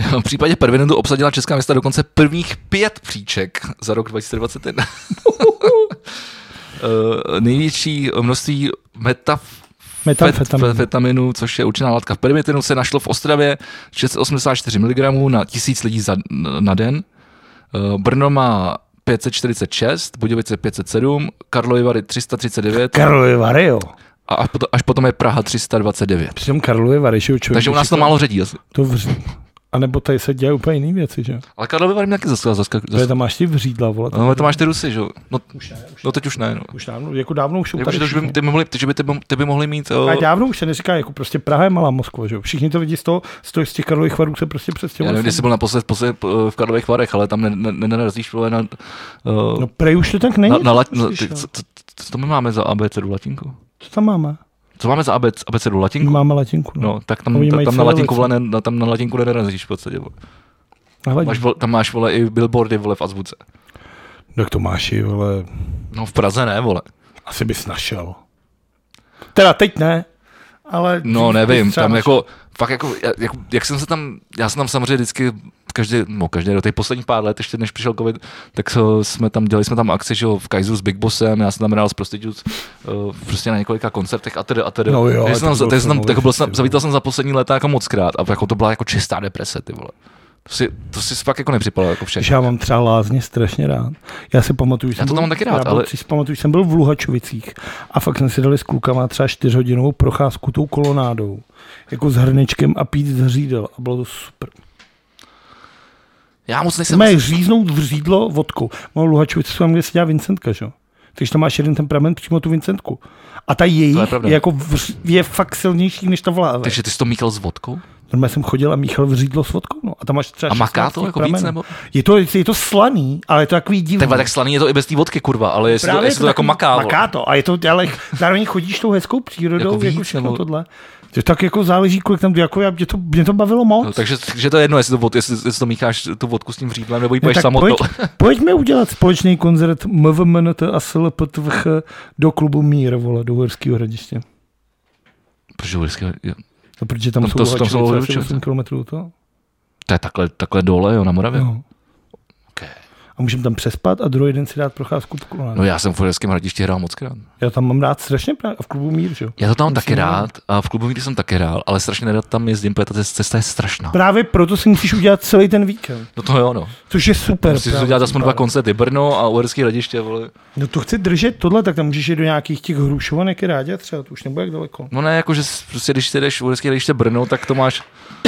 Speaker 2: Uh, v případě Pervinendu obsadila česká města dokonce prvních pět příček za rok 2021. Uh, největší množství metaf-
Speaker 3: Metamfetamin.
Speaker 2: fetaminu, což je určená látka v pervitinu, se našlo v Ostravě 684 mg na 1000 lidí za, na den. Eh, Brno má 546, Budějovice 507, Karlovy Vary 339
Speaker 3: Karlovy Vary, jo.
Speaker 2: a až potom, až potom je Praha 329.
Speaker 3: Přitom Karlovy Vary, že jo, člověk.
Speaker 2: Takže u nás to
Speaker 3: říkal,
Speaker 2: málo ředí. asi.
Speaker 3: To vř... A nebo tady se dělají úplně jiné věci, že?
Speaker 2: Ale Karlovy Vary mě taky zaskal. zaskal,
Speaker 3: To je
Speaker 2: zaskal.
Speaker 3: tam máš ty vřídla, vole.
Speaker 2: No, ale to máš ty Rusy, že jo? No,
Speaker 3: Už ne, už,
Speaker 2: no teď už ne. No.
Speaker 3: už dávno, jako dávno už jsou
Speaker 2: Jako,
Speaker 3: tady
Speaker 2: že to už by,
Speaker 3: všichni.
Speaker 2: ty, by mohli, ty, že by ty, ty by mohli mít...
Speaker 3: A
Speaker 2: Uh,
Speaker 3: dávno už se neříká, jako prostě Praha je malá Moskva, že jo? Všichni to vidí z toho, z, toho, z těch Karlových varů se prostě
Speaker 2: já nevím,
Speaker 3: přestěhovali.
Speaker 2: jestli jsem byl naposled posled, eh, v Karlových Varech, ale tam nenarazíš ne, ne, nenarazíš, vole, na, uh,
Speaker 3: No prej už to tak není.
Speaker 2: na, na, lat, na
Speaker 3: slyšel.
Speaker 2: ty, co, co, co, to my máme za abecedu latinku?
Speaker 3: Co tam máme?
Speaker 2: Co máme za ABC, abecedu latinku?
Speaker 3: Máme latinku. No.
Speaker 2: No, tak tam,
Speaker 3: Oni
Speaker 2: ta,
Speaker 3: mají
Speaker 2: tam, na
Speaker 3: celé
Speaker 2: latinku,
Speaker 3: věci.
Speaker 2: vole, ne, tam na latinku nenarazíš v podstatě. Vole.
Speaker 3: Nahladí.
Speaker 2: Máš, vole, tam máš vole i billboardy vole v azbuce.
Speaker 3: Jak to máš, i, vole?
Speaker 2: No v Praze ne, vole.
Speaker 3: Asi bys našel. Teda teď ne, ale...
Speaker 2: No
Speaker 3: dřív
Speaker 2: nevím,
Speaker 3: bys třeba
Speaker 2: tam
Speaker 3: našel.
Speaker 2: jako, fakt jako, ja- jak, jak, jsem se tam, já jsem tam samozřejmě vždycky každý, no každý, do těch posledních pár let, ještě než přišel covid, tak so, jsme tam, dělali jsme tam akci, že jo, v Kaizu s Big Bossem, já jsem tam hrál s Prostitutes, uh, prostě na několika koncertech a tedy a tedy.
Speaker 3: No jo,
Speaker 2: takže
Speaker 3: to
Speaker 2: jsem tam, za-
Speaker 3: bylo
Speaker 2: takže jsem tam,
Speaker 3: filmové
Speaker 2: jako byl jsem,
Speaker 3: festival.
Speaker 2: zavítal jsem za poslední léta jako moc krát a jako to byla jako čistá deprese, ty vole. To si, to si fakt jako nepřipadalo jako všechno.
Speaker 3: Že já mám třeba lázně strašně rád. Já si pamatuju, že
Speaker 2: Já to tam mám taky rád,
Speaker 3: já byl,
Speaker 2: ale-
Speaker 3: si pamatuju, že jsem byl v Luhačovicích a fakt jsme si dali s klukama třeba čtyřhodinovou procházku tou kolonádou. Jako s hrnečkem a pít z hřídel. A bylo to super.
Speaker 2: Já moc nejsem...
Speaker 3: Jsme říznout v řídlo vodkou. Mám Luhačovice, jsou tam, kde se dělá Vincentka, že jo? Takže tam máš jeden temperament přímo tu Vincentku. A ta jejich
Speaker 2: To je
Speaker 3: je,
Speaker 2: pravda.
Speaker 3: je, jako vř, je fakt silnější než ta vláda. Takže...
Speaker 2: Takže ty jsi to míchal s vodkou?
Speaker 3: Normálně jsem chodil a míchal v řídlo s vodkou. No. A tam máš třeba
Speaker 2: A maká
Speaker 3: 16
Speaker 2: to jako víc
Speaker 3: pramenů.
Speaker 2: nebo?
Speaker 3: Je to, je to slaný, ale je to takový divný.
Speaker 2: Takhle tak slaný je to i bez té vodky, kurva, ale jestli, to,
Speaker 3: Právě
Speaker 2: jestli to, jako
Speaker 3: takový-
Speaker 2: maká, vole.
Speaker 3: Maká to, a je to, ale zároveň chodíš tou hezkou přírodou,
Speaker 2: Jako
Speaker 3: jako,
Speaker 2: víc,
Speaker 3: jako všechno
Speaker 2: nebo-
Speaker 3: nebo... tohle. To tak jako záleží, kolik tam, jako já, mě, to, mě to bavilo moc.
Speaker 2: No, takže, takže to je jedno, jestli to, vod- jestli, jestli to mícháš tu vodku s tím řídlem, nebo ji poješ
Speaker 3: No tak
Speaker 2: samotnou.
Speaker 3: pojď, pojďme udělat společný koncert MVMNT a SLPTVH do klubu Mír, vole, do Uherského hradiště.
Speaker 2: Proč to vždycky- jo.
Speaker 3: No, protože tam,
Speaker 2: Tam
Speaker 3: jsou
Speaker 2: to- tam jsou
Speaker 3: Luhačovice, asi
Speaker 2: Luhačovice.
Speaker 3: 8 kilometrů to.
Speaker 2: To je takhle, takhle dole, jo, na Moravě. No,
Speaker 3: No. A můžeme tam přespat a druhý den si dát procházku po
Speaker 2: no
Speaker 3: no.
Speaker 2: já jsem v Uherském hradišti hrál moc krát.
Speaker 3: Já tam mám rád strašně právě, a v klubu Mír, že jo.
Speaker 2: Já to tam mám taky
Speaker 3: Myslím,
Speaker 2: rád a v klubu nikdy jsem taky hrál, ale strašně nerad tam jezdím, protože ta cest- cesta je strašná.
Speaker 3: Právě proto si musíš udělat celý ten víkend,
Speaker 2: No to jo, no.
Speaker 3: což je super.
Speaker 2: Musíš si
Speaker 3: právě
Speaker 2: udělat
Speaker 3: tím
Speaker 2: aspoň dva
Speaker 3: pádem.
Speaker 2: koncerty, Brno a Uherské hradiště, vole.
Speaker 3: No to chci držet tohle, tak tam můžeš jít do nějakých těch hrušovan, jak je rádě třeba, to už nebo jak daleko.
Speaker 2: No ne, jakože s- prostě, když si jdeš Uherské hradiště Brno, tak to máš.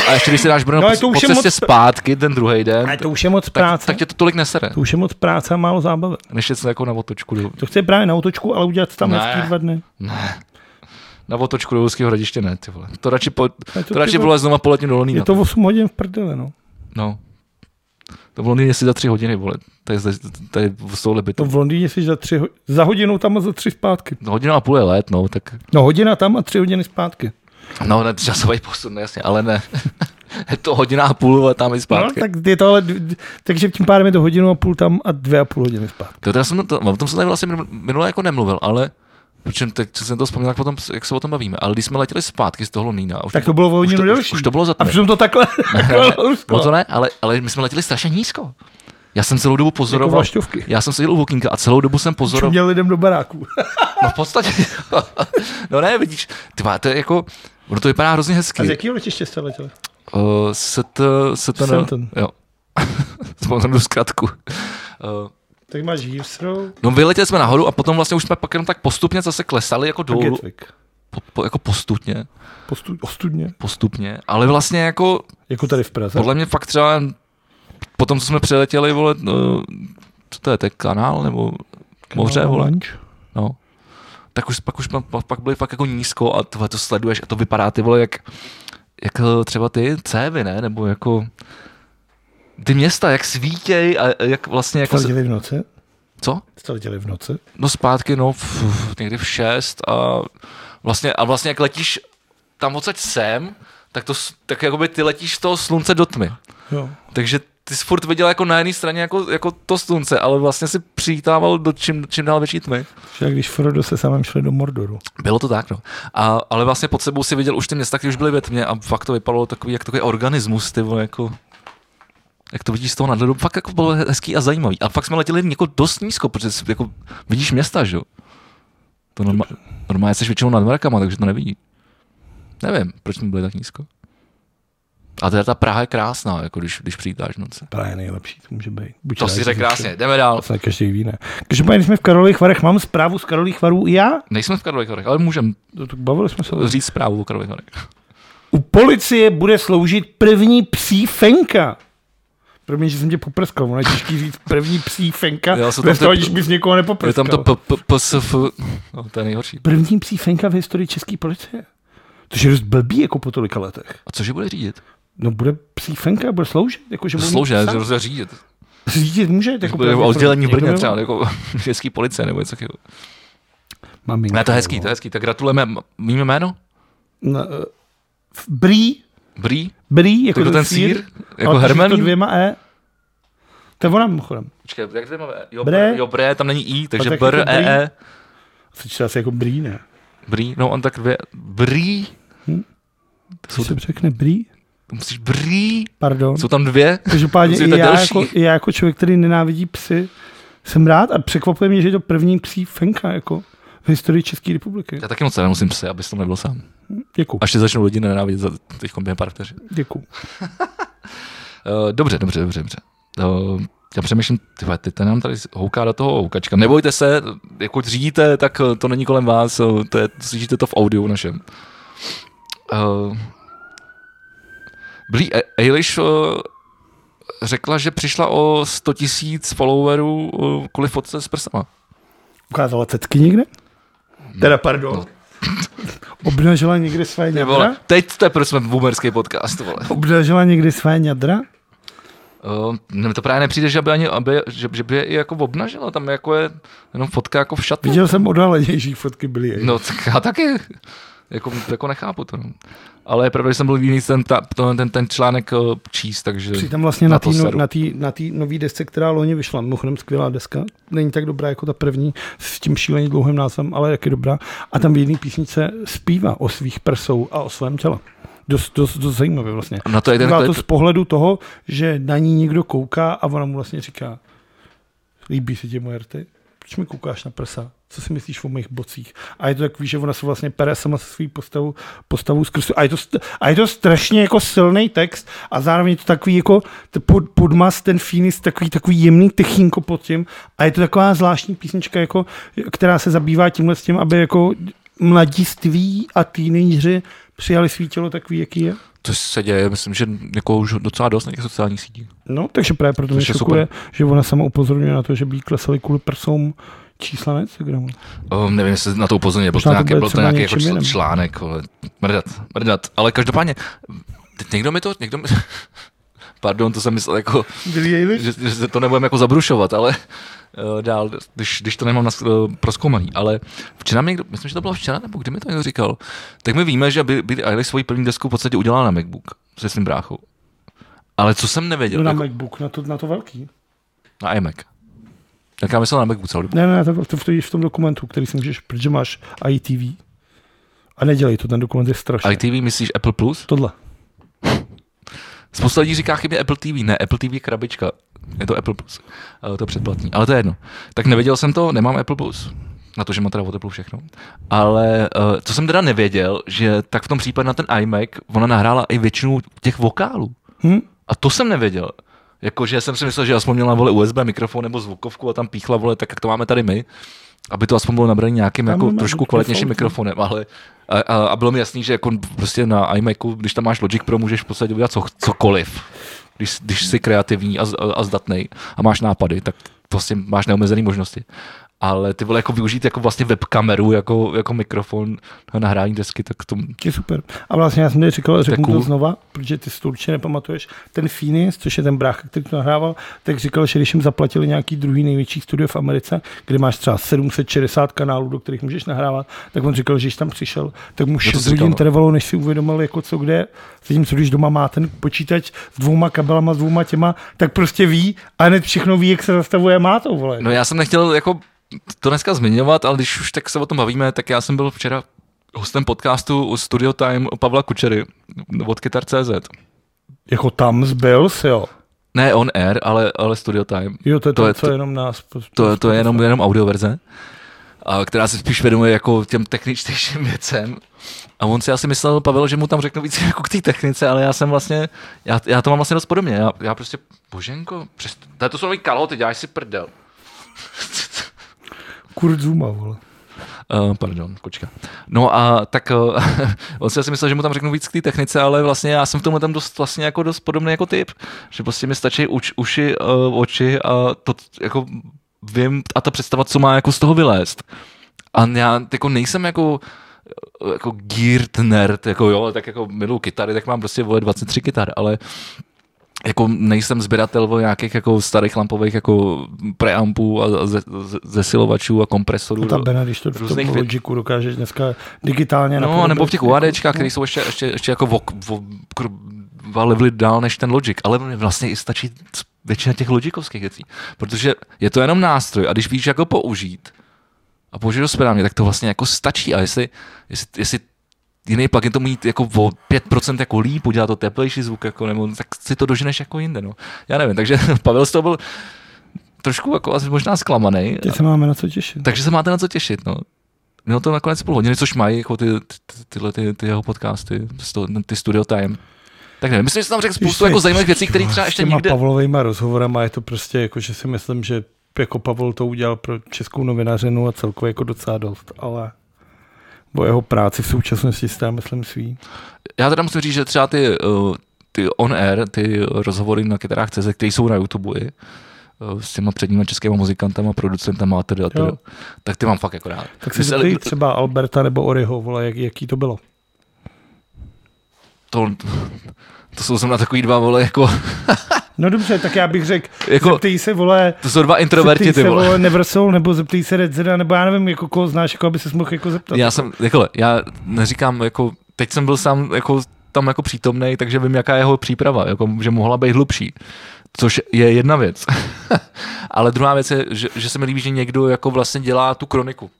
Speaker 2: A ještě když si dáš Brno
Speaker 3: No, ale
Speaker 2: po,
Speaker 3: to už
Speaker 2: po
Speaker 3: je
Speaker 2: cestě
Speaker 3: moc-
Speaker 2: zpátky ten druhý den,
Speaker 3: Ale to už je moc
Speaker 2: tak,
Speaker 3: práce.
Speaker 2: tak tě to tolik nesere,
Speaker 3: To už je moc práce a málo zábavy.
Speaker 2: než jít jako na otočku. do-
Speaker 3: To chci právě na otočku, ale udělat tam
Speaker 2: Ne.
Speaker 3: hezký dva dny.
Speaker 2: Na otočku do Uherského hradiště ne, ty vole. To radši, po,
Speaker 3: Ale
Speaker 2: to
Speaker 3: ty
Speaker 2: radši
Speaker 3: vole-
Speaker 2: bylo znova poletím do Londýna.
Speaker 3: Je to 8 hodin v prdele, no.
Speaker 2: No. To v Londýně si za tři hodiny, vole. To je, zde- to je z tohohle
Speaker 3: To
Speaker 2: bytu.
Speaker 3: v Londýně jsi za, tři, ho- za hodinu tam a za tři zpátky.
Speaker 2: No, hodina a půl je let, no, tak...
Speaker 3: No hodina tam a tři hodiny zpátky.
Speaker 2: No, ne, časový posun, no, jasně, ale ne. je to hodina a půl, ale tam i
Speaker 3: No,
Speaker 2: zpátky. No,
Speaker 3: tak je to ale, dv- takže tím pádem je to hodinu a půl tam a dvě a půl hodiny zpátky.
Speaker 2: tak... to, já jsem, to, o tom jsem tady vlastně minu- minule jako nemluvil, ale Protože teď co jsem to vzpomněl, jak, potom, jak se o tom bavíme. Ale když jsme letěli zpátky z toho Londýna, už,
Speaker 3: Tak to bylo o
Speaker 2: už,
Speaker 3: hodinu
Speaker 2: to, už,
Speaker 3: delší.
Speaker 2: už, to bylo za
Speaker 3: A
Speaker 2: tmy.
Speaker 3: přitom to takhle, takhle
Speaker 2: No to
Speaker 3: Rusko.
Speaker 2: ne, ale, ale my jsme letěli strašně nízko. Já jsem celou dobu
Speaker 3: Jako
Speaker 2: pozoroval.
Speaker 3: vlašťovky.
Speaker 2: Já jsem seděl u okýnka a celou dobu jsem pozoroval.
Speaker 3: Měl lidem do baráku.
Speaker 2: No v podstatě. no ne, vidíš, ty vole, to je jako, ono to vypadá hrozně
Speaker 3: A z
Speaker 2: hezky.
Speaker 3: jakého letiště jste letěli?
Speaker 2: Uh, set, set
Speaker 3: Seton.
Speaker 2: Jo. Vzpomínám tu zkratku. Uh,
Speaker 3: Tak máš Heathrow
Speaker 2: no vyletěli jsme nahoru a potom vlastně už jsme pak jenom tak postupně zase klesali jako
Speaker 3: a
Speaker 2: dolů,
Speaker 3: Gatwick.
Speaker 2: po, po, jako postupně,
Speaker 3: Postu, ostudně.
Speaker 2: postupně, ale vlastně jako
Speaker 3: Jako tady v Praze.
Speaker 2: podle mě fakt třeba potom, co jsme přeletěli, vole, no, co to je, to je kanál nebo moře, vole,
Speaker 3: Lanč.
Speaker 2: no. Tak už, pak už pa- pak byli fakt jako nízko a tvoje to sleduješ a to vypadá ty vole jak, jak eh, třeba ty cévy, ne? Nebo jako ty města, jak svítěj a jak vlastně jako...
Speaker 3: Jste
Speaker 2: Se,
Speaker 3: letěli v noci?
Speaker 2: co?
Speaker 3: Jste letěli v noci?
Speaker 2: No zpátky, no, v, v- někdy v 6 a vlastně, a vlastně jak letíš tam odsaď sem, tak, to, s- tak jakoby ty letíš z toho slunce do tmy.
Speaker 3: Jo.
Speaker 2: Takže ty jsi furt viděl jako na jedné straně jako, jako to slunce, ale vlastně si přítával do čím, čím dál větší tmy.
Speaker 3: Však když Frodo se samém šli do Mordoru.
Speaker 2: Bylo to tak, no. A, ale vlastně pod sebou si viděl už ty města, které už byly ve tmě a fakt to vypadalo takový, jak takový organismus, ty vole, jako jak to vidíš z toho nadhledu, fakt jako bylo hezký a zajímavý. A fakt jsme letěli jako dost nízko, protože si, jako, vidíš města, že jo? To norma, normálně jsi většinou nad mrakama, takže to nevidí. Nevím, proč jsme byli tak nízko. A teda ta Praha je krásná, jako když, když přijítáš v noci.
Speaker 3: Právě nejlepší, to může být. Buď
Speaker 2: To
Speaker 3: rád,
Speaker 2: si
Speaker 3: že jsi-
Speaker 2: řekl krásně, jdeme dál.
Speaker 3: Vlastně každý ví, ne. Každopádně, když jsme v Karolých Varech, mám zprávu z Karolých Varů i já?
Speaker 2: Nejsme v Karlových Varech, ale můžeme
Speaker 3: To, to bavili jsme se. o-
Speaker 2: říct zprávu o Karlových Varech.
Speaker 3: U policie bude sloužit první psí fenka. Promiň, že jsem tě poprskal, ono je těžký říct první psí fenka,
Speaker 2: Jo, jsou tam
Speaker 3: bez
Speaker 2: ty-
Speaker 3: toho, když bys někoho
Speaker 2: Je
Speaker 3: nepoprskal.
Speaker 2: tam to p- p- PSF, no, to je nejhorší.
Speaker 3: První psí fenka v historii české policie. To je dost blbý jako po tolika letech.
Speaker 2: A cože bude řídit?
Speaker 3: No bude psí fenka, bude sloužit. Jako, že bude mít
Speaker 2: Slouže,
Speaker 3: psa.
Speaker 2: že řídit.
Speaker 3: Řídit může. Jako
Speaker 2: Bude v oddělení v Brně
Speaker 3: Někdo
Speaker 2: třeba,
Speaker 3: nemá.
Speaker 2: jako český policie nebo něco takového.
Speaker 3: Maminka,
Speaker 2: Ne, to je hezký,
Speaker 3: no.
Speaker 2: to je hezký. Tak gratulujeme. M- Víme jméno?
Speaker 3: No, eh, v- Brý,
Speaker 2: Brý?
Speaker 3: brý, jako,
Speaker 2: Jako ten sír? Jako
Speaker 3: ale píše
Speaker 2: Herman?
Speaker 3: To dvěma E. To je ona mimochodem.
Speaker 2: Počkej, jak to máme? Jo,
Speaker 3: Bre.
Speaker 2: bre, jo, bre, tam není I, takže
Speaker 3: tak
Speaker 2: br,
Speaker 3: jako brý.
Speaker 2: e, e,
Speaker 3: Se čte asi jako brý, ne?
Speaker 2: brý, no on tak dvě, brý, To jsou
Speaker 3: Co se řekne brý?
Speaker 2: to musíš brý,
Speaker 3: Pardon.
Speaker 2: jsou tam dvě,
Speaker 3: Každopádně
Speaker 2: Musí
Speaker 3: i
Speaker 2: to
Speaker 3: já,
Speaker 2: další.
Speaker 3: jako, i já jako člověk, který nenávidí psy, jsem rád a překvapuje mě, že je to první psí fenka jako v historii České republiky.
Speaker 2: já taky moc nemusím se, abys to nebyl sám.
Speaker 3: Děkuju,
Speaker 2: Až tě začnou lidi nenávidět za teď během pár vteřin.
Speaker 3: děkuju.
Speaker 2: Eh, dobře, dobře, dobře, dobře. Uh, já přemýšlím, ty vole, ty ten nám tady houká do toho houkačka. Nebojte se, jako řídíte, tak eh, to není kolem vás, eh, to je, slyšíte to v audiu našem. Uh, Billie E- Eilish eh, řekla, že přišla o 100 tisíc followerů eh, kvůli fotce s prsama.
Speaker 3: Ukázala cecky někde? Teda pardon.
Speaker 2: No.
Speaker 3: Obnažila někde své ňadra?
Speaker 2: Vole, teď to je proč jsme boomerský podcast, vole.
Speaker 3: Obnažila někdy své ňadra?
Speaker 2: Uh, ne, to právě nepřijde, že by, ani, aby, že, že by je i jako obnažila, tam jako je jenom fotka jako v šatě.
Speaker 3: Viděl jsem odhalenější fotky byly.
Speaker 2: No, tak já taky. Jako, jako nechápu to. no. Ale je pravda, že jsem byl jiný ten, ta- to- ten, ten článek eh, číst, takže...
Speaker 3: Přitom vlastně na
Speaker 2: Na
Speaker 3: té
Speaker 2: to
Speaker 3: no,
Speaker 2: seru.
Speaker 3: na tý, na tý nový desce, která loni vyšla, mimochodem skvělá deska, není tak dobrá jako ta první s tím šíleně dlouhým názvem, ale jak je dobrá. A tam v jedné písnice zpívá o svých prsou a o svém těle. Dost, dost, dost zajímavě vlastně.
Speaker 2: A na No to je ten
Speaker 3: Byla to
Speaker 2: klip.
Speaker 3: z pohledu toho, že na ní někdo kouká a ona mu vlastně říká, líbí se ti moje rty? Proč mi koukáš na prsa? Co si myslíš o mých bocích? A je to takový, že ona se vlastně pere sama se svou postavou, postavou skrz. A je, to, st- a je to strašně jako silný text a zároveň je to takový jako t- pod, podmas, ten finis, takový, takový jemný techínko pod tím. A je to taková zvláštní písnička, jako, která se zabývá tímhle s tím, aby jako mladiství a teenageři přijali svý tělo takový, jaký je.
Speaker 2: To se děje, myslím, že jako už docela dost na těch sociálních sítích.
Speaker 3: No, takže právě proto mě
Speaker 2: Což je
Speaker 3: šokuje, že ona sama upozorňuje na to, že by jí klesaly kvůli prsům čísla na Instagramu.
Speaker 2: Um, nevím, jestli na to upozorně, byl to
Speaker 3: Možná to
Speaker 2: nějaký,
Speaker 3: bude
Speaker 2: byl to
Speaker 3: třeba
Speaker 2: nějaký jako
Speaker 3: něčím
Speaker 2: čl-
Speaker 3: jiným.
Speaker 2: článek, ale mrdat, mrdat. Ale každopádně, teď někdo mi to, někdo mi... Pardon, to jsem myslel jako,
Speaker 3: Billie Eilish?
Speaker 2: že, že to nebudeme jako zabrušovat, ale eh, dál, když, když to nemám na, proskoumaný, ale včera mi někdo, myslím, že to bylo včera, nebo kdy mi to někdo říkal, tak my víme, že Bi- Billie Eilish svoji první desku v podstatě udělala na MacBook se svým bráchou. Ale co jsem nevěděl,
Speaker 3: No na
Speaker 2: jako,
Speaker 3: MacBook, na to, na to velký.
Speaker 2: na iMac. Tak já myslel na MacBook celou dobu.
Speaker 3: Ne, ne, ne, to, to, to je v tom dokumentu, který si můžeš, protože máš ITV. A nedělej to, ten dokument je strašný.
Speaker 2: ITV myslíš Apple Plus?
Speaker 3: Tohle.
Speaker 2: Spousta lidí říká chybně Apple TV, ne, Apple TV je krabička, je to Apple Plus, Eh, to je předplatný, ale to je jedno. Tak nevěděl jsem to, nemám Apple Plus, na to, že mám teda od Apple všechno, ale eh, co jsem teda nevěděl, že tak v tom případě na ten iMac ona nahrála i většinu těch vokálů
Speaker 3: Hm?
Speaker 2: a to jsem nevěděl. Jakože jsem si myslel, že aspoň měla vole USB mikrofon nebo zvukovku a tam píchla vole, tak jak to máme tady my, aby to aspoň bylo nabrané nějakým
Speaker 3: Tam
Speaker 2: jako
Speaker 3: máme
Speaker 2: trošku
Speaker 3: mikrofon,
Speaker 2: kvalitnějším
Speaker 3: no.
Speaker 2: mikrofonem, ale a, a, a, bylo mi jasný, že jako prostě na iMacu, když tam máš Logic Pro, můžeš v podstatě udělat co, cokoliv. když, když jsi kreativní a, z- a zdatný a máš nápady, tak prostě máš neomezené možnosti. Ale ty vole jako využít jako vlastně webkameru, jako, jako mikrofon na nahrání desky, tak to
Speaker 3: Je super. A vlastně já jsem tady říkal, řeknu
Speaker 2: cool.
Speaker 3: to znova, protože ty si to určitě nepamatuješ. Ten Phoenix, což je ten brácha, který to nahrával, tak říkal, že když jim zaplatili nějaký druhý největší studio v Americe, kde máš třeba 760 kanálů, do kterých můžeš nahrávat, tak on říkal, že když tam přišel, tak mu 6
Speaker 2: říkal,
Speaker 3: hodin
Speaker 2: no.
Speaker 3: trvalo, než si uvědomil, jako co kde. je. Zatímco když doma má ten počítač s dvouma kabelama, s dvouma těma, tak prostě ví a hned všechno ví, jak se zastavuje, má to, vole.
Speaker 2: No já jsem nechtěl jako to dneska zmiňovat, ale když už tak se o tom bavíme, tak já jsem byl včera hostem podcastu u Studio Time u Pavla Kučery od Kytar.cz.
Speaker 3: Jako tam zbyl si, jo.
Speaker 2: Ne on air, ale, ale Studio Time.
Speaker 3: Jo, to je to,
Speaker 2: To
Speaker 3: to,
Speaker 2: je
Speaker 3: co
Speaker 2: to-
Speaker 3: jenom nás...
Speaker 2: To, to je jenom, jenom audio verze, a která se spíš věnuje jako těm techničtějším věcem. A on si asi myslel, Pavel, že mu tam řeknu víc jako k té technice, ale já jsem vlastně, já, já to mám vlastně dost podobně. Já, já prostě, boženko, přes, tady to jsou nový kalhoty, děláš si prdel.
Speaker 3: Kurt Zuma, vole.
Speaker 2: Uh, pardon, kočka. No a tak uh, on si asi myslel, že mu tam řeknu víc k té technice, ale vlastně já jsem v tomhle tam dost, vlastně jako dost podobný jako typ, že prostě mi stačí uč, uši, uh, oči a to jako vím a ta představa, co má jako z toho vylézt. A já jako nejsem jako eh, jako geared nerd, jako jo, tak jako miluji kytary, tak mám prostě vole 23 kytar, ale jako nejsem sběratel o nějakých jako starých lampových jako preampů a ze- ze- zesilovačů a kompresorů.
Speaker 3: Ta Bena, když to v
Speaker 2: různých
Speaker 3: tom
Speaker 2: věd-
Speaker 3: logiku dokážeš dneska digitálně
Speaker 2: No,
Speaker 3: napodobit,
Speaker 2: nebo v těch
Speaker 3: jako-
Speaker 2: UADčkách, které jsou ještě, ještě, ještě jako vok, vo, kr, dva levely dál než ten Logic, ale vlastně i stačí c- většina těch logikovských věcí, protože je to jenom nástroj a když víš, jak ho použít a použít ho správně, tak to vlastně jako stačí a jestli, jestli, jestli jiný plugin to mít jako o 5% jako líp, udělá to teplejší zvuk, jako, nebo, tak si to doženeš jako jinde. No. Já nevím, takže Pavel z toho byl trošku jako asi možná zklamaný.
Speaker 3: jako- Teď se máme na co těšit.
Speaker 2: Takže se máte na co těšit, no. Mělo to nakonec půl hodiny, což mají jako ty, ty, ty- tyhle ty, ty jeho podcasty, sto- ty Studio Time. Tak nevím, myslím, že jsem tam řekl spoustu jako zajímavých věcí, které třeba ještě
Speaker 3: nikde...
Speaker 2: nikde...
Speaker 3: Pavlovejma rozhovorama je to prostě jako, že si myslím, že jako Pavel to udělal pro českou novinařinu a celkově jako docela dost, ale o jeho práci v současnosti si já myslím svý.
Speaker 2: Já teda musím říct, že třeba ty, eh, ty on-air, ty rozhovory na kytarách CZ, které jsou na YouTube, i, eh, s těma předníma českýma muzikantama, producentama a tedy a tedy,
Speaker 3: Jo.
Speaker 2: tak ty mám fakt jako rád.
Speaker 3: Tak si
Speaker 2: Myslel-
Speaker 3: zeptej třeba Alberta nebo Oriho, vole, jak, jaký to bylo.
Speaker 2: to, to jsou zrovna takový dva vole, jako,
Speaker 3: No dobře, tak já bych řekl, jako,
Speaker 2: jako
Speaker 3: zeptej se, vole,
Speaker 2: to jsou dva introverti,
Speaker 3: zeptej
Speaker 2: ty
Speaker 3: se,
Speaker 2: vole.
Speaker 3: vole, Neversal, nebo zeptej se Red Zeda, nebo já nevím, jako koho znáš, jako aby se mohl jako zeptat.
Speaker 2: Já jsem, jako, já neříkám, jako, teď jsem byl sám jako, tam jako přítomný, takže vím, jaká je jeho příprava, jako, že mohla být hlubší. Což je jedna věc. Ale druhá věc je, že, že se mi líbí, že někdo jako vlastně dělá tu kroniku.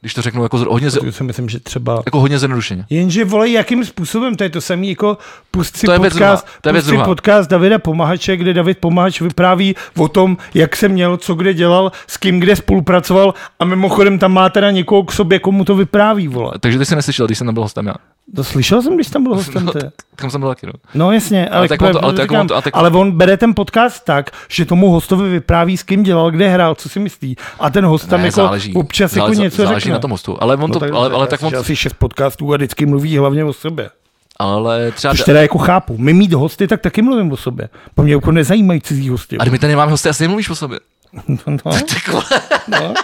Speaker 2: Když to řeknu jako z- hodně, z-
Speaker 3: Protože si myslím, že třeba
Speaker 2: jako hodně zjednodušeně.
Speaker 3: Jenže vole, jakým způsobem, to je to samé, jako pust si
Speaker 2: To je věc
Speaker 3: podcast,
Speaker 2: druhá, to je věc
Speaker 3: pust si
Speaker 2: druhá.
Speaker 3: podcast Davida Pomahače, kde David Pomahač vypráví o tom, jak se měl, co kde dělal, s kým kde spolupracoval a mimochodem tam má teda někoho k sobě, komu to vypráví, vole.
Speaker 2: Takže ty jsi neslyšel, když jsem tam byl hostem já.
Speaker 3: To slyšel jsem, když tam byl hostem
Speaker 2: No,
Speaker 3: ty.
Speaker 2: tak tam jsem byl taky, no.
Speaker 3: No jasně, ale,
Speaker 2: Ale tak on to- ale
Speaker 3: proto
Speaker 2: tak on
Speaker 3: říkám,
Speaker 2: to- ale tak-
Speaker 3: ale on bere ten podcast tak, že tomu hostovi vypráví, s kým dělal, kde hrál, co si myslí. A ten host tam
Speaker 2: ne,
Speaker 3: jako
Speaker 2: záleží.
Speaker 3: občas
Speaker 2: záleží,
Speaker 3: jako něco
Speaker 2: záleží
Speaker 3: řekne.
Speaker 2: na tom hostu. Ale on
Speaker 3: No
Speaker 2: to, ale,
Speaker 3: dobře,
Speaker 2: ale,
Speaker 3: já
Speaker 2: tak on,
Speaker 3: slyšel asi šest podcastů a vždycky mluví hlavně o sobě.
Speaker 2: ale třeba...
Speaker 3: Což teda jako chápu. My mít hosty, tak taky mluvím o sobě. Po mě jako nezajímají cizí hosti.
Speaker 2: A my tady nemáme hosty, asi nemluvíš o sobě.
Speaker 3: No, no,
Speaker 2: Ty vole,
Speaker 3: no.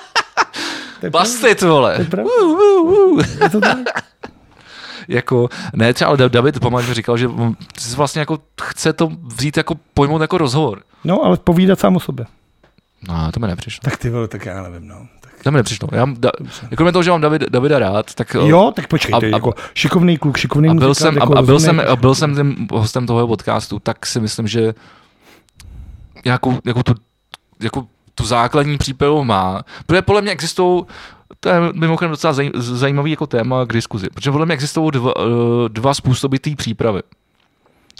Speaker 3: To je
Speaker 2: Bastit, vole.
Speaker 3: pravda,
Speaker 2: Uh, uh, uh.
Speaker 3: je to tak.
Speaker 2: jako, ne třeba, ale David Pomáč mi říkal, že on si vlastně jako chce to vzít jako pojmout jako rozhovor.
Speaker 3: No, ale povídat sám o sobě.
Speaker 2: No, to mi nepřišlo.
Speaker 3: Tak ty vole, tak já nevím, no. Tak.
Speaker 2: To mi nepřišlo. Já, mám da, jako kromě toho, že mám David, Davida rád, tak eh,
Speaker 3: Jo, tak počkej,
Speaker 2: A-
Speaker 3: to je
Speaker 2: a-
Speaker 3: jako šikovný kluk, šikovný
Speaker 2: a byl,
Speaker 3: muzikant,
Speaker 2: jsem, a,
Speaker 3: jako
Speaker 2: a, byl
Speaker 3: rozumnej.
Speaker 2: jsem, a byl jsem tím hostem toho jeho podcastu, tak si myslím, že nějakou, jako tu, jako tu základní přípravu má. Protože podle mě existují, to je mimochodem docela zaj- zajímavý jako téma k diskuzi, protože podle mě existují dva, eh, dva způsoby té přípravy.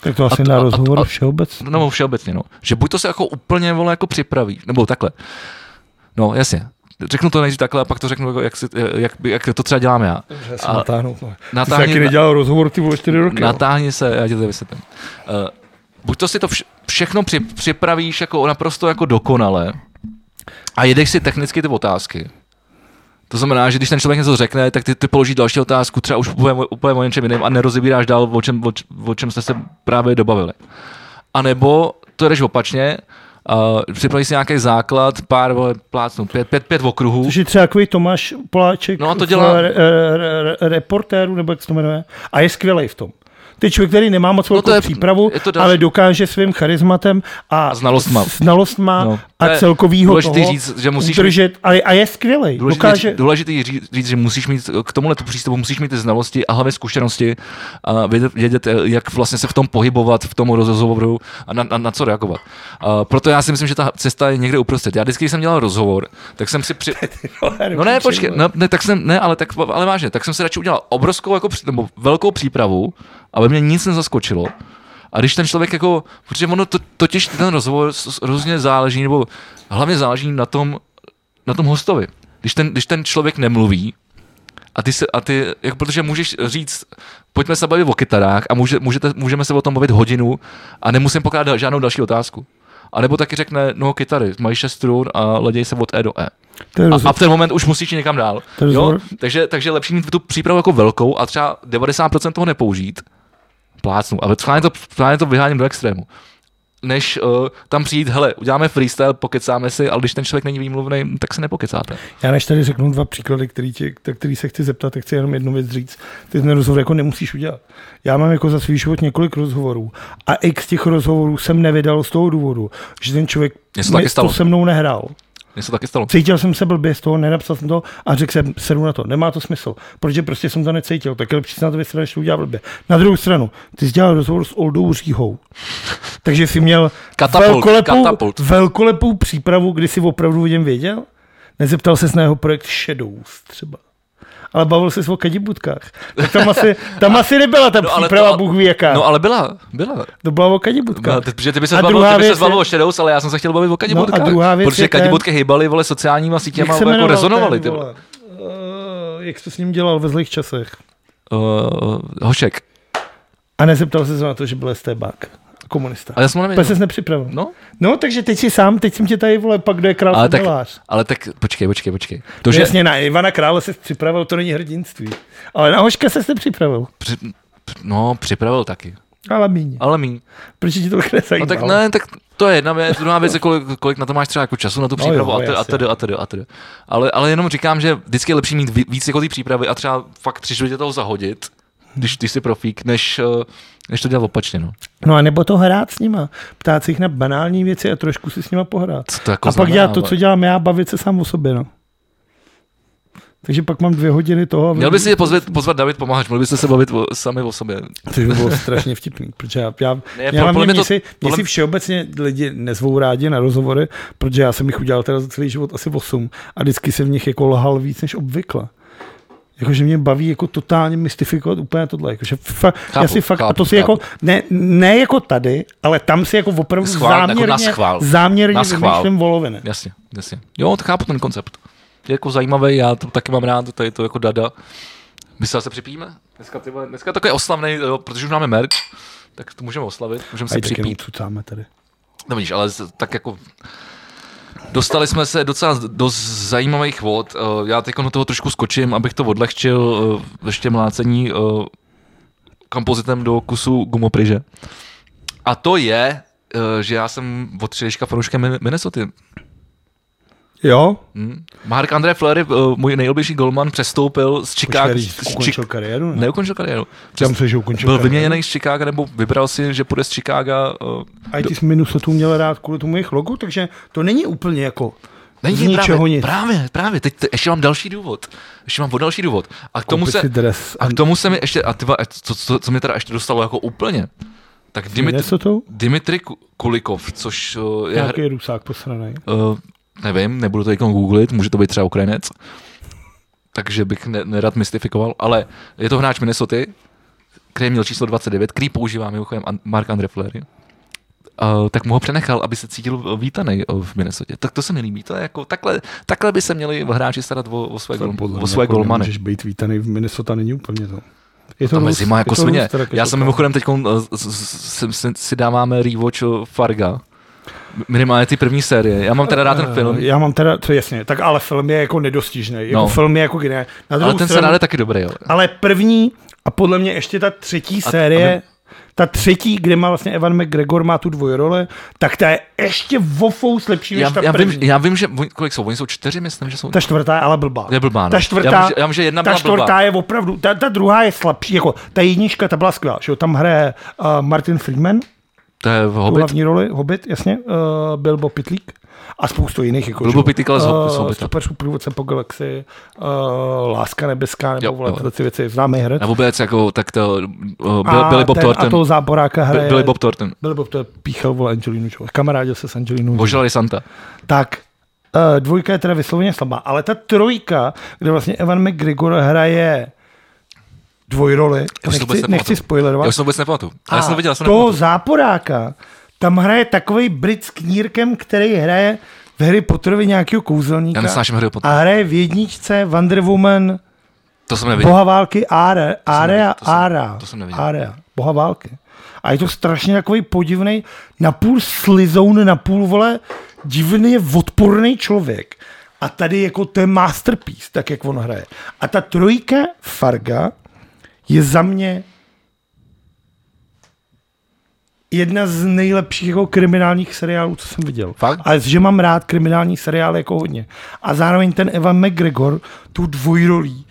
Speaker 3: Tak to asi
Speaker 2: a-
Speaker 3: na
Speaker 2: a-
Speaker 3: rozhovor
Speaker 2: a-
Speaker 3: všeobecně.
Speaker 2: No, všeobecně, no. Že buď to se jako úplně, vole, jako připraví, nebo takhle. No, jasně. Řeknu to nejdřív takhle a pak to řeknu, jako, jak, si, jak, by- jak to třeba dělám já.
Speaker 3: Já
Speaker 2: a-
Speaker 3: natáhnout. no. Ty jsi
Speaker 2: natáhni-
Speaker 3: taky nedělal rozhovor, ty vole, čtyři roky. jo.
Speaker 2: Natáhni se, já ti to vysvětlím. Uh, buď to si to vš- všechno při- připravíš jako naprosto jako dokonale a jedeš si technicky ty otázky. To znamená, že když ten člověk něco řekne, tak ty, ty položíš další otázku, třeba už úplně, úplně o něčem jiném a nerozebíráš dál, o čem, o, č- o čem jste se právě dobavili. A nebo to jdeš opačně, Uh, připravíš si nějaký základ, pár vole, plácnu, pět, pět, pět okruhů.
Speaker 3: Což je třeba takový Tomáš Poláček
Speaker 2: No a to
Speaker 3: v,
Speaker 2: dělá-
Speaker 3: re, re, re, reportéru, nebo jak se to jmenuje. A je skvělý v tom. Ty člověk, který nemá moc
Speaker 2: No to
Speaker 3: velkou no
Speaker 2: je-
Speaker 3: přípravu,
Speaker 2: je to další-
Speaker 3: ale dokáže svým charizmatem a,
Speaker 2: A znalostma.
Speaker 3: znalostma
Speaker 2: No.
Speaker 3: no.
Speaker 2: To
Speaker 3: a
Speaker 2: je
Speaker 3: celkovýho
Speaker 2: důležitý
Speaker 3: toho
Speaker 2: říct, že musíš
Speaker 3: udržet. A, a je skvělý.
Speaker 2: Důležité,
Speaker 3: Dokáže...
Speaker 2: důležitý říct, říct, že musíš mít k tomuhle tu přístupu, musíš mít ty znalosti a hlavně zkušenosti a vědět, vědět eh, jak vlastně se v tom pohybovat, v tom rozhovoru a na, na, na co reagovat. A proto já si myslím, že ta cesta je někde uprostřed. Já vždycky, když jsem dělal rozhovor, tak jsem si při... No ne, počkej, no, ne, tak jsem, ne, ale, tak, ale vážně, tak jsem si radši udělal obrovskou, jako, při- nebo velkou přípravu, aby mě nic nezaskočilo. A když ten člověk jako, protože ono to, totiž ten rozhovor s- s- hrozně záleží, nebo hlavně záleží na tom, na tom hostovi. Když ten, když ten člověk nemluví, a ty, se, a ty jako protože můžeš říct, pojďme se bavit o kytarách a může, můžete, můžeme se o tom bavit hodinu a nemusím pokládat žádnou další otázku. A nebo taky řekne, no kytary, mají šest strun a laděj se od E do E.
Speaker 3: To je
Speaker 2: A,
Speaker 3: rozum.
Speaker 2: a v ten moment už musíš jít někam dál.
Speaker 3: To je
Speaker 2: Jo?
Speaker 3: rozhovor.
Speaker 2: Takže, takže lepší mít tu přípravu jako velkou a třeba 90% toho nepoužít. Plácnu, ale schválně to, schválně to vyháním do extrému. Než uh, tam přijít, hele, uděláme freestyle, pokecáme si, ale když ten člověk není výmluvný, tak se nepokecáte.
Speaker 3: Já než tady řeknu dva příklady, který, tě, tak který se chci zeptat, tak chci jenom jednu věc říct. Ty ten rozhovor jako nemusíš udělat. Já mám jako za svůj život několik rozhovorů a x těch rozhovorů jsem nevydal z toho důvodu, že ten člověk
Speaker 2: Mně se to taky
Speaker 3: mi-
Speaker 2: stalo.
Speaker 3: to se mnou nehrál.
Speaker 2: Mně se to taky stalo.
Speaker 3: Cítil jsem se blbě z toho, nenapsal jsem to a řekl jsem, sedu na to, nemá to smysl, protože prostě jsem to necítil, tak je lepší se na to vysrat, než to udělat blbě. Na druhou stranu, ty jsi dělal rozhovor s Oldou Říhou, takže jsi měl
Speaker 2: Katapult,
Speaker 3: velkolepou,
Speaker 2: katapult.
Speaker 3: velkolepou přípravu, kdy jsi opravdu o něm věděl? Nezeptal se na jeho projekt Shadows třeba. Ale bavil se o kadibutkách. Tak tam asi, tam asi nebyla ta
Speaker 2: No, ale
Speaker 3: příprava,
Speaker 2: to-
Speaker 3: Bůh ví jaká.
Speaker 2: No ale byla, byla.
Speaker 3: to byla o kadibutkách.
Speaker 2: byla ty, protože ty by se
Speaker 3: A
Speaker 2: zbavil,
Speaker 3: druhá
Speaker 2: ty by
Speaker 3: věc
Speaker 2: se
Speaker 3: je- No,
Speaker 2: zbavil o Shadows, ale já jsem se chtěl bavit o kadibutkách.
Speaker 3: druhá věc
Speaker 2: protože
Speaker 3: je ten-
Speaker 2: kadibutky hýbaly vole sociálníma
Speaker 3: Jak
Speaker 2: sítěma,
Speaker 3: se
Speaker 2: jako
Speaker 3: jmenoval
Speaker 2: rezonovaly.
Speaker 3: ten,
Speaker 2: ty vole.
Speaker 3: vole? Eh, jak jsi to s ním dělal ve zlých časech?
Speaker 2: Uh, hošek.
Speaker 3: A nezeptal se na to, že byl estébák. Komunista.
Speaker 2: Ale já jsem ho nevěděl.
Speaker 3: Pak jsi nepřipravil. No.
Speaker 2: No,
Speaker 3: no, takže teď si sám, teď jsem tě tady vole, pak kdo je král
Speaker 2: ale tak,
Speaker 3: Fidelář.
Speaker 2: ale tak počkej, počkej, počkej. To,
Speaker 3: Že...
Speaker 2: že,
Speaker 3: Jasně, na Ivana Krále se připravil, to není hrdinství. Ale na Hoška se jste připravil.
Speaker 2: Při, při- no, připravil taky,
Speaker 3: Ale míň.
Speaker 2: ale míň.
Speaker 3: Proč ti to
Speaker 2: No
Speaker 3: nezajímalo?
Speaker 2: tak ne, tak to je jedna věc, druhá věc je, kolik, kolik na to máš třeba jako času na tu
Speaker 3: No
Speaker 2: přípravu
Speaker 3: jo,
Speaker 2: a tedy, a
Speaker 3: jasně.
Speaker 2: tedy, a tedy, a tedy. Ale, ale jenom říkám, že vždycky je lepší mít ví- víc jako té přípravy a třeba fakt tři čtvrtě toho zahodit, když ty jsi profík, než, eh, než to dělat opačně. No.
Speaker 3: No a nebo to hrát s nima. Ptát se jich na banální věci a trošku si s nima pohrát.
Speaker 2: Co to jako
Speaker 3: A pak
Speaker 2: znamená,
Speaker 3: dělat to,
Speaker 2: vole?
Speaker 3: co dělám já, bavit se sám o sobě. No. Takže pak mám dvě hodiny toho. a-
Speaker 2: Měl by si je pozvat, pozvat David Pomáhač, měli byste se bavit o, sami o sobě.
Speaker 3: Což by bylo strašně vtipný, protože já, já,
Speaker 2: Ne,
Speaker 3: já
Speaker 2: pro- podle
Speaker 3: hlavně
Speaker 2: mě
Speaker 3: mě
Speaker 2: to-
Speaker 3: si, mě
Speaker 2: podle-
Speaker 3: si všeobecně lidi nezvou rádi na rozhovory, protože já jsem jich udělal teda za celý život asi 8 a vždycky jsem v nich jako lhal víc než obvykle. Jakože mě baví jako totálně mystifikovat úplně tohle. Jakože fa,
Speaker 2: Chápu,
Speaker 3: já si fakt,
Speaker 2: chápu,
Speaker 3: a to si
Speaker 2: chápu.
Speaker 3: jako, ne, ne, jako tady, ale tam si jako opravdu
Speaker 2: Schvál- jako
Speaker 3: záměrně,
Speaker 2: na schvál.
Speaker 3: záměrně
Speaker 2: Na schvál.
Speaker 3: vymýšlím voloviny.
Speaker 2: Jasně, jasně. Jo, tak chápu ten koncept. Je jako zajímavý, já to taky mám rád, tady to jako dada. My se zase připijeme? Dneska, ty vole, dneska je takový oslavný, jo, protože už máme merch, tak to můžeme oslavit, můžeme
Speaker 3: A
Speaker 2: si
Speaker 3: i tak jenom
Speaker 2: připít.
Speaker 3: cucáme tady.
Speaker 2: No vidíš, ale z- tak jako Dostali jsme se docela do zajímavých vod. Eh, Já teď do toho trošku skočím, abych to odlehčil eh, ještě mlácení eh, kompozitem do kusu gumopryže. A to je, eh, že já jsem od třička fanouškem Min- Minnesota.
Speaker 3: Jo?
Speaker 2: Hmm. Mark André Fleury, eh, můj nejlepší golman, přestoupil z Chicago.
Speaker 3: Počkej,
Speaker 2: z
Speaker 3: když
Speaker 2: Chic-
Speaker 3: ukončil kariéru? Ne?
Speaker 2: Neukončil kariéru. Přes,
Speaker 3: Tam se, že ukončil
Speaker 2: byl
Speaker 3: kariéru.
Speaker 2: vyměněný z Chicago, nebo vybral si, že půjde z Chicago. eh,
Speaker 3: A i ty jsi Minnesota měl rád kvůli tomu jejich logu, takže to není úplně jako
Speaker 2: Není
Speaker 3: z
Speaker 2: právě,
Speaker 3: ničeho nic.
Speaker 2: Právě, právě. Teď te, ještě mám další důvod. Ještě mám o další důvod. A k tomu
Speaker 3: Koupit
Speaker 2: se,
Speaker 3: si dres
Speaker 2: a k tomu se mi ještě, a tyva, co, co, co mě teda ještě dostalo jako úplně, tak Dimitri,
Speaker 3: Minnesotou?
Speaker 2: Dimitri Ku- Kulikov, což uh, je,
Speaker 3: Nějaký rusák posranej.
Speaker 2: uh, nevím, nebudu to někomu googlit, může to být třeba Ukrajinec, takže bych ne, nerad mystifikoval, ale je to hráč Minnesota, který měl číslo 29, který používá mimochodem An- Mark Andre Fleury. Uh, tak mu ho přenechal, aby se cítil vítaný eh, v Minnesota. Tak to se mi líbí. To je jako, takhle, takhle by se měli hráči starat o, o své, gol, o své
Speaker 3: jako
Speaker 2: golmany.
Speaker 3: Můžeš být vítaný v Minnesota, není úplně to. Je
Speaker 2: Tam je
Speaker 3: Rus-
Speaker 2: zima jako
Speaker 3: je to
Speaker 2: svině.
Speaker 3: Rus, tak je
Speaker 2: Já
Speaker 3: to
Speaker 2: jsem
Speaker 3: tak.
Speaker 2: mimochodem teď eh, si dáváme rewatch eh, Farga. Minimálně ty první série. Já mám teda rád ten film.
Speaker 3: Eh, Já mám teda, to jasně, tak ale film je jako nedostižný. Jako
Speaker 2: No.
Speaker 3: film je jako jiné. Na
Speaker 2: Ale
Speaker 3: druhou
Speaker 2: ten
Speaker 3: stranu,
Speaker 2: scénář je taky dobrý. Jo.
Speaker 3: ale první a podle mě ještě ta třetí
Speaker 2: A-
Speaker 3: série,
Speaker 2: a ne-
Speaker 3: Ta třetí, kde má vlastně Evan McGregor, má tu dvojrole, tak ta je ještě vofous lepší než
Speaker 2: Já,
Speaker 3: ta
Speaker 2: já, vím,
Speaker 3: první.
Speaker 2: že- já vím, že oni- kolik jsou, oni jsou čtyři, myslím, že jsou.
Speaker 3: Ta čtvrtá je ale blbá.
Speaker 2: Je blbá, no.
Speaker 3: Ta čtvrtá,
Speaker 2: Já vím, že- já vím, že jedna
Speaker 3: ta
Speaker 2: byla blbá.
Speaker 3: čtvrtá je opravdu, ta, ta, druhá je slabší, jako ta jednička, ta byla skvělá, že jo, tam hraje uh, Martin Friedman,
Speaker 2: To je
Speaker 3: tu
Speaker 2: Hobbit.
Speaker 3: hlavní roli, Hobbit, jasně, uh, Bilbo Pitlík a spoustu jiných, jako
Speaker 2: Bilbo
Speaker 3: že jo,
Speaker 2: Pitlík, ale z Hob- z Hobbita.
Speaker 3: Super průvodce po galaxii, uh, Láska nebeská, nebo
Speaker 2: Jo,
Speaker 3: jo, vole,
Speaker 2: jo.
Speaker 3: tyhle ty věci, známý herec.
Speaker 2: A vůbec jako, tak to, uh, byl, Billy Bob
Speaker 3: ten, A
Speaker 2: Thornton.
Speaker 3: toho záboráka hraje,
Speaker 2: By- Billy Bob Thornton.
Speaker 3: Billy Bob to je píchal, vole, Angelinu Jolie. Kamarádil se s Angelinou Jolie.
Speaker 2: Ožrali Santa.
Speaker 3: Tak, eh, dvojka je teda vysloveně slabá, ale ta trojka, kde vlastně Evan McGregor hraje dvojroli,
Speaker 2: Já už to vůbec
Speaker 3: nechci,
Speaker 2: nepamatuju.
Speaker 3: nechci spoilerovat,
Speaker 2: Já už jsem vůbec nepamatuju. Ale já jsem to viděl, já jsem
Speaker 3: toho
Speaker 2: to...
Speaker 3: záporáka, tam hraje takový Brit s knírkem, který hraje v Harry Potterovi nějakého kouzelníka.
Speaker 2: Já nesnáším Harry Potter.
Speaker 3: A hraje v jedničce Wonder Woman,
Speaker 2: To jsem neviděl.
Speaker 3: Boha války, Are, Area,
Speaker 2: neviděl, to jsem-
Speaker 3: Ara.
Speaker 2: to jsem neviděl.
Speaker 3: Area, Boha války. A je to strašně takový podivný, napůl slizoun, napůl vole, divný je odporný člověk. A tady jako to je masterpiece, tak jak on hraje. A ta trojka Farga je za mě jedna z nejlepších jako kriminálních seriálů, co jsem viděl.
Speaker 2: Fakt?
Speaker 3: A že mám rád kriminální seriály jako hodně. A zároveň ten Evan McGregor, tu dvojrolí,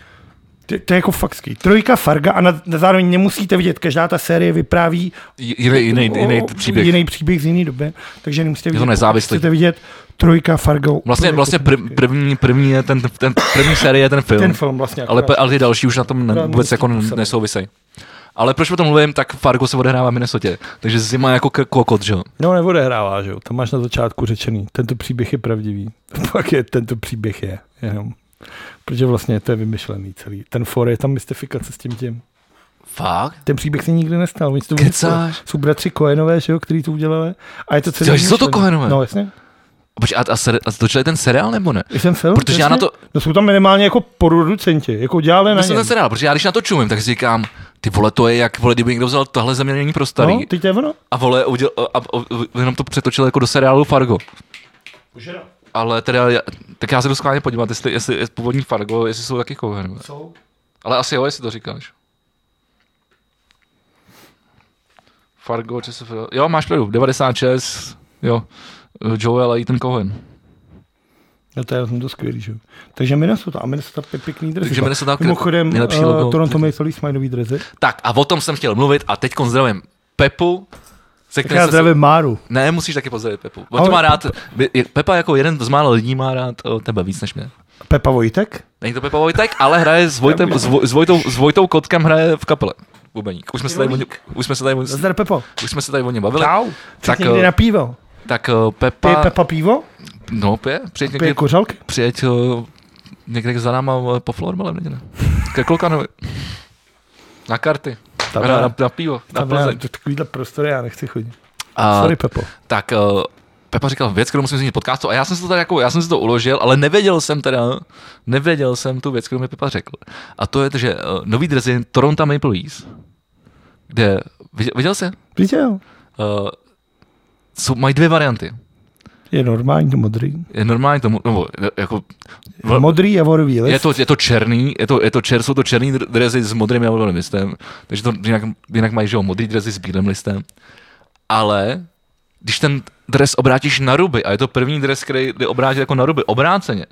Speaker 3: to, to je jako fakt skvělý. Trojka Farga a na, na zároveň nemusíte vidět, každá ta série vypráví
Speaker 2: J- Jiný, jiný,
Speaker 3: o-
Speaker 2: jiný
Speaker 3: o-
Speaker 2: příběh.
Speaker 3: jiný příběh z jiné doby, takže nemusíte vidět.
Speaker 2: nezávislý.
Speaker 3: Chcete vidět Trojka Fargo.
Speaker 2: Vlastně,
Speaker 3: úplně
Speaker 2: vlastně
Speaker 3: jako
Speaker 2: prv, první, první, je ten, ten, první série je ten film.
Speaker 3: Ten film vlastně
Speaker 2: ale,
Speaker 3: akorát.
Speaker 2: ale ty další už na tom ne,
Speaker 3: Akorát
Speaker 2: vůbec
Speaker 3: nemusí
Speaker 2: jako
Speaker 3: působit.
Speaker 2: nesouvisejí. Ale proč o tom mluvím, tak Fargo se odehrává v Minnesota. Takže zima jako k- kokot, že jo?
Speaker 3: No, neodehrává, že jo. Tam máš na začátku řečený, tento příběh je pravdivý. Pak je, tento příběh je, jenom. Protože vlastně to je vymyšlený celý. Ten for je tam mystifikace s tím tím.
Speaker 2: Fakt?
Speaker 3: Ten příběh se nikdy nestal. Oni si to
Speaker 2: Kecáš?
Speaker 3: Jsou bratři Koenové, že jo, který to udělali. A je to celý
Speaker 2: Jo, že jsou to
Speaker 3: vymyšlený.
Speaker 2: Coenové.
Speaker 3: No, jasně.
Speaker 2: Počkej, a, a, seri- a točili ten seriál nebo ne?
Speaker 3: I ten film?
Speaker 2: Protože já na to-
Speaker 3: No jsou tam minimálně jako producenti, jako dělali na
Speaker 2: Myslím
Speaker 3: něm.
Speaker 2: ten seriál, protože já když na to čumím, tak si říkám, ty vole, to je jak, vole, kdyby někdo vzal tahle země není pro starý.
Speaker 3: No, teď to je ono.
Speaker 2: A vole, uděl, a, a, a, jenom to přetočil jako do seriálu Fargo. Ale teda, já- tak já se jdu schválně podívat, jestli, jestli je původní Fargo, jestli jsou taky Cohen. Ale asi jo, jestli to říkáš. Fargo, ČSFD. Jo, máš pravdu, 96, jo. Joel a Ethan Cohen.
Speaker 3: No to je jsem to skvělý, že jo. Takže Minnesota, a Minnesota je pěkný dresy.
Speaker 2: Takže Minnesota-
Speaker 3: Mimochodem,
Speaker 2: nejlepší
Speaker 3: eh,
Speaker 2: logo.
Speaker 3: Toronto Maple Leafs mají nový dresy.
Speaker 2: Tak a o tom jsem chtěl mluvit a teď zdravím Pepu, se
Speaker 3: Tak já
Speaker 2: kterým jsem
Speaker 3: zdravím Máru.
Speaker 2: Ne, musíš taky pozdravit Pepu. On
Speaker 3: Ale
Speaker 2: tě má rád, je- Pepa jako jeden z mála lidí má rád eh, tebe víc než mě.
Speaker 3: Pepa Vojtek?
Speaker 2: Není to Pepa Vojtek, ale hraje s, Vojtem, s, Voj, s, Vojtou, s Vojtou Kotkem hraje v kapele. Bubeník. Už jsme se tady, o něm- už jsme se tady, o-
Speaker 3: Zdar Pepo.
Speaker 2: už jsme se tady o něm bavili.
Speaker 3: Čau.
Speaker 2: Tak,
Speaker 3: Tak, někdy
Speaker 2: eh,
Speaker 3: na pivo.
Speaker 2: Tak eh,
Speaker 3: Pije
Speaker 2: Pepa,
Speaker 3: Pepa jako- pivo?
Speaker 2: no pije, přijeď
Speaker 3: Pije
Speaker 2: někdy,
Speaker 3: kořalky?
Speaker 2: přijeď eh, někde za náma eh, po Florbalem, ne? Ke Klokanovi. Na karty.
Speaker 3: Tam
Speaker 2: na,
Speaker 3: ne.
Speaker 2: na, na pivo, na
Speaker 3: Tam já,
Speaker 2: Plzeň.
Speaker 3: do takovýhle prostory já nechci chodit.
Speaker 2: A-
Speaker 3: Sorry, Pepo.
Speaker 2: tak uh, Pepa říkal věc, kterou musím změnit podcastu a já jsem si to tady jako, já jsem si to uložil, ale nevěděl jsem teda, nevěděl jsem tu věc, kterou mi Pepa řekl. A to je, že uh, nový drezin Toronto Maple Leafs, kde, viděl, viděl jsi?
Speaker 3: Viděl?
Speaker 2: Uh, jsou, mají dvě varianty.
Speaker 3: Je normální modrý.
Speaker 2: Je normálně tomu, nebo eh, jako, Vel-
Speaker 3: Modrý javorový list.
Speaker 2: je to, je to černý, je to, je to čer, jsou to černý dr- drezy s modrým javorovým listem, takže to jinak, jinak mají, že jo, modrý drezy s bílým listem. Ale když ten dres obrátíš na ruby, a je to první dres, který jde obrátit jako na ruby, obráceně,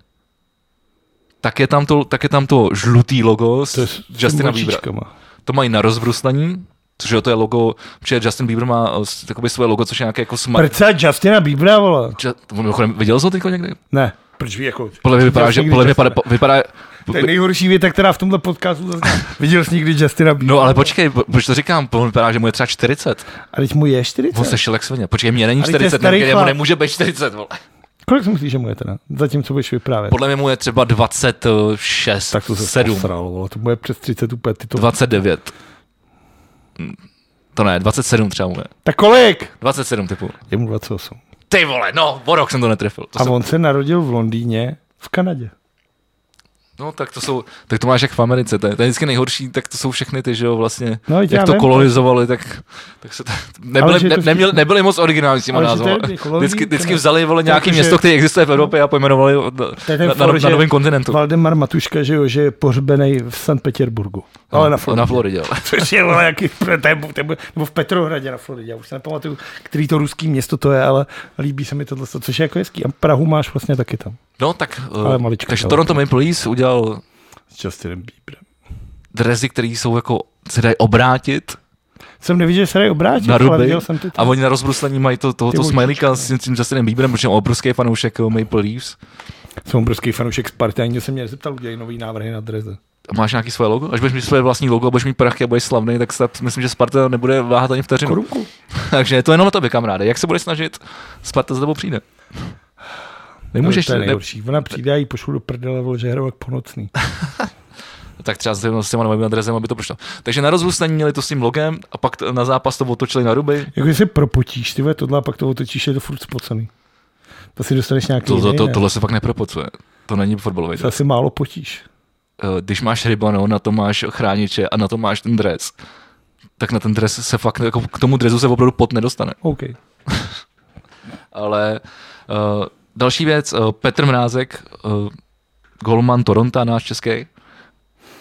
Speaker 2: tak je tam to, tak je tam to žlutý logo
Speaker 3: To je
Speaker 2: z
Speaker 3: s- s
Speaker 2: Justina Biebera.
Speaker 3: močičkama.
Speaker 2: To mají na rozbruslaní, což jo, to je logo, protože Justin Bieber má eh, s- takoby svoje logo, což je nějaké jako smart.
Speaker 3: Prca Justina Biebera, vole.
Speaker 2: Viděl jsi ho teď někdy?
Speaker 3: Ne. Proč ví, jako...
Speaker 2: Podle mě vypadá,
Speaker 3: Viděl jsi
Speaker 2: že
Speaker 3: někdy
Speaker 2: podle mě
Speaker 3: Justina?
Speaker 2: vypadá, vypadá,
Speaker 3: To je nejhorší věta, která v tomhle podcastu zazněla. Viděl jsi někdy Justina Bieber?
Speaker 2: No ale počkej, po- proč to říkám? On vypadá, že mu je třeba 40.
Speaker 3: A teď mu je
Speaker 2: On
Speaker 3: 40?
Speaker 2: se šel jak svině. Počkej, mě není
Speaker 3: Ale teď je
Speaker 2: 40,
Speaker 3: starý
Speaker 2: ne, mu
Speaker 3: chlap.
Speaker 2: nemůže být 40. Vole.
Speaker 3: Kolik si myslíš, že mu je teda? Zatímco budeš vyprávět.
Speaker 2: Podle mě mu je třeba 26,
Speaker 3: tak to se
Speaker 2: 7,
Speaker 3: Posral, vole. to mu je přes 30 úplně ty to...
Speaker 2: 29. Hm, To ne, 27 třeba mu je.
Speaker 3: Tak kolik?
Speaker 2: 27 typu.
Speaker 3: Je mu 28.
Speaker 2: Ty vole, no, o rok jsem to netrefil. To
Speaker 3: A
Speaker 2: jsem,
Speaker 3: on se narodil v Londýně, v Kanadě.
Speaker 2: No tak to jsou, tak to máš jak v Americe, to je, to je vždycky nejhorší, tak to jsou všechny ty, že jo, vlastně,
Speaker 3: No,
Speaker 2: no,
Speaker 3: já
Speaker 2: jak to
Speaker 3: vím.
Speaker 2: kolonizovali, tak, tak se to, nebyli,
Speaker 3: že je
Speaker 2: ne,
Speaker 3: to vždy-
Speaker 2: neměli, nebyli moc originální s těma
Speaker 3: Ale že to
Speaker 2: názvama.
Speaker 3: je ty kolonii,
Speaker 2: Vždycky,
Speaker 3: to
Speaker 2: vždycky
Speaker 3: ne-
Speaker 2: vzali vole
Speaker 3: to
Speaker 2: nějaký
Speaker 3: jako,
Speaker 2: město,
Speaker 3: že-
Speaker 2: které existuje v Evropě a pojmenovali ho na,
Speaker 3: To je ten
Speaker 2: na, na,
Speaker 3: for,
Speaker 2: na
Speaker 3: že-
Speaker 2: novém kontinentu.
Speaker 3: Valdemar Matuška, že jo, že je pohřbený v Sankt Petersburgu.
Speaker 2: No,
Speaker 3: Ale na Floridě.
Speaker 2: Na Floridě, jo.
Speaker 3: Což je vole, jaký, to je, to je, nebo v Petrohradě na Floridě, já už se nepamatuju, který to ruský město to je, ale líbí se mi tohle, což je jako hezký. A Prahu máš vlastně taky tam.
Speaker 2: No tak, eh,
Speaker 3: Ale maličko,
Speaker 2: takže
Speaker 3: jo.
Speaker 2: Toronto Maple Leafs udělal
Speaker 3: S Justinem Bieberem.
Speaker 2: drezy, které jsou jako, se dají obrátit
Speaker 3: Jsem neviděl, že se dají obrátit,
Speaker 2: Na
Speaker 3: ale
Speaker 2: ruby.
Speaker 3: viděl jsem ty.
Speaker 2: a oni na rozbruslení mají to, to,
Speaker 3: Ty
Speaker 2: to
Speaker 3: božičko.
Speaker 2: smajlíka s tím Justinem Bieberem, protože je obrovský fanoušek eh, Maple Leafs.
Speaker 3: Jsem obrovský fanoušek Sparty, ani se mě nezeptal, udělají nový návrhy na dreze.
Speaker 2: A máš nějaký svoje logo? Až budeš mít svoje vlastní logo a budeš mít prachy a budeš slavný, tak snad myslím, že Sparta nebude váhat ani vteřinu.
Speaker 3: Korunku.
Speaker 2: Takže je to jenom na tobě, kamaráde. Jak se bude snažit, Sparta za tebou přijde. Nemůžeš,
Speaker 3: to je
Speaker 2: ne,
Speaker 3: nejhorší. Ona přijde a jí pošlu do prdele, vole, že hrajou jak ponocný.
Speaker 2: tak třeba s těma- s těma novým adresem, aby to prošlo. Takže na rozluslení měli to s tím logem a pak t- na zápas to otočili na ruby.
Speaker 3: Jakože se Jako, propotíš, ty vole, tohle a pak to otočíš, je to furt spocený. To si dostaneš nějaký
Speaker 2: To, to,
Speaker 3: jiný,
Speaker 2: to,
Speaker 3: ne?
Speaker 2: tohle se fakt nepropocuje. To není fotbalový.
Speaker 3: se
Speaker 2: dres.
Speaker 3: asi málo potíš.
Speaker 2: Eh, Když máš rybano, na to máš chrániče a na to máš ten dres, tak na ten dres se fakt, jako k tomu dresu se opravdu pot nedostane.
Speaker 3: OK.
Speaker 2: Ale uh, další věc, uh, Petr Mrázek, uh, golman Toronto, náš český,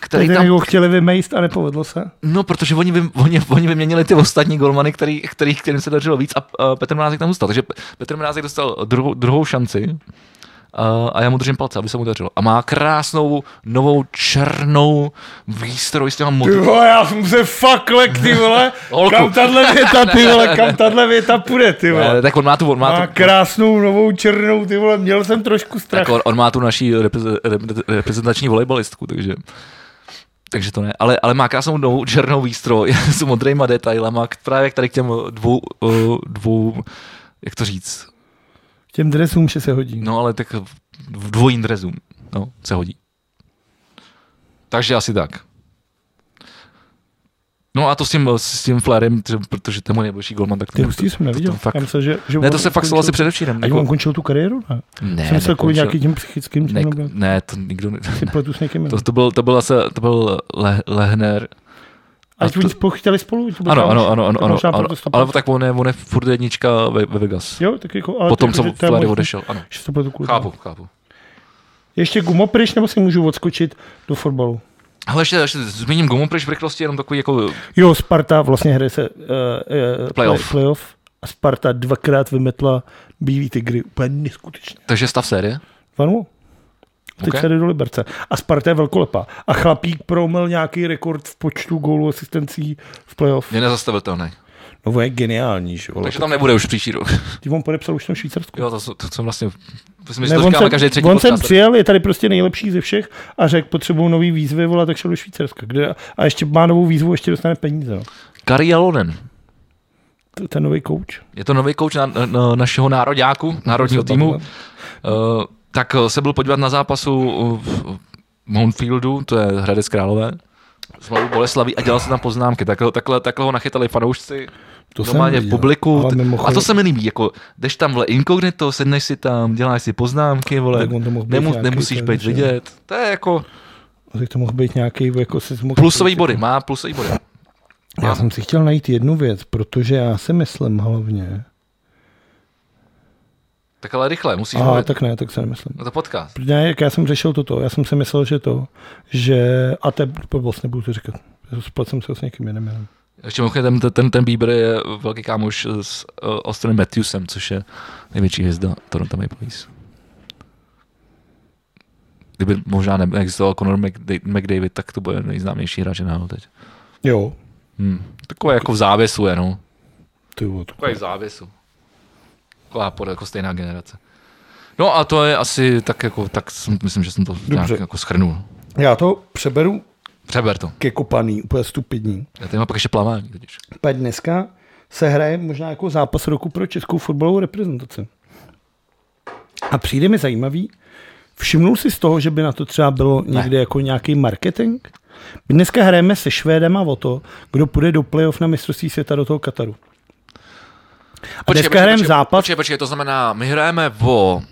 Speaker 2: který
Speaker 3: Tady
Speaker 2: tam,
Speaker 3: ho jako chtěli vymejst a nepovedlo se.
Speaker 2: no protože oni, vym, oni, oni vyměnili ty ostatní golmany, který, který, kterým se dařilo víc a uh, Petr Mrázek tam zůstal. Takže Pe- Petr Mrázek dostal druhou, druhou šanci uh, a já mu držím palce, aby se mu dařilo. A má krásnou novou černou výstroj s těma
Speaker 3: Ty
Speaker 2: modrý.
Speaker 3: vole, já jsem se fakt lek, ty vole.
Speaker 2: Holku.
Speaker 3: Kam tahle věta, ty vole, kam tahle věta půjde, ty
Speaker 2: Ne,
Speaker 3: vole.
Speaker 2: Eh, tak on má tu, on má
Speaker 3: Má
Speaker 2: tu,
Speaker 3: krásnou novou černou, ty vole, měl jsem trošku strach.
Speaker 2: Tak on, on má tu naší repreze- repre- reprezentační volejbalistku, takže takže to ne, ale, ale má krásnou novou černou výstroj s modrýma detailama, k- právě k tady k těm dvou, eh, dvou, jak to říct,
Speaker 3: Těm dresům že se hodí.
Speaker 2: no ale tak v dvojím drezům, no, se hodí. Takže asi tak. No a to s tím, s tím flérem, že- protože ten můj nejbližší golman, tak
Speaker 3: Ty
Speaker 2: to-
Speaker 3: hustý jsem
Speaker 2: to- to-
Speaker 3: neviděl.
Speaker 2: to fakt-
Speaker 3: já myslel, že, že
Speaker 2: Ne,
Speaker 3: on
Speaker 2: to se fakt stalo asi
Speaker 3: ukončil-
Speaker 2: předevčírem. jako-
Speaker 3: Ani on končil tu kariéru, ne?
Speaker 2: ne,
Speaker 3: jsem myslel kvůli No,
Speaker 2: nekončil.
Speaker 3: nějakým tím psychickým tím,
Speaker 2: ne,
Speaker 3: nebo
Speaker 2: ne, to nikdo, ne,
Speaker 3: si pletu s někým.
Speaker 2: To, to byl, to byl, asi, to byl le, Lehner. A
Speaker 3: Až
Speaker 2: to,
Speaker 3: oni spolu chtěli spolu. to bylo
Speaker 2: ano,
Speaker 3: tam-
Speaker 2: ano, ano, ano,
Speaker 3: to
Speaker 2: ano,
Speaker 3: možná
Speaker 2: ano,
Speaker 3: proto stopa-
Speaker 2: ale tak on je, on je furt jednička ve, ve Vegas.
Speaker 3: Jo, tak jako, ale
Speaker 2: Potom,
Speaker 3: tak
Speaker 2: co
Speaker 3: jako, že to je
Speaker 2: Flair
Speaker 3: možný,
Speaker 2: odešel, ano.
Speaker 3: že to pletu kvůli
Speaker 2: Chápu,
Speaker 3: tomu.
Speaker 2: chápu.
Speaker 3: Ještě gumopryč, nebo si můžu odskočit do fotbalu?
Speaker 2: Ale ještě, ještě zmíním gumu pryč v rychlosti, jenom takový jako...
Speaker 3: Jo, Sparta vlastně hraje se uh, uh,
Speaker 2: Playoff.
Speaker 3: playoff. A Sparta dvakrát vymetla bílý tygry. Úplně neskutečně.
Speaker 2: Takže stav série.
Speaker 3: Vanu? Teď
Speaker 2: Ok.
Speaker 3: okay. se jde do Liberce. A Sparta je velkolepá. A chlapík promil nějaký rekord v počtu gólů asistencí v playoff.
Speaker 2: Je nezastavitelný.
Speaker 3: No, on je geniální, že jo.
Speaker 2: Takže tam nebude už příští rok.
Speaker 3: Ty on podepsal už na Švýcarsku.
Speaker 2: Jo, to, jsou- to jsem vlastně... To si
Speaker 3: Ne,
Speaker 2: myslím, že to
Speaker 3: on
Speaker 2: říkáme
Speaker 3: sem,
Speaker 2: každý třetí
Speaker 3: on sem
Speaker 2: podcast.
Speaker 3: přijel, je tady prostě nejlepší ze všech a řekl, potřebuju nový výzvy, vole, tak šel do Švýcarska. Kde, a ještě má novou výzvu, ještě dostane peníze. No.
Speaker 2: Kari Jalonen.
Speaker 3: To- Ten nový coach.
Speaker 2: Je to nový kouč na, na, našeho nároďáku, národního týmu.
Speaker 3: bavíme.
Speaker 2: Uh, tak eh, se byl podívat na zápasu eh, v Mountfieldu, to je Hradec Králové, s Mladou Boleslaví a dělal se tam poznámky. Takhle, takhle, takhle ho nachytali fanoušci
Speaker 3: To jsem
Speaker 2: normálně v
Speaker 3: viděl,
Speaker 2: publiku.
Speaker 3: ale
Speaker 2: T- A
Speaker 3: mimochodem-
Speaker 2: to se mi líbí, jako jdeš tam vle inkognito, sedneš si tam, děláš si poznámky, vole,
Speaker 3: Tak on to mohl být
Speaker 2: nemu,
Speaker 3: nějaký
Speaker 2: nemusíš
Speaker 3: ten,
Speaker 2: být
Speaker 3: že jo.
Speaker 2: vidět. To je jako
Speaker 3: Tak to mohl být nějaký, jako se mohl
Speaker 2: plusový body, má plusový body.
Speaker 3: Já jsem si chtěl najít jednu věc, protože já si myslím hlavně.
Speaker 2: Tak ale rychle, musíš
Speaker 3: Aha,
Speaker 2: mluvit.
Speaker 3: tak ne, tak se nemyslím.
Speaker 2: Na to podcast.
Speaker 3: Ne, jak já jsem řešil toto, já jsem si myslel, že to, že, a te, vlastně budu to říkat, splet jsem se s někým jiným. jenom.
Speaker 2: Ještě mimochodem, ten, ten, ten Bieber je velký kámoš s uh, Austenem Matthewsem, což je největší hvězda Toronto Maple Leafs. Kdyby možná neexistoval Conor McDa- McDavid, tak to bude nejznámější hráč NHL teď.
Speaker 3: Jo,
Speaker 2: Hmm. Takové jako v závěsu je, no.
Speaker 3: ty vole, to-
Speaker 2: Takové v závěsu. Taková pod, jako stejná generace. No a to je asi tak jako, tak jsem, myslím, že jsem to Dobře. nějak
Speaker 3: Dobře.
Speaker 2: jako schrnul.
Speaker 3: Já to přeberu
Speaker 2: Přeber to.
Speaker 3: ke kopaný, úplně stupidní.
Speaker 2: Já tady mám pak ještě plavání totiž.
Speaker 3: Pak dneska se hraje možná jako zápas roku pro českou fotbalovou reprezentaci. A přijde mi zajímavý, všimnul si z toho, že by na to třeba bylo někde jako nějaký marketing? My dneska hrajeme se Švédema o to, kdo půjde do playoff na mistrovství světa do toho Kataru. A dneska hrajeme zápas,
Speaker 2: Počkej, počkej, to znamená, my hrajeme o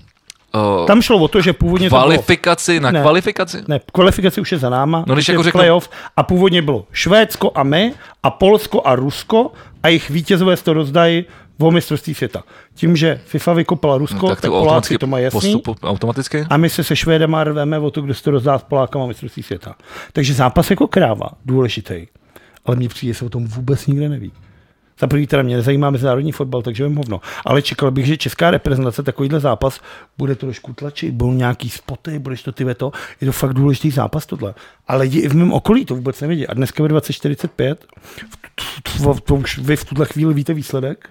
Speaker 2: uh,
Speaker 3: Tam šlo o to, že původně to bylo...
Speaker 2: kvalifikaci na
Speaker 3: Ne.
Speaker 2: kvalifikaci?
Speaker 3: Ne, kvalifikace už je za náma,
Speaker 2: No, když
Speaker 3: už je
Speaker 2: jako řeknu-
Speaker 3: playoff a původně bylo Švédsko a my a Polsko a Rusko a jejich vítězové se to rozdají v mistrovství světa. Tím, že FIFA vykopala Rusko, no, tak, tak Poláci to mají jasný.
Speaker 2: postupu, automaticky?
Speaker 3: A my se se Švédama rveme o to, kdo se to rozdá s Polákama mistrovství světa. Takže zápas jako kráva, důležitý. Ale mně přijde, se o tom vůbec nikde neví. Za prvý teda mě nezajímá mezinárodní fotbal, takže vím hovno. Ale čekal bych, že česká reprezentace takovýhle zápas bude trošku tlačit, budou nějaký spoty, budeš to ty ve to. Je to fakt důležitý zápas tohle. A lidi i v mém okolí to vůbec nevědí. A dneska ve 20.45, v- v- v- to už vy v tuhle chvíli víte výsledek?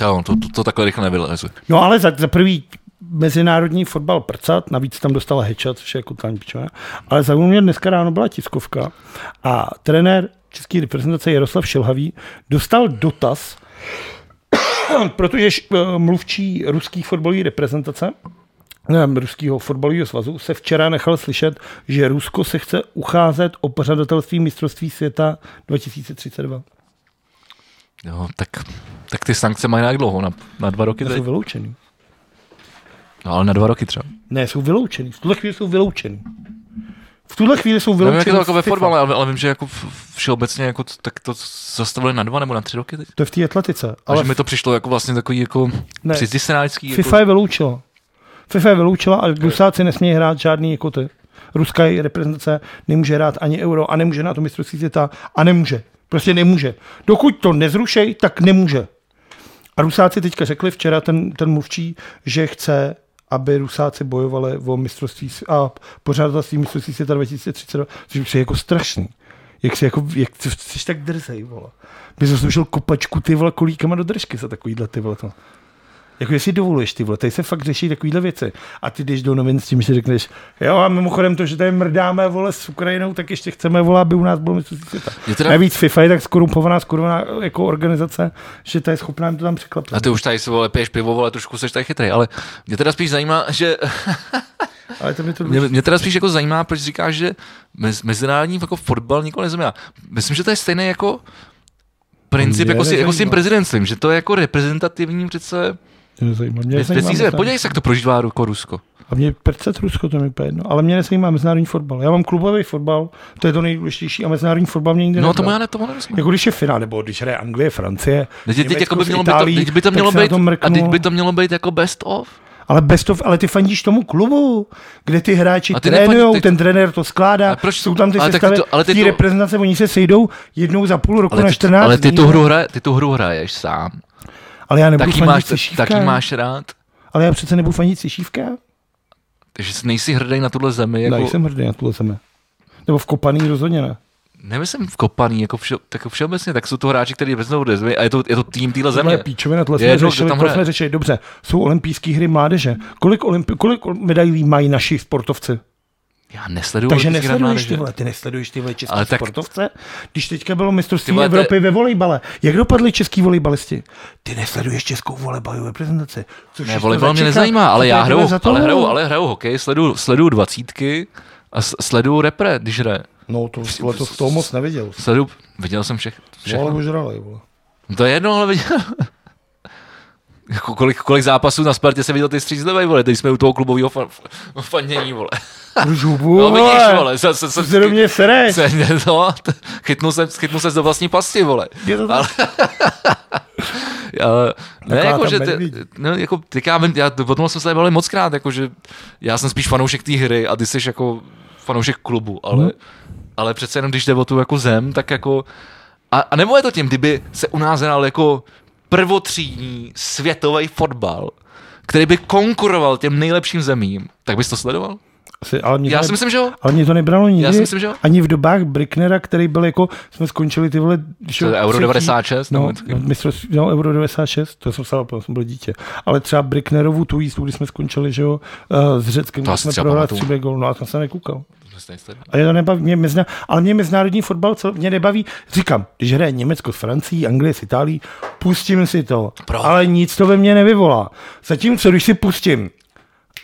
Speaker 2: Jo, to, to, to takhle rychle nevyleze.
Speaker 3: No ale za, za prvý mezinárodní fotbal prcat, navíc tam dostal heča, což je jako tání pičovina. Ale za mě dneska ráno byla tiskovka a trenér české reprezentace Jaroslav Šilhavý dostal dotaz, protože eh, mluvčí ruský fotbalový reprezentace nevím, ruského fotbalového svazu se včera nechal slyšet, že Rusko se chce ucházet o pořadatelství mistrovství světa 2032.
Speaker 2: Jo, tak, tak ty sankce mají nějak dlouho, na, na dva roky
Speaker 3: Jsou
Speaker 2: teď.
Speaker 3: vyloučený.
Speaker 2: No, ale na dva roky třeba.
Speaker 3: Ne, jsou vyloučený. V tuhle chvíli jsou vyloučený. V tuhle chvíli jsou
Speaker 2: Nevím,
Speaker 3: vyloučený.
Speaker 2: jak je to jako ve
Speaker 3: z FIFA.
Speaker 2: fotbale, ale, ale vím, že jako v- v- všeobecně jako, t- tak to zastavili na dva nebo na tři roky teď.
Speaker 3: To je v té atletice.
Speaker 2: Ale
Speaker 3: Ale
Speaker 2: že mi to přišlo jako vlastně takový jako
Speaker 3: Ne.
Speaker 2: přizdisenácký. Jako,
Speaker 3: FIFA je vyloučila. FIFA je vyloučila a Rusáci nesmějí hrát žádný jako ty. Ruská její reprezentace nemůže hrát ani euro a nemůže na to mistrovství světa a nemůže. Prostě nemůže. Dokud to nezrušej, tak nemůže. A Rusáci teďka řekli včera ten, ten mluvčí, že chce, aby Rusáci bojovali o mistrovství s- a pořádatelství mistrovství světa 2032, což mi přijde jako strašný. Jak jsi, jako, jak jsi, jsi tak drzej, vole. By jsem slyšel kopačku ty vole kolíkama do držky za takovýhle ty vole to. Jako jestli dovoluješ ty vole, tady se fakt řeší takovýhle věci. A ty jdeš do novin s tím, že řekneš, jo a mimochodem to, že tady mrdáme vole s Ukrajinou, tak ještě chceme vole, aby u nás bylo mistrovství světa.
Speaker 2: Je teda-
Speaker 3: Navíc FIFA je tak skorumpovaná, skorumovaná jako organizace, že ta je schopná jim to tam překlapat.
Speaker 2: A ty už tady si vole, piješ pivo, vole, trošku seš tady chytrý, ale mě teda spíš zajímá, že
Speaker 3: Ale to mi to
Speaker 2: Mě, mě teda spíš jako zajímá, proč říkáš, že mez, mezinárodní jako fotbal nikoho nezajímá. Myslím, že to je stejné jako princip
Speaker 3: Mě
Speaker 2: jako, si, jako s tím
Speaker 3: nezajímá.
Speaker 2: prezidentstvím, že to je jako reprezentativní přece
Speaker 3: Mě nezajímá. Mě
Speaker 2: věc,
Speaker 3: nezajímá
Speaker 2: věcí se.
Speaker 3: mezinárodní-
Speaker 2: Podívej se, jak to prožívá jako Rusko.
Speaker 3: A mě percet Rusko, to mi úplně jedno. Ale mě nezajímá mezinárodní fotbal. Já mám klubový fotbal, to je to nejdůležitější a mezinárodní fotbal mě nikdy
Speaker 2: No
Speaker 3: nezajímá.
Speaker 2: tomu já ne, tomu nerozumím.
Speaker 3: Jako když je finál, nebo když hraje Anglie, Francie,
Speaker 2: Teď, teď, jako by
Speaker 3: s
Speaker 2: mělo být, to, teď by to
Speaker 3: tak
Speaker 2: mělo
Speaker 3: se na
Speaker 2: být, a
Speaker 3: mrknu. No,
Speaker 2: teď by to mělo být jako best of.
Speaker 3: Ale best of, ale ty fandíš tomu klubu, kde ty hráči
Speaker 2: A ty
Speaker 3: ty trénujou,
Speaker 2: nefandí- ty-
Speaker 3: ten trenér to skládá,
Speaker 2: A proč-
Speaker 3: jsou tam ty
Speaker 2: ale tak ty
Speaker 3: sestavy,
Speaker 2: to- ale ty
Speaker 3: ty
Speaker 2: to-
Speaker 3: reprezentace, oni se sejdou jednou za půl roku
Speaker 2: Ale
Speaker 3: na
Speaker 2: ty,
Speaker 3: 14
Speaker 2: ale ty,
Speaker 3: dní, no.
Speaker 2: tu hru hraje, ty tu hru hraješ sám.
Speaker 3: ale já nebudu
Speaker 2: Taky
Speaker 3: fandit
Speaker 2: máš,
Speaker 3: Cišívka,
Speaker 2: taky máš rád.
Speaker 3: ale já přece nebudu fandit Cišívka.
Speaker 2: Takže jsi- nejsi hrdý na tuhle zemi.
Speaker 3: Jako...
Speaker 2: Jako,
Speaker 3: Nejsem hrdý na tuhle zemi. Nebo v kopaný rozhodně ne.
Speaker 2: nemyslím vkopaný, jako, vše, jako všeobecně, tak jsou to hráči, kteří reprezentují tuhle zemi a je to, je to tým téhle
Speaker 3: Tohle je
Speaker 2: země.
Speaker 3: píčovina, tohle
Speaker 2: Je
Speaker 3: jsme
Speaker 2: jedno, kdo
Speaker 3: řešili,
Speaker 2: tam
Speaker 3: tohle
Speaker 2: hraje.
Speaker 3: jsme řešili. Dobře, jsou olympijské hry mládeže. Kolik, olympi- kolik medailí mají naši sportovci?
Speaker 2: Já nesleduju
Speaker 3: Takže
Speaker 2: olympijský hrad
Speaker 3: nesleduješ
Speaker 2: mládeže.
Speaker 3: ty vole, ty nesleduješ ty vole český
Speaker 2: Ale tak-
Speaker 3: sportovce? Když teďka bylo
Speaker 2: Ty
Speaker 3: mistrovství
Speaker 2: vole, to je-
Speaker 3: Evropy ve volejbale, jak dopadli český volejbalisti? Ty nesleduješ českou volejbalovou reprezentaci. Což
Speaker 2: Ne,
Speaker 3: je
Speaker 2: volejbal
Speaker 3: to
Speaker 2: mě
Speaker 3: začeká.
Speaker 2: nezajímá, ale
Speaker 3: Co
Speaker 2: já
Speaker 3: tady
Speaker 2: hraju,
Speaker 3: bude za to?
Speaker 2: ale hraju, ale hraju hokej, sleduju, sleduju dvacítky a s- sleduju repre, když hraje.
Speaker 3: No to vole, to, to moc neviděl.
Speaker 2: Sleduju, viděl jsem všech,
Speaker 3: Vole,
Speaker 2: všechno.
Speaker 3: ožralej, vole.
Speaker 2: To je jedno, ale viděl. Jako kolik, kolik zápasů na Spartě se viděl ty střízlivej, vole, teď jsme u toho klubového fan, fanění, vole.
Speaker 3: Žubu,
Speaker 2: No vidíš,
Speaker 3: vole.
Speaker 2: vole, se, se, se,
Speaker 3: Co se do mě sereš?
Speaker 2: se, no, t- chytnul jsem, chytnul jsem do vlastní pasti, vole.
Speaker 3: Je to tak?
Speaker 2: Ale- Ale, ne,
Speaker 3: Taková
Speaker 2: jako,
Speaker 3: ta
Speaker 2: že ty,
Speaker 3: medvídí.
Speaker 2: no, jako, tak já vím, já, o tom jsme se bavili moc krát, jako, že já jsem spíš fanoušek té hry a ty jsi jako fanoušek klubu,
Speaker 3: No.
Speaker 2: ale, ale přece jenom, když jde o tu jako zem, tak jako, a, a nebo je to tím, kdyby se u nás hrál jako prvotřídní světový fotbal, který by konkuroval těm nejlepším zemím, tak bys to sledoval?
Speaker 3: Asi- ale mě to
Speaker 2: Já
Speaker 3: ne-
Speaker 2: si myslím, že jo.
Speaker 3: Ale mě to nebralo nikdy.
Speaker 2: si myslím, že jo.
Speaker 3: Ani v dobách Bricknera, který byl jako, jsme skončili ty vole...
Speaker 2: To je Euro 96 nebo
Speaker 3: No,
Speaker 2: něco
Speaker 3: no,
Speaker 2: takového.
Speaker 3: mistrovství, no, Euro 96, to jsem psal, jsem byl dítě. Ale třeba Bricknerovu tu jízdu, kdy jsme skončili, že jo, eh, s Řeckem,
Speaker 2: To
Speaker 3: kdy
Speaker 2: asi
Speaker 3: jsme
Speaker 2: třeba
Speaker 3: prohráli
Speaker 2: pamatuju.
Speaker 3: 3 gol, no a tam jsem nekoukal.
Speaker 2: Sledoval.
Speaker 3: Ale to nebaví, mě mezna, ale mě mezinárodní fotbal cel, mě nebaví. Říkám, když hraje Německo s Francií, Anglie s Itálií, pustím si to.
Speaker 2: Proč?
Speaker 3: Ale nic to ve mně nevyvolá. Zatímco, když si pustím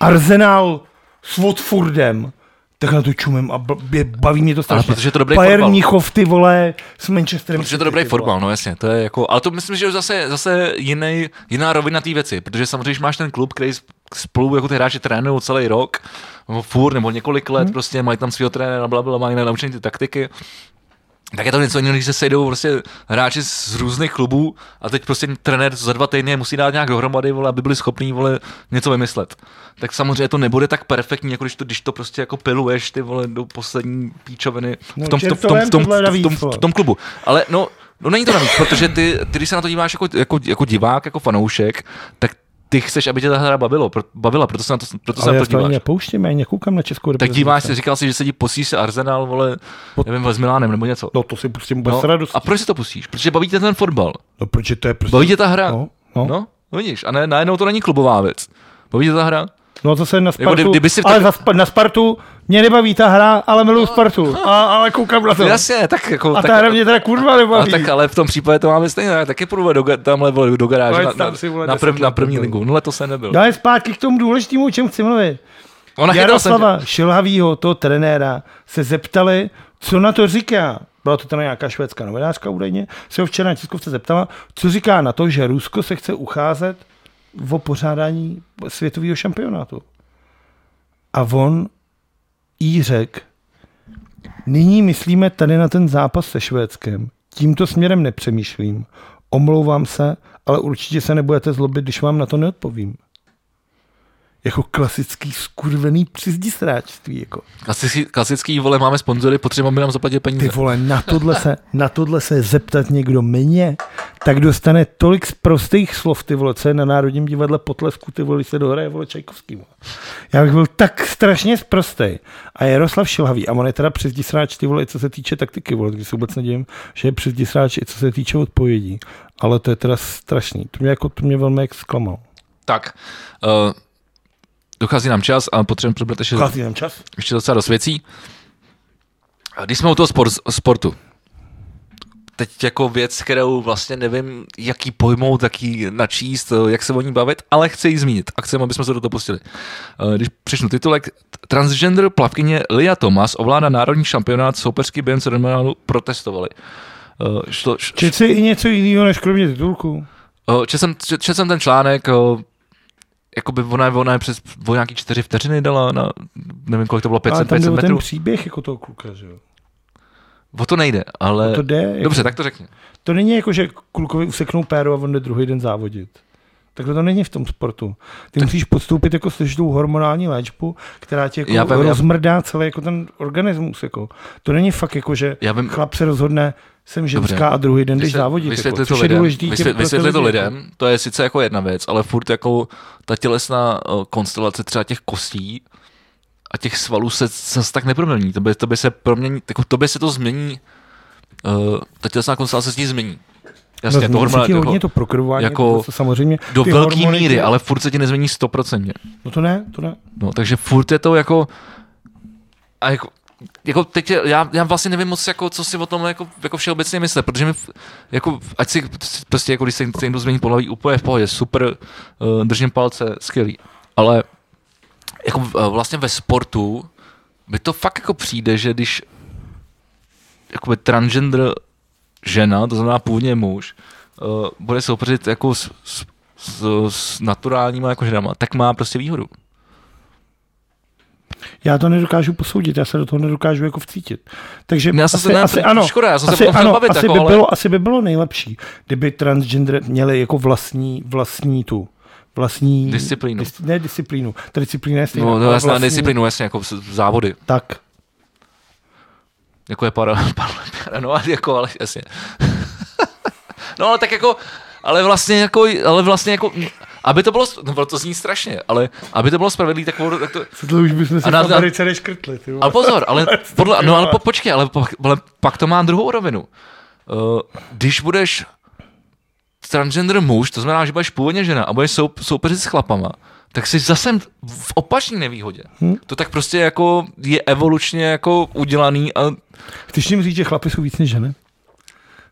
Speaker 3: Arsenal s Watfordem, tak na to čumím a b- je- baví mě to strašně.
Speaker 2: protože je to dobrý
Speaker 3: Bayern
Speaker 2: fotbal.
Speaker 3: Mnichov, ty vole, s Manchesterem.
Speaker 2: Protože to dobrý
Speaker 3: City, ty vole.
Speaker 2: fotbal, no jasně, to je jako, ale to myslím, že je zase, zase jiný, jiná rovina té věci, protože samozřejmě, když máš ten klub, který s- spolu jako ty hráči trénují celý rok, nebo furt, nebo několik
Speaker 3: Mhm.
Speaker 2: let, hmm. prostě mají tam svého trenéra, bla, bla, mají naučené ty taktiky, tak je to něco jiného, když se sejdou prostě hráči z různých klubů a teď prostě trenér za dva týdny je musí dát nějak dohromady, vole, aby byli schopní vole, něco vymyslet. Tak samozřejmě to nebude tak perfektní, jako když to, když to prostě jako piluješ ty vole do poslední píčoviny v
Speaker 3: No,
Speaker 2: tom, v tom, v tom,
Speaker 3: čertovem
Speaker 2: v tom,
Speaker 3: tohle
Speaker 2: v tom,
Speaker 3: navíc,
Speaker 2: v tom,
Speaker 3: vole.
Speaker 2: v tom klubu. Ale no, no není to navíc, protože ty, ty, když se na to díváš jako, jako, jako divák, jako fanoušek, tak ty chceš, aby tě ta hra bavilo, pro, bavila, proto se na to, proto se
Speaker 3: Ale
Speaker 2: na
Speaker 3: já
Speaker 2: to
Speaker 3: to ani
Speaker 2: díváš.
Speaker 3: nepouštím, já ani nekoukám na českou
Speaker 2: Tak díváš
Speaker 3: reprezentaci.
Speaker 2: se, říkal si, že se ti posí se Arsenal, vole, nevím, vole, s Milánem nebo něco.
Speaker 3: No to si pustím vůbec no, radost.
Speaker 2: a proč si to pustíš? Protože baví tě ten fotbal.
Speaker 3: No protože to je prostě...
Speaker 2: Baví tě ta hra.
Speaker 3: No,
Speaker 2: No,
Speaker 3: no.
Speaker 2: vidíš. A ne, najednou to není klubová věc. Baví tě ta hra?
Speaker 3: No a zase na Spartu,
Speaker 2: kdy- Jako kdyby si-
Speaker 3: ale za, Sp- na Spartu mě nebaví ta hra, ale miluju Spartu, a, ale koukám na to.
Speaker 2: No. Jasně, tak jako...
Speaker 3: A
Speaker 2: tak,
Speaker 3: ta hra mě teda kurva
Speaker 2: a
Speaker 3: nebaví.
Speaker 2: tak ale v tom případě to máme stejně, já taky půjdu do, ga- tamhle vole, do garáže
Speaker 3: Pojď
Speaker 2: na,
Speaker 3: tam
Speaker 2: na,
Speaker 3: si, vole,
Speaker 2: na, prv,
Speaker 3: deset
Speaker 2: na
Speaker 3: let
Speaker 2: první
Speaker 3: byl.
Speaker 2: ligu. No letos jsem nebyl.
Speaker 3: Dále zpátky k tomu důležitému, o čem chci mluvit.
Speaker 2: Ona chytal jsem
Speaker 3: Jaroslava Šilhavýho, toho trenéra, se zeptali, co na to říká. Byla to tam nějaká švédská novinářka údajně, se ho včera na tiskovce zeptala, co říká na to, že Rusko se chce ucházet o pořádání světového šampionátu. A on jí řekl, nyní myslíme tady na ten zápas se Švédskem. Tímto směrem nepřemýšlím. Omlouvám se, ale určitě se nebudete zlobit, když vám na to neodpovím jako klasický skurvený přizdisráčství. Jako.
Speaker 2: Klasický, klasický, vole, máme sponzory, potřebujeme, aby nám zaplatili peníze.
Speaker 3: Ty vole, na tohle, se, na tohle se zeptat někdo mě, tak dostane tolik z prostých slov, ty vole, co je na Národním divadle potlesku, ty vole, když se dohraje, vole, Čajkovský. Vole. Já bych byl tak strašně sprostej. A Jaroslav Šilhavý, a on je teda přizdisráč, ty vole, i co se týče taktiky, vole, takže se vůbec nedivím, že je přizdisráč, i co se týče odpovědí. Ale to je teda strašný. To mě, jako, to mě velmi jak zklamalo.
Speaker 2: Tak, uh, dochází nám čas a potřebujeme probrat ještě,
Speaker 3: Chází nám čas?
Speaker 2: ještě docela dost věcí. A Když jsme u toho spor, sportu, teď jako věc, kterou vlastně nevím, jak ji pojmout, jak ji načíst, eh, jak se o ní bavit, ale chci ji zmínit a chci, aby jsme se do toho pustili. Eh, Když přečnu titulek, transgender plavkyně Lia Thomas ovládá národní šampionát, soupeřky během ceremoniálu protestovali. Eh, Šlo, š,
Speaker 3: Čet si i něco jiného, než kromě titulku.
Speaker 2: Uh, Četl jsem, čet, čet jsem ten článek, uh, jako by ona, ona je přes o nějaký čtyři vteřiny dala na, nevím kolik to bylo, 500,
Speaker 3: Ale tam
Speaker 2: 500
Speaker 3: byl
Speaker 2: metrů.
Speaker 3: ten příběh jako toho kluka, že jo?
Speaker 2: O to nejde, ale...
Speaker 3: To jde. Jako,
Speaker 2: Dobře, tak to řekni.
Speaker 3: To není jako, že klukovi useknou péru a on jde druhý den závodit. Takhle to není v tom sportu. Ty musíš podstoupit jako složitou hormonální léčbu, která tě jako
Speaker 2: Já vím, já-
Speaker 3: rozmrdá celý jako ten organismus. Jako. To není fakt jako, že
Speaker 2: Já vím-
Speaker 3: chlap se rozhodne, jsem ženská
Speaker 2: Dobře.
Speaker 3: a druhý den jdeš
Speaker 2: Vysvět-
Speaker 3: závodit.
Speaker 2: Vysvětli
Speaker 3: jako,
Speaker 2: to
Speaker 3: což je
Speaker 2: lidem,
Speaker 3: důležitý těm-
Speaker 2: vysvětli,
Speaker 3: pro ty
Speaker 2: vysvětli to
Speaker 3: lidi, jako.
Speaker 2: lidem, to je sice jako jedna věc, ale furt jako ta tělesná uh, konstelace třeba těch kostí a těch svalů se zase tak nepromění. To by, to by se promění, jako to by se to změní, uh, ta tělesná konstelace se s ní změní. Jasně,
Speaker 3: no,
Speaker 2: to hormon,
Speaker 3: hormony, hodně
Speaker 2: jako,
Speaker 3: to prokrvování,
Speaker 2: jako
Speaker 3: jako, to samozřejmě.
Speaker 2: do
Speaker 3: ty
Speaker 2: velké
Speaker 3: hormony-
Speaker 2: míry, ale furt se ti nezmění stoprocentně.
Speaker 3: No to ne, to ne.
Speaker 2: No, takže furt je to jako... A jako, jako teď je, já, já vlastně nevím moc, jako, co si o tom jako, jako všeobecně myslet, protože mi, f- jako, ať si si prostě, jako, když se se někdo změní pohlaví, úplně v pohodě, super, uh, držím palce, skvělý. Ale jako, v- vlastně ve sportu mi to fakt jako přijde, že když jakoby transgender žena, to znamená původně muž, uh, bude soupeřit jako s, s, s, s naturálníma jako ženama, tak má prostě výhodu.
Speaker 3: Já to nedokážu posoudit, já se do toho nedokážu jako vcítit. Takže
Speaker 2: Já
Speaker 3: asi,
Speaker 2: jsem se ne-
Speaker 3: asi, ano,
Speaker 2: škoda, já jsem se
Speaker 3: asi,
Speaker 2: o tom chtěl
Speaker 3: ano,
Speaker 2: bavit,
Speaker 3: asi,
Speaker 2: jako,
Speaker 3: by
Speaker 2: ale-
Speaker 3: bylo, asi by bylo nejlepší, kdyby transgender měli jako vlastní, vlastní tu vlastní
Speaker 2: Disciplínu.
Speaker 3: Dis, ne disciplínu, ta disciplína je stejná.
Speaker 2: No,
Speaker 3: ale
Speaker 2: no jasná
Speaker 3: vlastní-
Speaker 2: vlastně... disciplínu, jasně, jako s- závody,
Speaker 3: Tak,
Speaker 2: jako je para, para, para no ale jako, ale jasně. no ale tak jako, ale vlastně jako, ale vlastně jako, aby to bylo, no to zní strašně, ale aby to bylo spravedlivý, tak, tak to,
Speaker 3: co to už bychom se
Speaker 2: A na-
Speaker 3: v
Speaker 2: na-
Speaker 3: Americe neškrtli. Ty vole.
Speaker 2: Ale pozor, ale, podle, no, ale po, počkej, ale, po, ale pak to má druhou rovinu. Uh, když budeš transgender muž, to znamená, že budeš původně žena a budeš soup, soupeřit s chlapama, tak jsi zase v opačné nevýhodě. Hmm. To tak prostě jako je evolučně jako udělaný a
Speaker 3: Chceš tím říct, že chlapi jsou víc než ženy?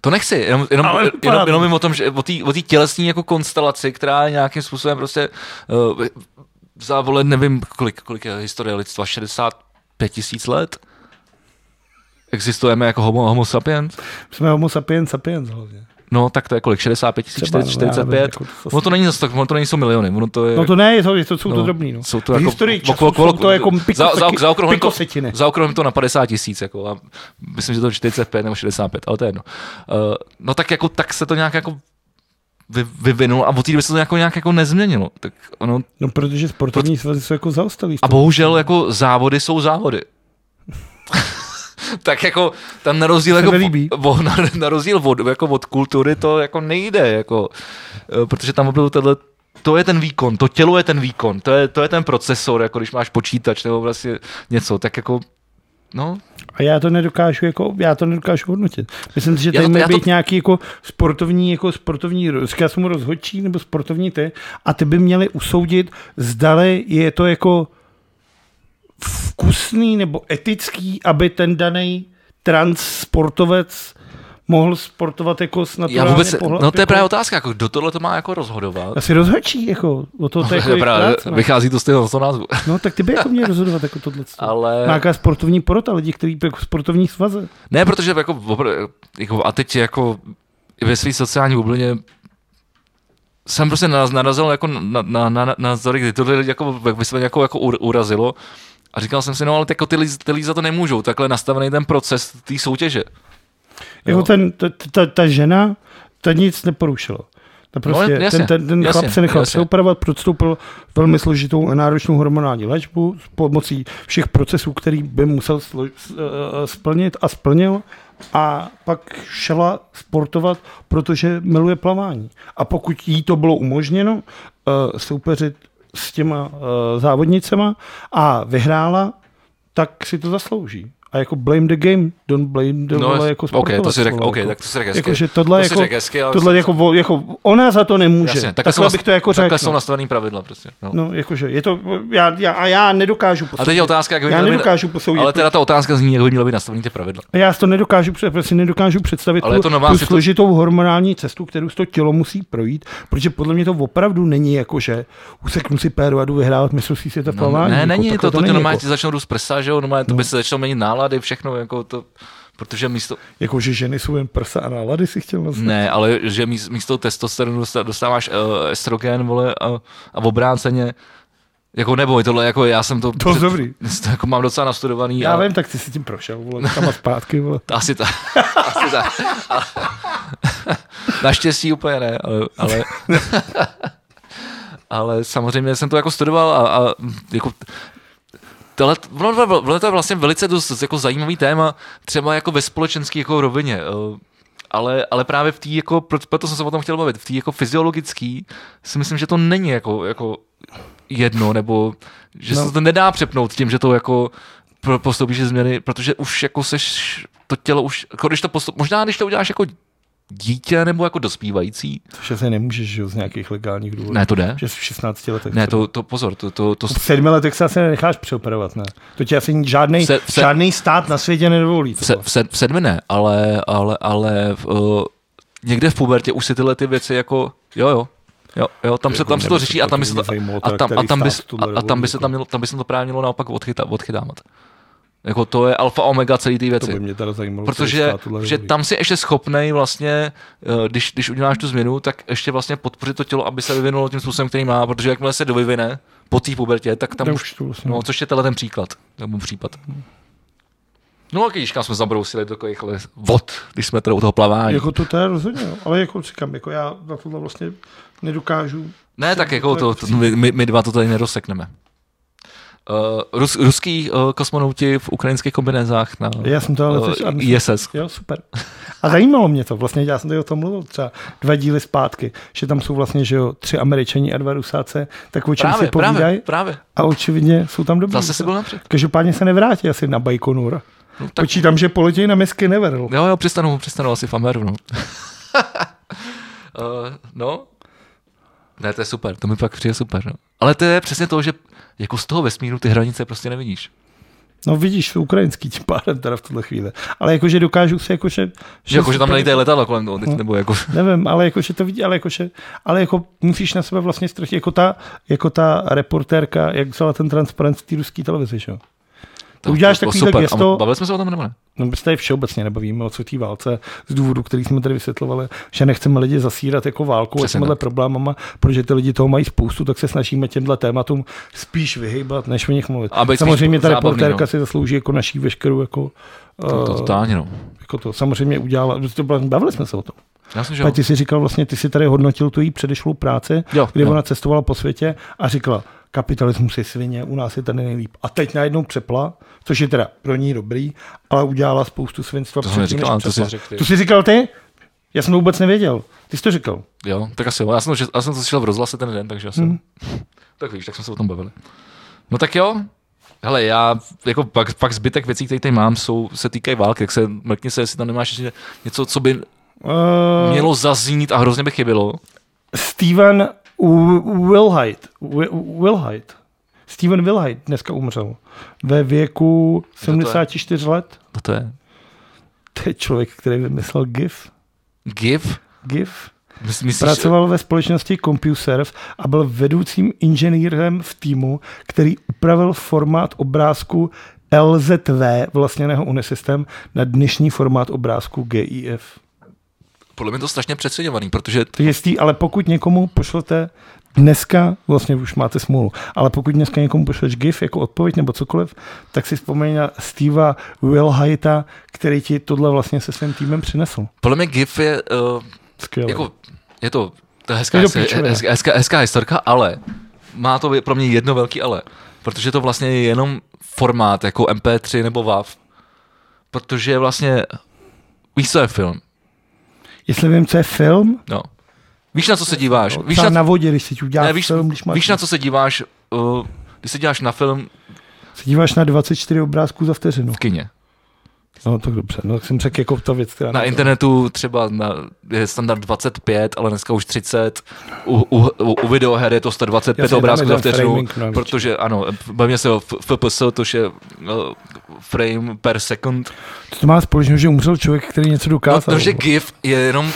Speaker 2: to nechci, jenom, jenom,
Speaker 3: Ale vypadá
Speaker 2: jenom,
Speaker 3: to.
Speaker 2: jenom jim o tom, že o té o té tělesní jako konstelaci, která je nějakým eh, způsobem prostě uh, za vole, nevím, kolik, kolik je historie lidstva, 60 pět tisíc let? Existujeme jako homo, homo sapiens?
Speaker 3: Jsme homo sapiens sapiens hlavně.
Speaker 2: No, tak to je kolik? 65 tisíc,
Speaker 3: Třeba, no, já
Speaker 2: 45?
Speaker 3: nevím, jako to-
Speaker 2: Ono to není zase tak, ono to nejsou miliony, ono to je...
Speaker 3: No to ne, je to, je to jsou to drobný. No.
Speaker 2: Jsou to
Speaker 3: v
Speaker 2: jako,
Speaker 3: historii času
Speaker 2: okolo-
Speaker 3: jsou
Speaker 2: okolo-
Speaker 3: to jako
Speaker 2: za, za,
Speaker 3: pikoseky-
Speaker 2: zaokrouhlím to,
Speaker 3: pikosetiny.
Speaker 2: zaokrouhlím to na 50 tisíc, jako, a myslím, že to je 45 nebo 65, ale to je jedno. Uh, no tak jako, tak se to nějak jako vy, vyvinulo a od té doby se to jako, nějak jako nezměnilo. Tak ono,
Speaker 3: No protože sportovní svazy jsou jako zaostalí. v
Speaker 2: a
Speaker 3: tom.
Speaker 2: bohužel jako závody jsou závody. tak jako tam na rozdíl,
Speaker 3: Se
Speaker 2: jako,
Speaker 3: mi líbí.
Speaker 2: o, na, na rozdíl od, jako od kultury to jako nejde, jako, eh, protože tam byl tenhle to je ten výkon, to tělo je ten výkon, to je, to je ten procesor, jako když máš počítač nebo vlastně něco, tak jako, no,
Speaker 3: A já to nedokážu, jako, já to nedokážu hodnotit. Myslím si, že
Speaker 2: Já
Speaker 3: tady
Speaker 2: to-
Speaker 3: mají
Speaker 2: já to-
Speaker 3: být nějaký jako sportovní, jako sportovní, říká se mu rozhodčí nebo sportovní ty, a ty by měli usoudit, zdali je to jako vkusný nebo etický, aby ten daný transportovec mohl sportovat jako s
Speaker 2: já
Speaker 3: naturálně
Speaker 2: vůbec,
Speaker 3: pohla-
Speaker 2: no to je
Speaker 3: jako-
Speaker 2: právě otázka, jako kdo tohle to má jako rozhodovat.
Speaker 3: Asi rozhodčí, jako, o to, to je jako jejich
Speaker 2: Dobrá,
Speaker 3: práce, no.
Speaker 2: vychází to z toho z toho názvu.
Speaker 3: no, tak ty by jako měl rozhodovat jako tohle.
Speaker 2: Ale...
Speaker 3: Nějaká sportovní porota lidí, kteří jako sportovní svaze.
Speaker 2: Ne, protože jako, opr- jako a teď jako i ve své sociální bublině jsem prostě naraz- narazil jako na, na, na, na, na zory, kdy tohle lidi jako, jak by se mě jako, jako ur- urazilo. A říkal jsem si, no ale jako ty, lidi, ty lidi za to nemůžou, takhle je nastavený ten proces té soutěže.
Speaker 3: Jako
Speaker 2: Jo.
Speaker 3: ten, ta, ta, ta žena, ta nic neporušila. Ta prostě, no,
Speaker 2: jasně,
Speaker 3: jasně, ten, ten, ten
Speaker 2: jasně,
Speaker 3: chlap se nechal
Speaker 2: jasně.
Speaker 3: přeoperovat, podstoupil velmi složitou a náročnou hormonální léčbu s pomocí všech procesů, který by musel slo, s, eh, splnit a splnil a pak šla sportovat, protože miluje plavání. A pokud jí to bylo umožněno eh, soupeřit s těma eh, závodnicema a vyhrála, tak si to zaslouží. A jako blame the game, don't blame the
Speaker 2: No,
Speaker 3: vole,
Speaker 2: jas-
Speaker 3: jako
Speaker 2: OK,
Speaker 3: sportovat.
Speaker 2: to si řekl,
Speaker 3: vole,
Speaker 2: OK,
Speaker 3: jako.
Speaker 2: tak to si řekl hezky.
Speaker 3: Jako, že tohle,
Speaker 2: to si
Speaker 3: jako,
Speaker 2: řekl hezky, ale
Speaker 3: tohle jako, vo- jako, ona za to nemůže.
Speaker 2: jasně, takhle,
Speaker 3: takhle
Speaker 2: jsou,
Speaker 3: bych to jako
Speaker 2: takhle
Speaker 3: řekl.
Speaker 2: jsou nastavený pravidla prostě. No.
Speaker 3: No, jakože, je to, já, já, a já nedokážu
Speaker 2: a
Speaker 3: posoudit.
Speaker 2: teď je otázka, jak by
Speaker 3: já
Speaker 2: měly být-
Speaker 3: nedokážu posoudit. jako-
Speaker 2: Ale teda ta otázka zní, jak by měly být nastavený ty pravidla.
Speaker 3: Já si to nedokážu, pře- prostě nedokážu představit
Speaker 2: Ale
Speaker 3: tu,
Speaker 2: je to nová
Speaker 3: tu
Speaker 2: situ-
Speaker 3: složitou hormonální cestu, kterou to tělo musí projít, protože podle mě to opravdu není jako, že useknu si péru a jdu vyhrávat mistrovství světa v
Speaker 2: No,
Speaker 3: plavání.
Speaker 2: ne,
Speaker 3: jako,
Speaker 2: není to,
Speaker 3: takhle
Speaker 2: to, tě normálně
Speaker 3: jako, No.
Speaker 2: ti začnou růst prsa, že jo, normálně to by se začalo měnit nálady, všechno, jako to, protože místo,
Speaker 3: jako, že ženy jsou jen prsa a nálady si chtěl nazvat.
Speaker 2: ne, ale že míst- místo testosteronu dosta- dostáváš uh, estrogen, vole, a, a obráceně, jako neboj, tohle, jako já jsem to,
Speaker 3: To je dobrý.
Speaker 2: to jako mám docela nastudovaný.
Speaker 3: Já
Speaker 2: a-
Speaker 3: vím, tak ty si tím prošel, vole, tam a zpátky, vole.
Speaker 2: Asi tak. Asi tak. Ale- Naštěstí úplně ne, ale, ale, ale samozřejmě jsem to jako studoval a, a jako Tohle, ono, ono to je vlastně velice dost jako zajímavý téma, třeba jako ve společenské jako rovině. eh, Ale, ale právě v té, jako, pro- proto jsem se o tom chtěl bavit, v té jako fyziologické si myslím, že to není jako, jako jedno, nebo že no.
Speaker 3: No.
Speaker 2: se to nedá přepnout tím, že to jako pro- postoupíš ty změny, protože už jako seš, to tělo už, jako když to postup, možná když to uděláš jako dítě nebo jako dospívající,
Speaker 3: Což asi nemůžeš, že jo, z nějakých legálních důvodů.
Speaker 2: ne to jde,
Speaker 3: Že v 16 letech.
Speaker 2: ne to, to pozor, to, to, to,
Speaker 3: V sedmi letech se asi nenecháš přeoperovat, ne? To ti asi žádný,
Speaker 2: Se- se-
Speaker 3: žádný stát na světě nedovolí. vlastně.
Speaker 2: v, se, v, sed, v sedmi ne, ale, ale, ale v, uh, někde v pubertě už si tyhle ty věci jako, jo, jo, jo, jo tam, se,
Speaker 3: Jako
Speaker 2: tam se to
Speaker 3: nevím,
Speaker 2: řeší
Speaker 3: co
Speaker 2: a tam
Speaker 3: to
Speaker 2: by se to,
Speaker 3: mě zajímalo,
Speaker 2: a
Speaker 3: teda,
Speaker 2: tam, a
Speaker 3: který
Speaker 2: tam by,
Speaker 3: stát
Speaker 2: se-
Speaker 3: tohle
Speaker 2: a, a tam by
Speaker 3: dovolí,
Speaker 2: se
Speaker 3: jako.
Speaker 2: tam mělo, tam by se to právě mělo naopak odchyta, odchytávat. Jako to je alfa omega celý ty
Speaker 3: To by
Speaker 2: věci.
Speaker 3: mě teda zajímalo. co
Speaker 2: Protože
Speaker 3: stát tohle
Speaker 2: že
Speaker 3: dovolí.
Speaker 2: tam si ještě schopnej vlastně, eh, když, když uděláš tu změnu, tak ještě vlastně podpořit to tělo, aby se vyvinulo tím způsobem, který má, protože jakmile se dovyvine po té pubertě, tak tam
Speaker 3: Tak
Speaker 2: už,
Speaker 3: už to vlastně-
Speaker 2: no, což je tenhle ten příklad, nebo případ. No a když jsme zabrousili do takovýchhle vod, když jsme teda u toho plavání.
Speaker 3: Jako to teda rozhodně, no. ale jako říkám, jako já na tohle vlastně nedokážu.
Speaker 2: ne, tak jako
Speaker 3: to
Speaker 2: to,
Speaker 3: je
Speaker 2: to, my, my- my dva to tady nerosekneme. Uh, rus, ruský uh, kosmonauti v ukrajinských kombinézách na
Speaker 3: Já jsem to ale
Speaker 2: eh,
Speaker 3: slyš- a myslím-
Speaker 2: ISS.
Speaker 3: Jo, super. A zajímalo mě to, vlastně já jsem tady o tom mluvil třeba dva díly zpátky, že tam jsou vlastně, že jo, tři američani a dva rusáce, tak o čem si Hmm.
Speaker 2: Právě, právě,
Speaker 3: povídají
Speaker 2: právě.
Speaker 3: a očividně jsou tam dobrý.
Speaker 2: Zase se byl napřed.
Speaker 3: Každopádně se nevrátí asi na Bajkonur.
Speaker 2: No, tak
Speaker 3: Počítám, že poletí na misky Neverl.
Speaker 2: Jo, jo, přistanu, přistanu asi v Ameru, no. uh, no. Ne, to je super, to mi pak přijde super, no. Ale to je přesně to, že jako z toho vesmíru ty hranice prostě nevidíš.
Speaker 3: No vidíš, jsou ukrajinský tím pádem teda v tuhle chvíli. Ale jakože dokážu si jakože...
Speaker 2: Že jako, že tam
Speaker 3: super-
Speaker 2: nejde letadlo kolem toho, teď, nebo jako...
Speaker 3: Nevím, ale jakože to vidí, ale jakože, ale jako musíš na sebe vlastně strčit, jako ta, jako ta reportérka, jak vzala ten transparent z té ruské televize, že? jo?
Speaker 2: To-
Speaker 3: Uděláš
Speaker 2: to bylo
Speaker 3: takovýhle
Speaker 2: super.
Speaker 3: gesto-
Speaker 2: A bavili jsme se o tom nebo ne?
Speaker 3: No, my se tady všeobecně nebavíme o třetí válce z důvodu, který jsme tady vysvětlovali, že nechceme lidi zasírat jako válku a
Speaker 2: Přesně
Speaker 3: těmhle
Speaker 2: tak.
Speaker 3: problémama, protože ty lidi toho mají spoustu, tak se snažíme těmhle tématům spíš vyhýbat, než o nich mluvit.
Speaker 2: A být spíš
Speaker 3: Samozřejmě ta
Speaker 2: zábavný,
Speaker 3: reportérka
Speaker 2: no.
Speaker 3: si zaslouží jako naší veškerou jako,
Speaker 2: To, to totálně, no.
Speaker 3: jako to. Samozřejmě udělala, to bylo- bavili jsme se o tom.
Speaker 2: Já jsem, že jo.
Speaker 3: Pati si říkal vlastně, ty si tady hodnotil tu její předešlou práci,
Speaker 2: Jo,
Speaker 3: kdy
Speaker 2: jo.
Speaker 3: ona cestovala po světě a říkala, kapitalismus je svině, u nás je tady nejlíp. A teď najednou přepla, což je teda pro ní dobrý, ale udělala spoustu svinstva.
Speaker 2: To jsem
Speaker 3: předtím, než
Speaker 2: neříkal, ale to
Speaker 3: přepla.
Speaker 2: jsi řekl ty.
Speaker 3: to jsi říkal ty? Já jsem to vůbec nevěděl. Ty jsi to říkal.
Speaker 2: jo. tak asi jo. Já jsem, to- já jsem to slyšel v rozhlase ten den, takže asi hmm. Tak víš, tak jsme se o tom bavili. No tak jo. Hele, já, jako pak, pak zbytek věcí, které tady mám, jsou, se týkají války, tak se mrkni se, jestli tam nemáš ještě něco, co by
Speaker 3: Uh,
Speaker 2: mělo zaznít a hrozně by chybělo.
Speaker 3: Steven U- Wilhite. Wi- Wilhite. Steven Wilhite dneska umřel. Ve věku
Speaker 2: to je?
Speaker 3: 74 let.
Speaker 2: no To, to je
Speaker 3: To je člověk, který vymyslel GIF.
Speaker 2: GIF?
Speaker 3: GIF.
Speaker 2: Mys- Myslíš,
Speaker 3: Pracoval ve společnosti CompuServe a byl vedoucím inženýrem v týmu, který upravil formát obrázku LZV vlastněného Unisystem na dnešní formát obrázku GIF.
Speaker 2: podle mě to strašně přeceňovaný, protože
Speaker 3: To je jistý, ale pokud někomu pošlete dneska, vlastně už máte smůlu, ale pokud dneska někomu pošleš GIF jako odpověď nebo cokoliv, tak si vzpomeň na Steva Wilhita, který ti tohle vlastně se svým týmem přinesl.
Speaker 2: podle mě GIF je, uh,
Speaker 3: Skvělé.
Speaker 2: jako, je to, to je hezká,
Speaker 3: Je
Speaker 2: je
Speaker 3: to
Speaker 2: to
Speaker 3: píčovina.
Speaker 2: hezká, hezká, hezká historka, ale má to pro mě jedno velký ale, protože to vlastně je jenom formát jako MP3 nebo WAV, protože vlastně, víš, co je film,
Speaker 3: Jestli vím, co je film,
Speaker 2: no. Víš, na co se díváš? Víš,
Speaker 3: víš, na,
Speaker 2: na,
Speaker 3: No, na vodě, když si ti uděláš
Speaker 2: ne, víš,
Speaker 3: film, když máš
Speaker 2: víš na co se díváš, uh, když se díváš na film
Speaker 3: se díváš na 24 obrázků za vteřinu.
Speaker 2: v kině.
Speaker 3: No tak dobře, no tak jsem řekl jako ta věc, která...
Speaker 2: Na internetu třeba na, je standard 25, ale dneska už 30. U, u, u, u videoher je to 125
Speaker 3: Jasně, tam je
Speaker 2: obrázků za
Speaker 3: ten
Speaker 2: vteřinu,
Speaker 3: framing mnohem
Speaker 2: protože ano, bavíme se o F- FPS, to je uh, frame per second.
Speaker 3: Co to má společného, že umřel člověk, který něco
Speaker 2: No,
Speaker 3: dokázal?
Speaker 2: takže GIF je jenom,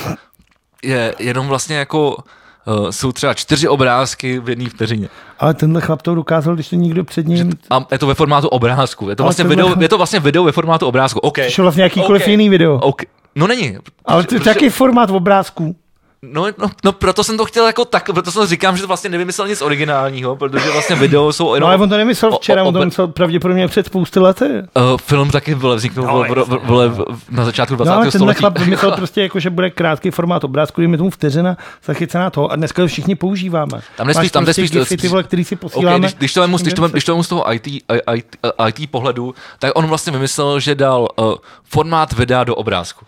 Speaker 2: je jenom vlastně jako uh, jsou třeba čtyři obrázky v jedné vteřině.
Speaker 3: Ale tenhle chlap to dokázal, když to nikdo před ním...
Speaker 2: A je to ve formátu obrázku. Je to
Speaker 3: Ale
Speaker 2: vlastně,
Speaker 3: to
Speaker 2: video,
Speaker 3: bylo-
Speaker 2: je to vlastně video ve formátu obrázku. OK.
Speaker 3: Přišel vlastně jakýkoliv
Speaker 2: OK,
Speaker 3: jiný video.
Speaker 2: OK. No není.
Speaker 3: Ale to je
Speaker 2: Protože-
Speaker 3: taky formát obrázků.
Speaker 2: No, no, no, proto jsem to chtěl jako tak, proto jsem říkám, že to vlastně nevymyslel nic originálního, protože vlastně video jsou
Speaker 3: No,
Speaker 2: jenom...
Speaker 3: ale on to nemyslel
Speaker 2: o- o-
Speaker 3: včera, on to
Speaker 2: obr-
Speaker 3: myslel pravděpodobně před spousty lety.
Speaker 2: Uh, film taky vole, vzniknul
Speaker 3: No,
Speaker 2: vole, vole, vole, v- na začátku 20.
Speaker 3: No, ale tenhle
Speaker 2: století.
Speaker 3: chlap vymyslel prostě jako, že bude krátký formát obrázku, dejme tomu vteřina zachycená toho a dneska to všichni používáme. prostě
Speaker 2: Tam jde spíš- tam jde spíš-
Speaker 3: gify, ty vole, který si
Speaker 2: Okay,
Speaker 3: posíláme.
Speaker 2: když, když, to vemu, když, to vemu, když to vemu z toho IT, I- IT, IT pohledu, tak on vlastně vymyslel, že dal uh, formát videa do obrázku.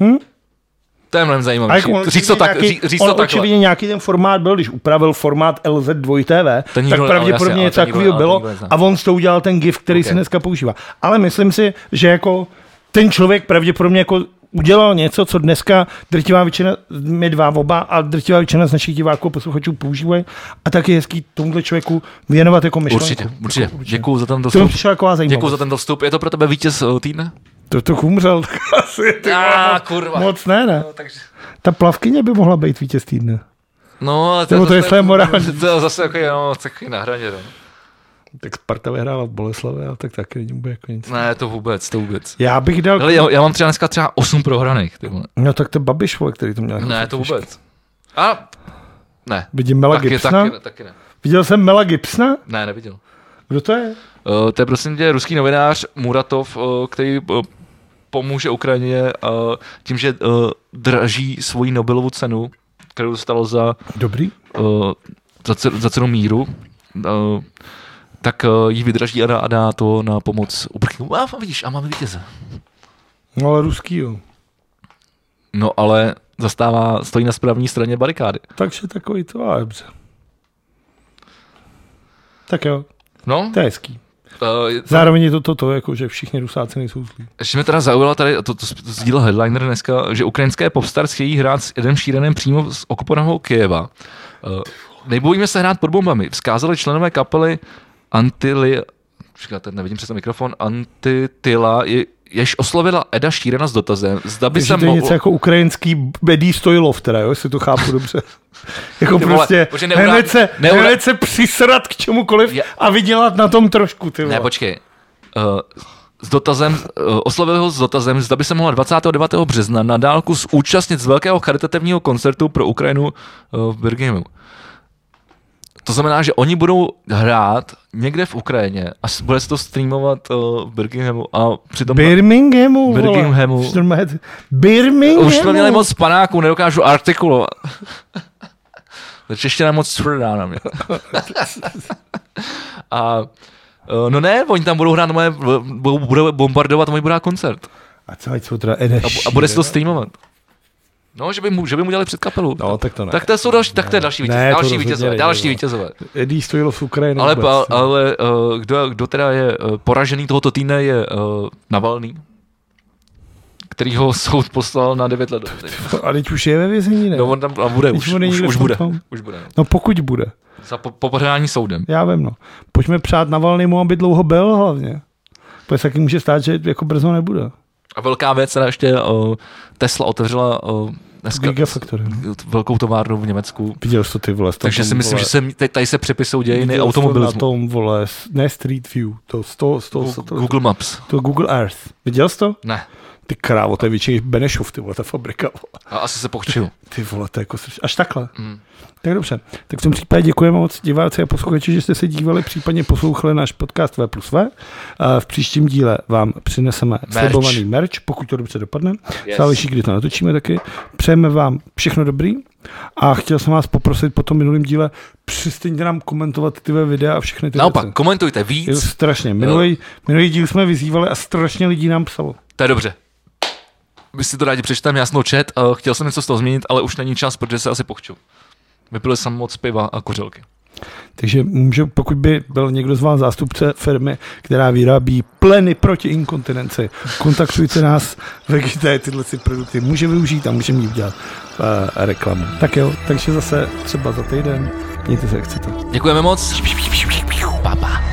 Speaker 3: Hm? jako
Speaker 2: To je mnohem zajímavější. Říct to tak,
Speaker 3: nějaký,
Speaker 2: ří- říct
Speaker 3: on
Speaker 2: to takhle.
Speaker 3: očividně nějaký ten formát byl, když upravil formát LZ2TV,
Speaker 2: To nikdo
Speaker 3: tak
Speaker 2: ne- ale jasně,
Speaker 3: pravděpodobně
Speaker 2: ale
Speaker 3: něco
Speaker 2: to nikdo-
Speaker 3: takového
Speaker 2: ale to
Speaker 3: bylo
Speaker 2: nikdo nezná.
Speaker 3: a on s tou udělal ten GIF, který okay. se
Speaker 2: Ok.
Speaker 3: dneska používá. Ale myslím si, že jako ten člověk pravděpodobně jako udělal něco, co dneska drtivá většina, my dva oba a drtivá většina z našich diváků a posluchačů používají a tak je hezký tomuhle člověku věnovat jako myšlenku.
Speaker 2: Určitě, určitě. Děkuju za tento
Speaker 3: To mi
Speaker 2: vstup.
Speaker 3: přišlo jako
Speaker 2: Děkuju za
Speaker 3: zajímavé.
Speaker 2: tento vstup. Je to pro tebe vítěz eh, týdne?
Speaker 3: To, to umřel, tak asi ty,
Speaker 2: Ah, kurva.
Speaker 3: moc ne, ne.
Speaker 2: No, takže...
Speaker 3: Ta plavkyně by mohla být vítěz týdne.
Speaker 2: No, ale
Speaker 3: Nebo to je
Speaker 2: zase-
Speaker 3: své morální.
Speaker 2: To je zase jako jenom takový na hraně, no.
Speaker 3: Tak Sparta vyhrála v Boleslavě, ale tak taky není úplně jako nic.
Speaker 2: Ne, to vůbec, to vůbec.
Speaker 3: Já bych dal...
Speaker 2: Hele, já, já mám třeba dneska třeba 8 prohraných, ty vole.
Speaker 3: No tak to Babiš, vole, který to měl. jako
Speaker 2: Ne,
Speaker 3: fakt
Speaker 2: to
Speaker 3: těžký.
Speaker 2: vůbec. A ne.
Speaker 3: Vidím Mela
Speaker 2: Taky,
Speaker 3: Gibsona.
Speaker 2: taky, ne, taky ne.
Speaker 3: Viděl jsem Mela Gibsona?
Speaker 2: Ne, neviděl.
Speaker 3: Kdo to je?
Speaker 2: Uh, to je prosím tě ruský novinář Muratov, uh, který uh, pomůže Ukrajině uh, tím, že uh, draží svoji Nobelovu cenu, kterou dostal za
Speaker 3: Dobrý.
Speaker 2: uh, za, ce- za cenu míru, uh, tak uh, ji vydraží a dá, a dá to na pomoc uprchlíkům. A vidíš, a máme vítěze.
Speaker 3: No ale ruský, jo.
Speaker 2: No ale zastává, stojí na správní straně barikády.
Speaker 3: Takže takový to, a dobře. Tak jo,
Speaker 2: No,
Speaker 3: to je hezký.
Speaker 2: uh,
Speaker 3: Zároveň je to toto, jako, že všichni rusáci nejsou zlí.
Speaker 2: ještě mě teda zaujalo tady, to, to, to sdílel headliner dneska, že ukrajinské popstars chtějí hrát s Edem Sheeranem přímo z okupovaného Kyjeva. Uh, nebojíme se hrát pod bombami, vzkázali členové kapely Antili... Počkat, teď nevidím přes ten mikrofon. Antitila, je, jež oslovila Eda Šírena s dotazem, zda by
Speaker 3: Takže
Speaker 2: se
Speaker 3: to je
Speaker 2: mohl...
Speaker 3: něco jako ukrajinský bedí stojlov, teda, jo, jestli to chápu dobře. jako
Speaker 2: Ty vole,
Speaker 3: prostě
Speaker 2: bože, neurá-
Speaker 3: hned se,
Speaker 2: neurá-
Speaker 3: hned se přisrat k čemukoliv
Speaker 2: Já-
Speaker 3: a vydělat na tom trošku, ty
Speaker 2: Ne,
Speaker 3: vole.
Speaker 2: počkej. eh, s dotazem, eh, oslovil ho s dotazem, zda by se mohla 29. března na dálku zúčastnit z velkého charitativního koncertu pro Ukrajinu eh, v Birginghamu. To znamená, že oni budou hrát někde v Ukrajině a s- bude se to streamovat eh, v Birminghamu a přitom...
Speaker 3: Birminghamu, vole.
Speaker 2: Birminghamu.
Speaker 3: Už to má- Birminghamu.
Speaker 2: Už jsme měli moc panáků, nedokážu artikulovat. Ta čeština moc tvrdá na mě. A eh, No ne, oni tam budou hrát, moje, budou, budou bombardovat, oni budou hrát koncert.
Speaker 3: A co, ať jsou teda
Speaker 2: A, bu- a bude se to streamovat. No, že by mu, že by mu dělali předkapelu.
Speaker 3: No, tak to ne.
Speaker 2: Tak to jsou další, tak to je další
Speaker 3: Ne,
Speaker 2: vítězové,
Speaker 3: to
Speaker 2: další
Speaker 3: rozhodně
Speaker 2: vítězové,
Speaker 3: nejde,
Speaker 2: další
Speaker 3: no.
Speaker 2: vítězové.
Speaker 3: Eddie stojilo v Ukrajině.
Speaker 2: Ale, ale, ale eh, kdo, kdo teda je eh, poražený tohoto týdne je eh, Navalný, který ho soud poslal na 9 let. do vězení.
Speaker 3: A teď už je ve vězení, ne?
Speaker 2: No on tam a bude,
Speaker 3: Když
Speaker 2: už,
Speaker 3: on je
Speaker 2: už,
Speaker 3: někde
Speaker 2: už
Speaker 3: v
Speaker 2: bude.
Speaker 3: tom-
Speaker 2: Už bude. no.
Speaker 3: No pokud bude,
Speaker 2: Za po, popořádání soudem.
Speaker 3: já vím, no. Pojďme přát Navalnému, aby dlouho byl hlavně. Protože se taky může stát, že jako brzo nebude.
Speaker 2: A velká věc, teda ještě uh, Tesla otevřela uh, dneska
Speaker 3: Gigafactory. no.
Speaker 2: s- velkou továrnu v Německu.
Speaker 3: Viděl jsi to ty vole.
Speaker 2: Takže si myslím, že se, m- te- tady se přepisují dějiny
Speaker 3: Viděl jsi to
Speaker 2: automobilismu.
Speaker 3: Na tom, vole, s- ne Street View, to z toho, z toho
Speaker 2: Gu-
Speaker 3: satelitu.
Speaker 2: Google Maps.
Speaker 3: To Google Earth. Viděl jsi to?
Speaker 2: Ne,
Speaker 3: Ty krávo, to je větší než Benešov, ty vole, ta fabrika. vole.
Speaker 2: a asi se pochčil.
Speaker 3: Ty vole, to je jako srš- až takhle.
Speaker 2: Mm.
Speaker 3: Tak dobře. Tak v tom případě děkujeme moc diváci a posluchači, že jste se dívali, případně poslouchali náš podcast V plus V. A V příštím díle vám přineseme
Speaker 2: Merch.
Speaker 3: slibovaný merch, pokud to dobře dopadne.
Speaker 2: Yes.
Speaker 3: Yes. Záleží, kdy to natočíme taky. Přejeme vám všechno dobrý a chtěl jsem vás poprosit po tom minulém díle, přestaňte nám komentovat ty videa a všechny ty
Speaker 2: Naopak,
Speaker 3: věci.
Speaker 2: komentujte
Speaker 3: Je to
Speaker 2: víc,
Speaker 3: strašně. Minulý, minulý díl jsme vyzývali a strašně lidí nám psalo.
Speaker 2: to je dobře. Vy si to rádi přečteme, já jsem chat, uh, chtěl jsem něco z toho změnit, ale už není čas, protože se asi pochču. Vypili jsem moc piva a kořelky.
Speaker 3: Takže může, pokud by byl někdo z vás zástupce firmy, která vyrábí pleny proti inkontinenci, kontaktujte nás, vegetaj tyhle si produkty může využít a můžeme jim dělat uh, reklamu. Tak jo, takže zase třeba za týden, mějte se jak chcete.
Speaker 2: Děkujeme moc. Pa, pa.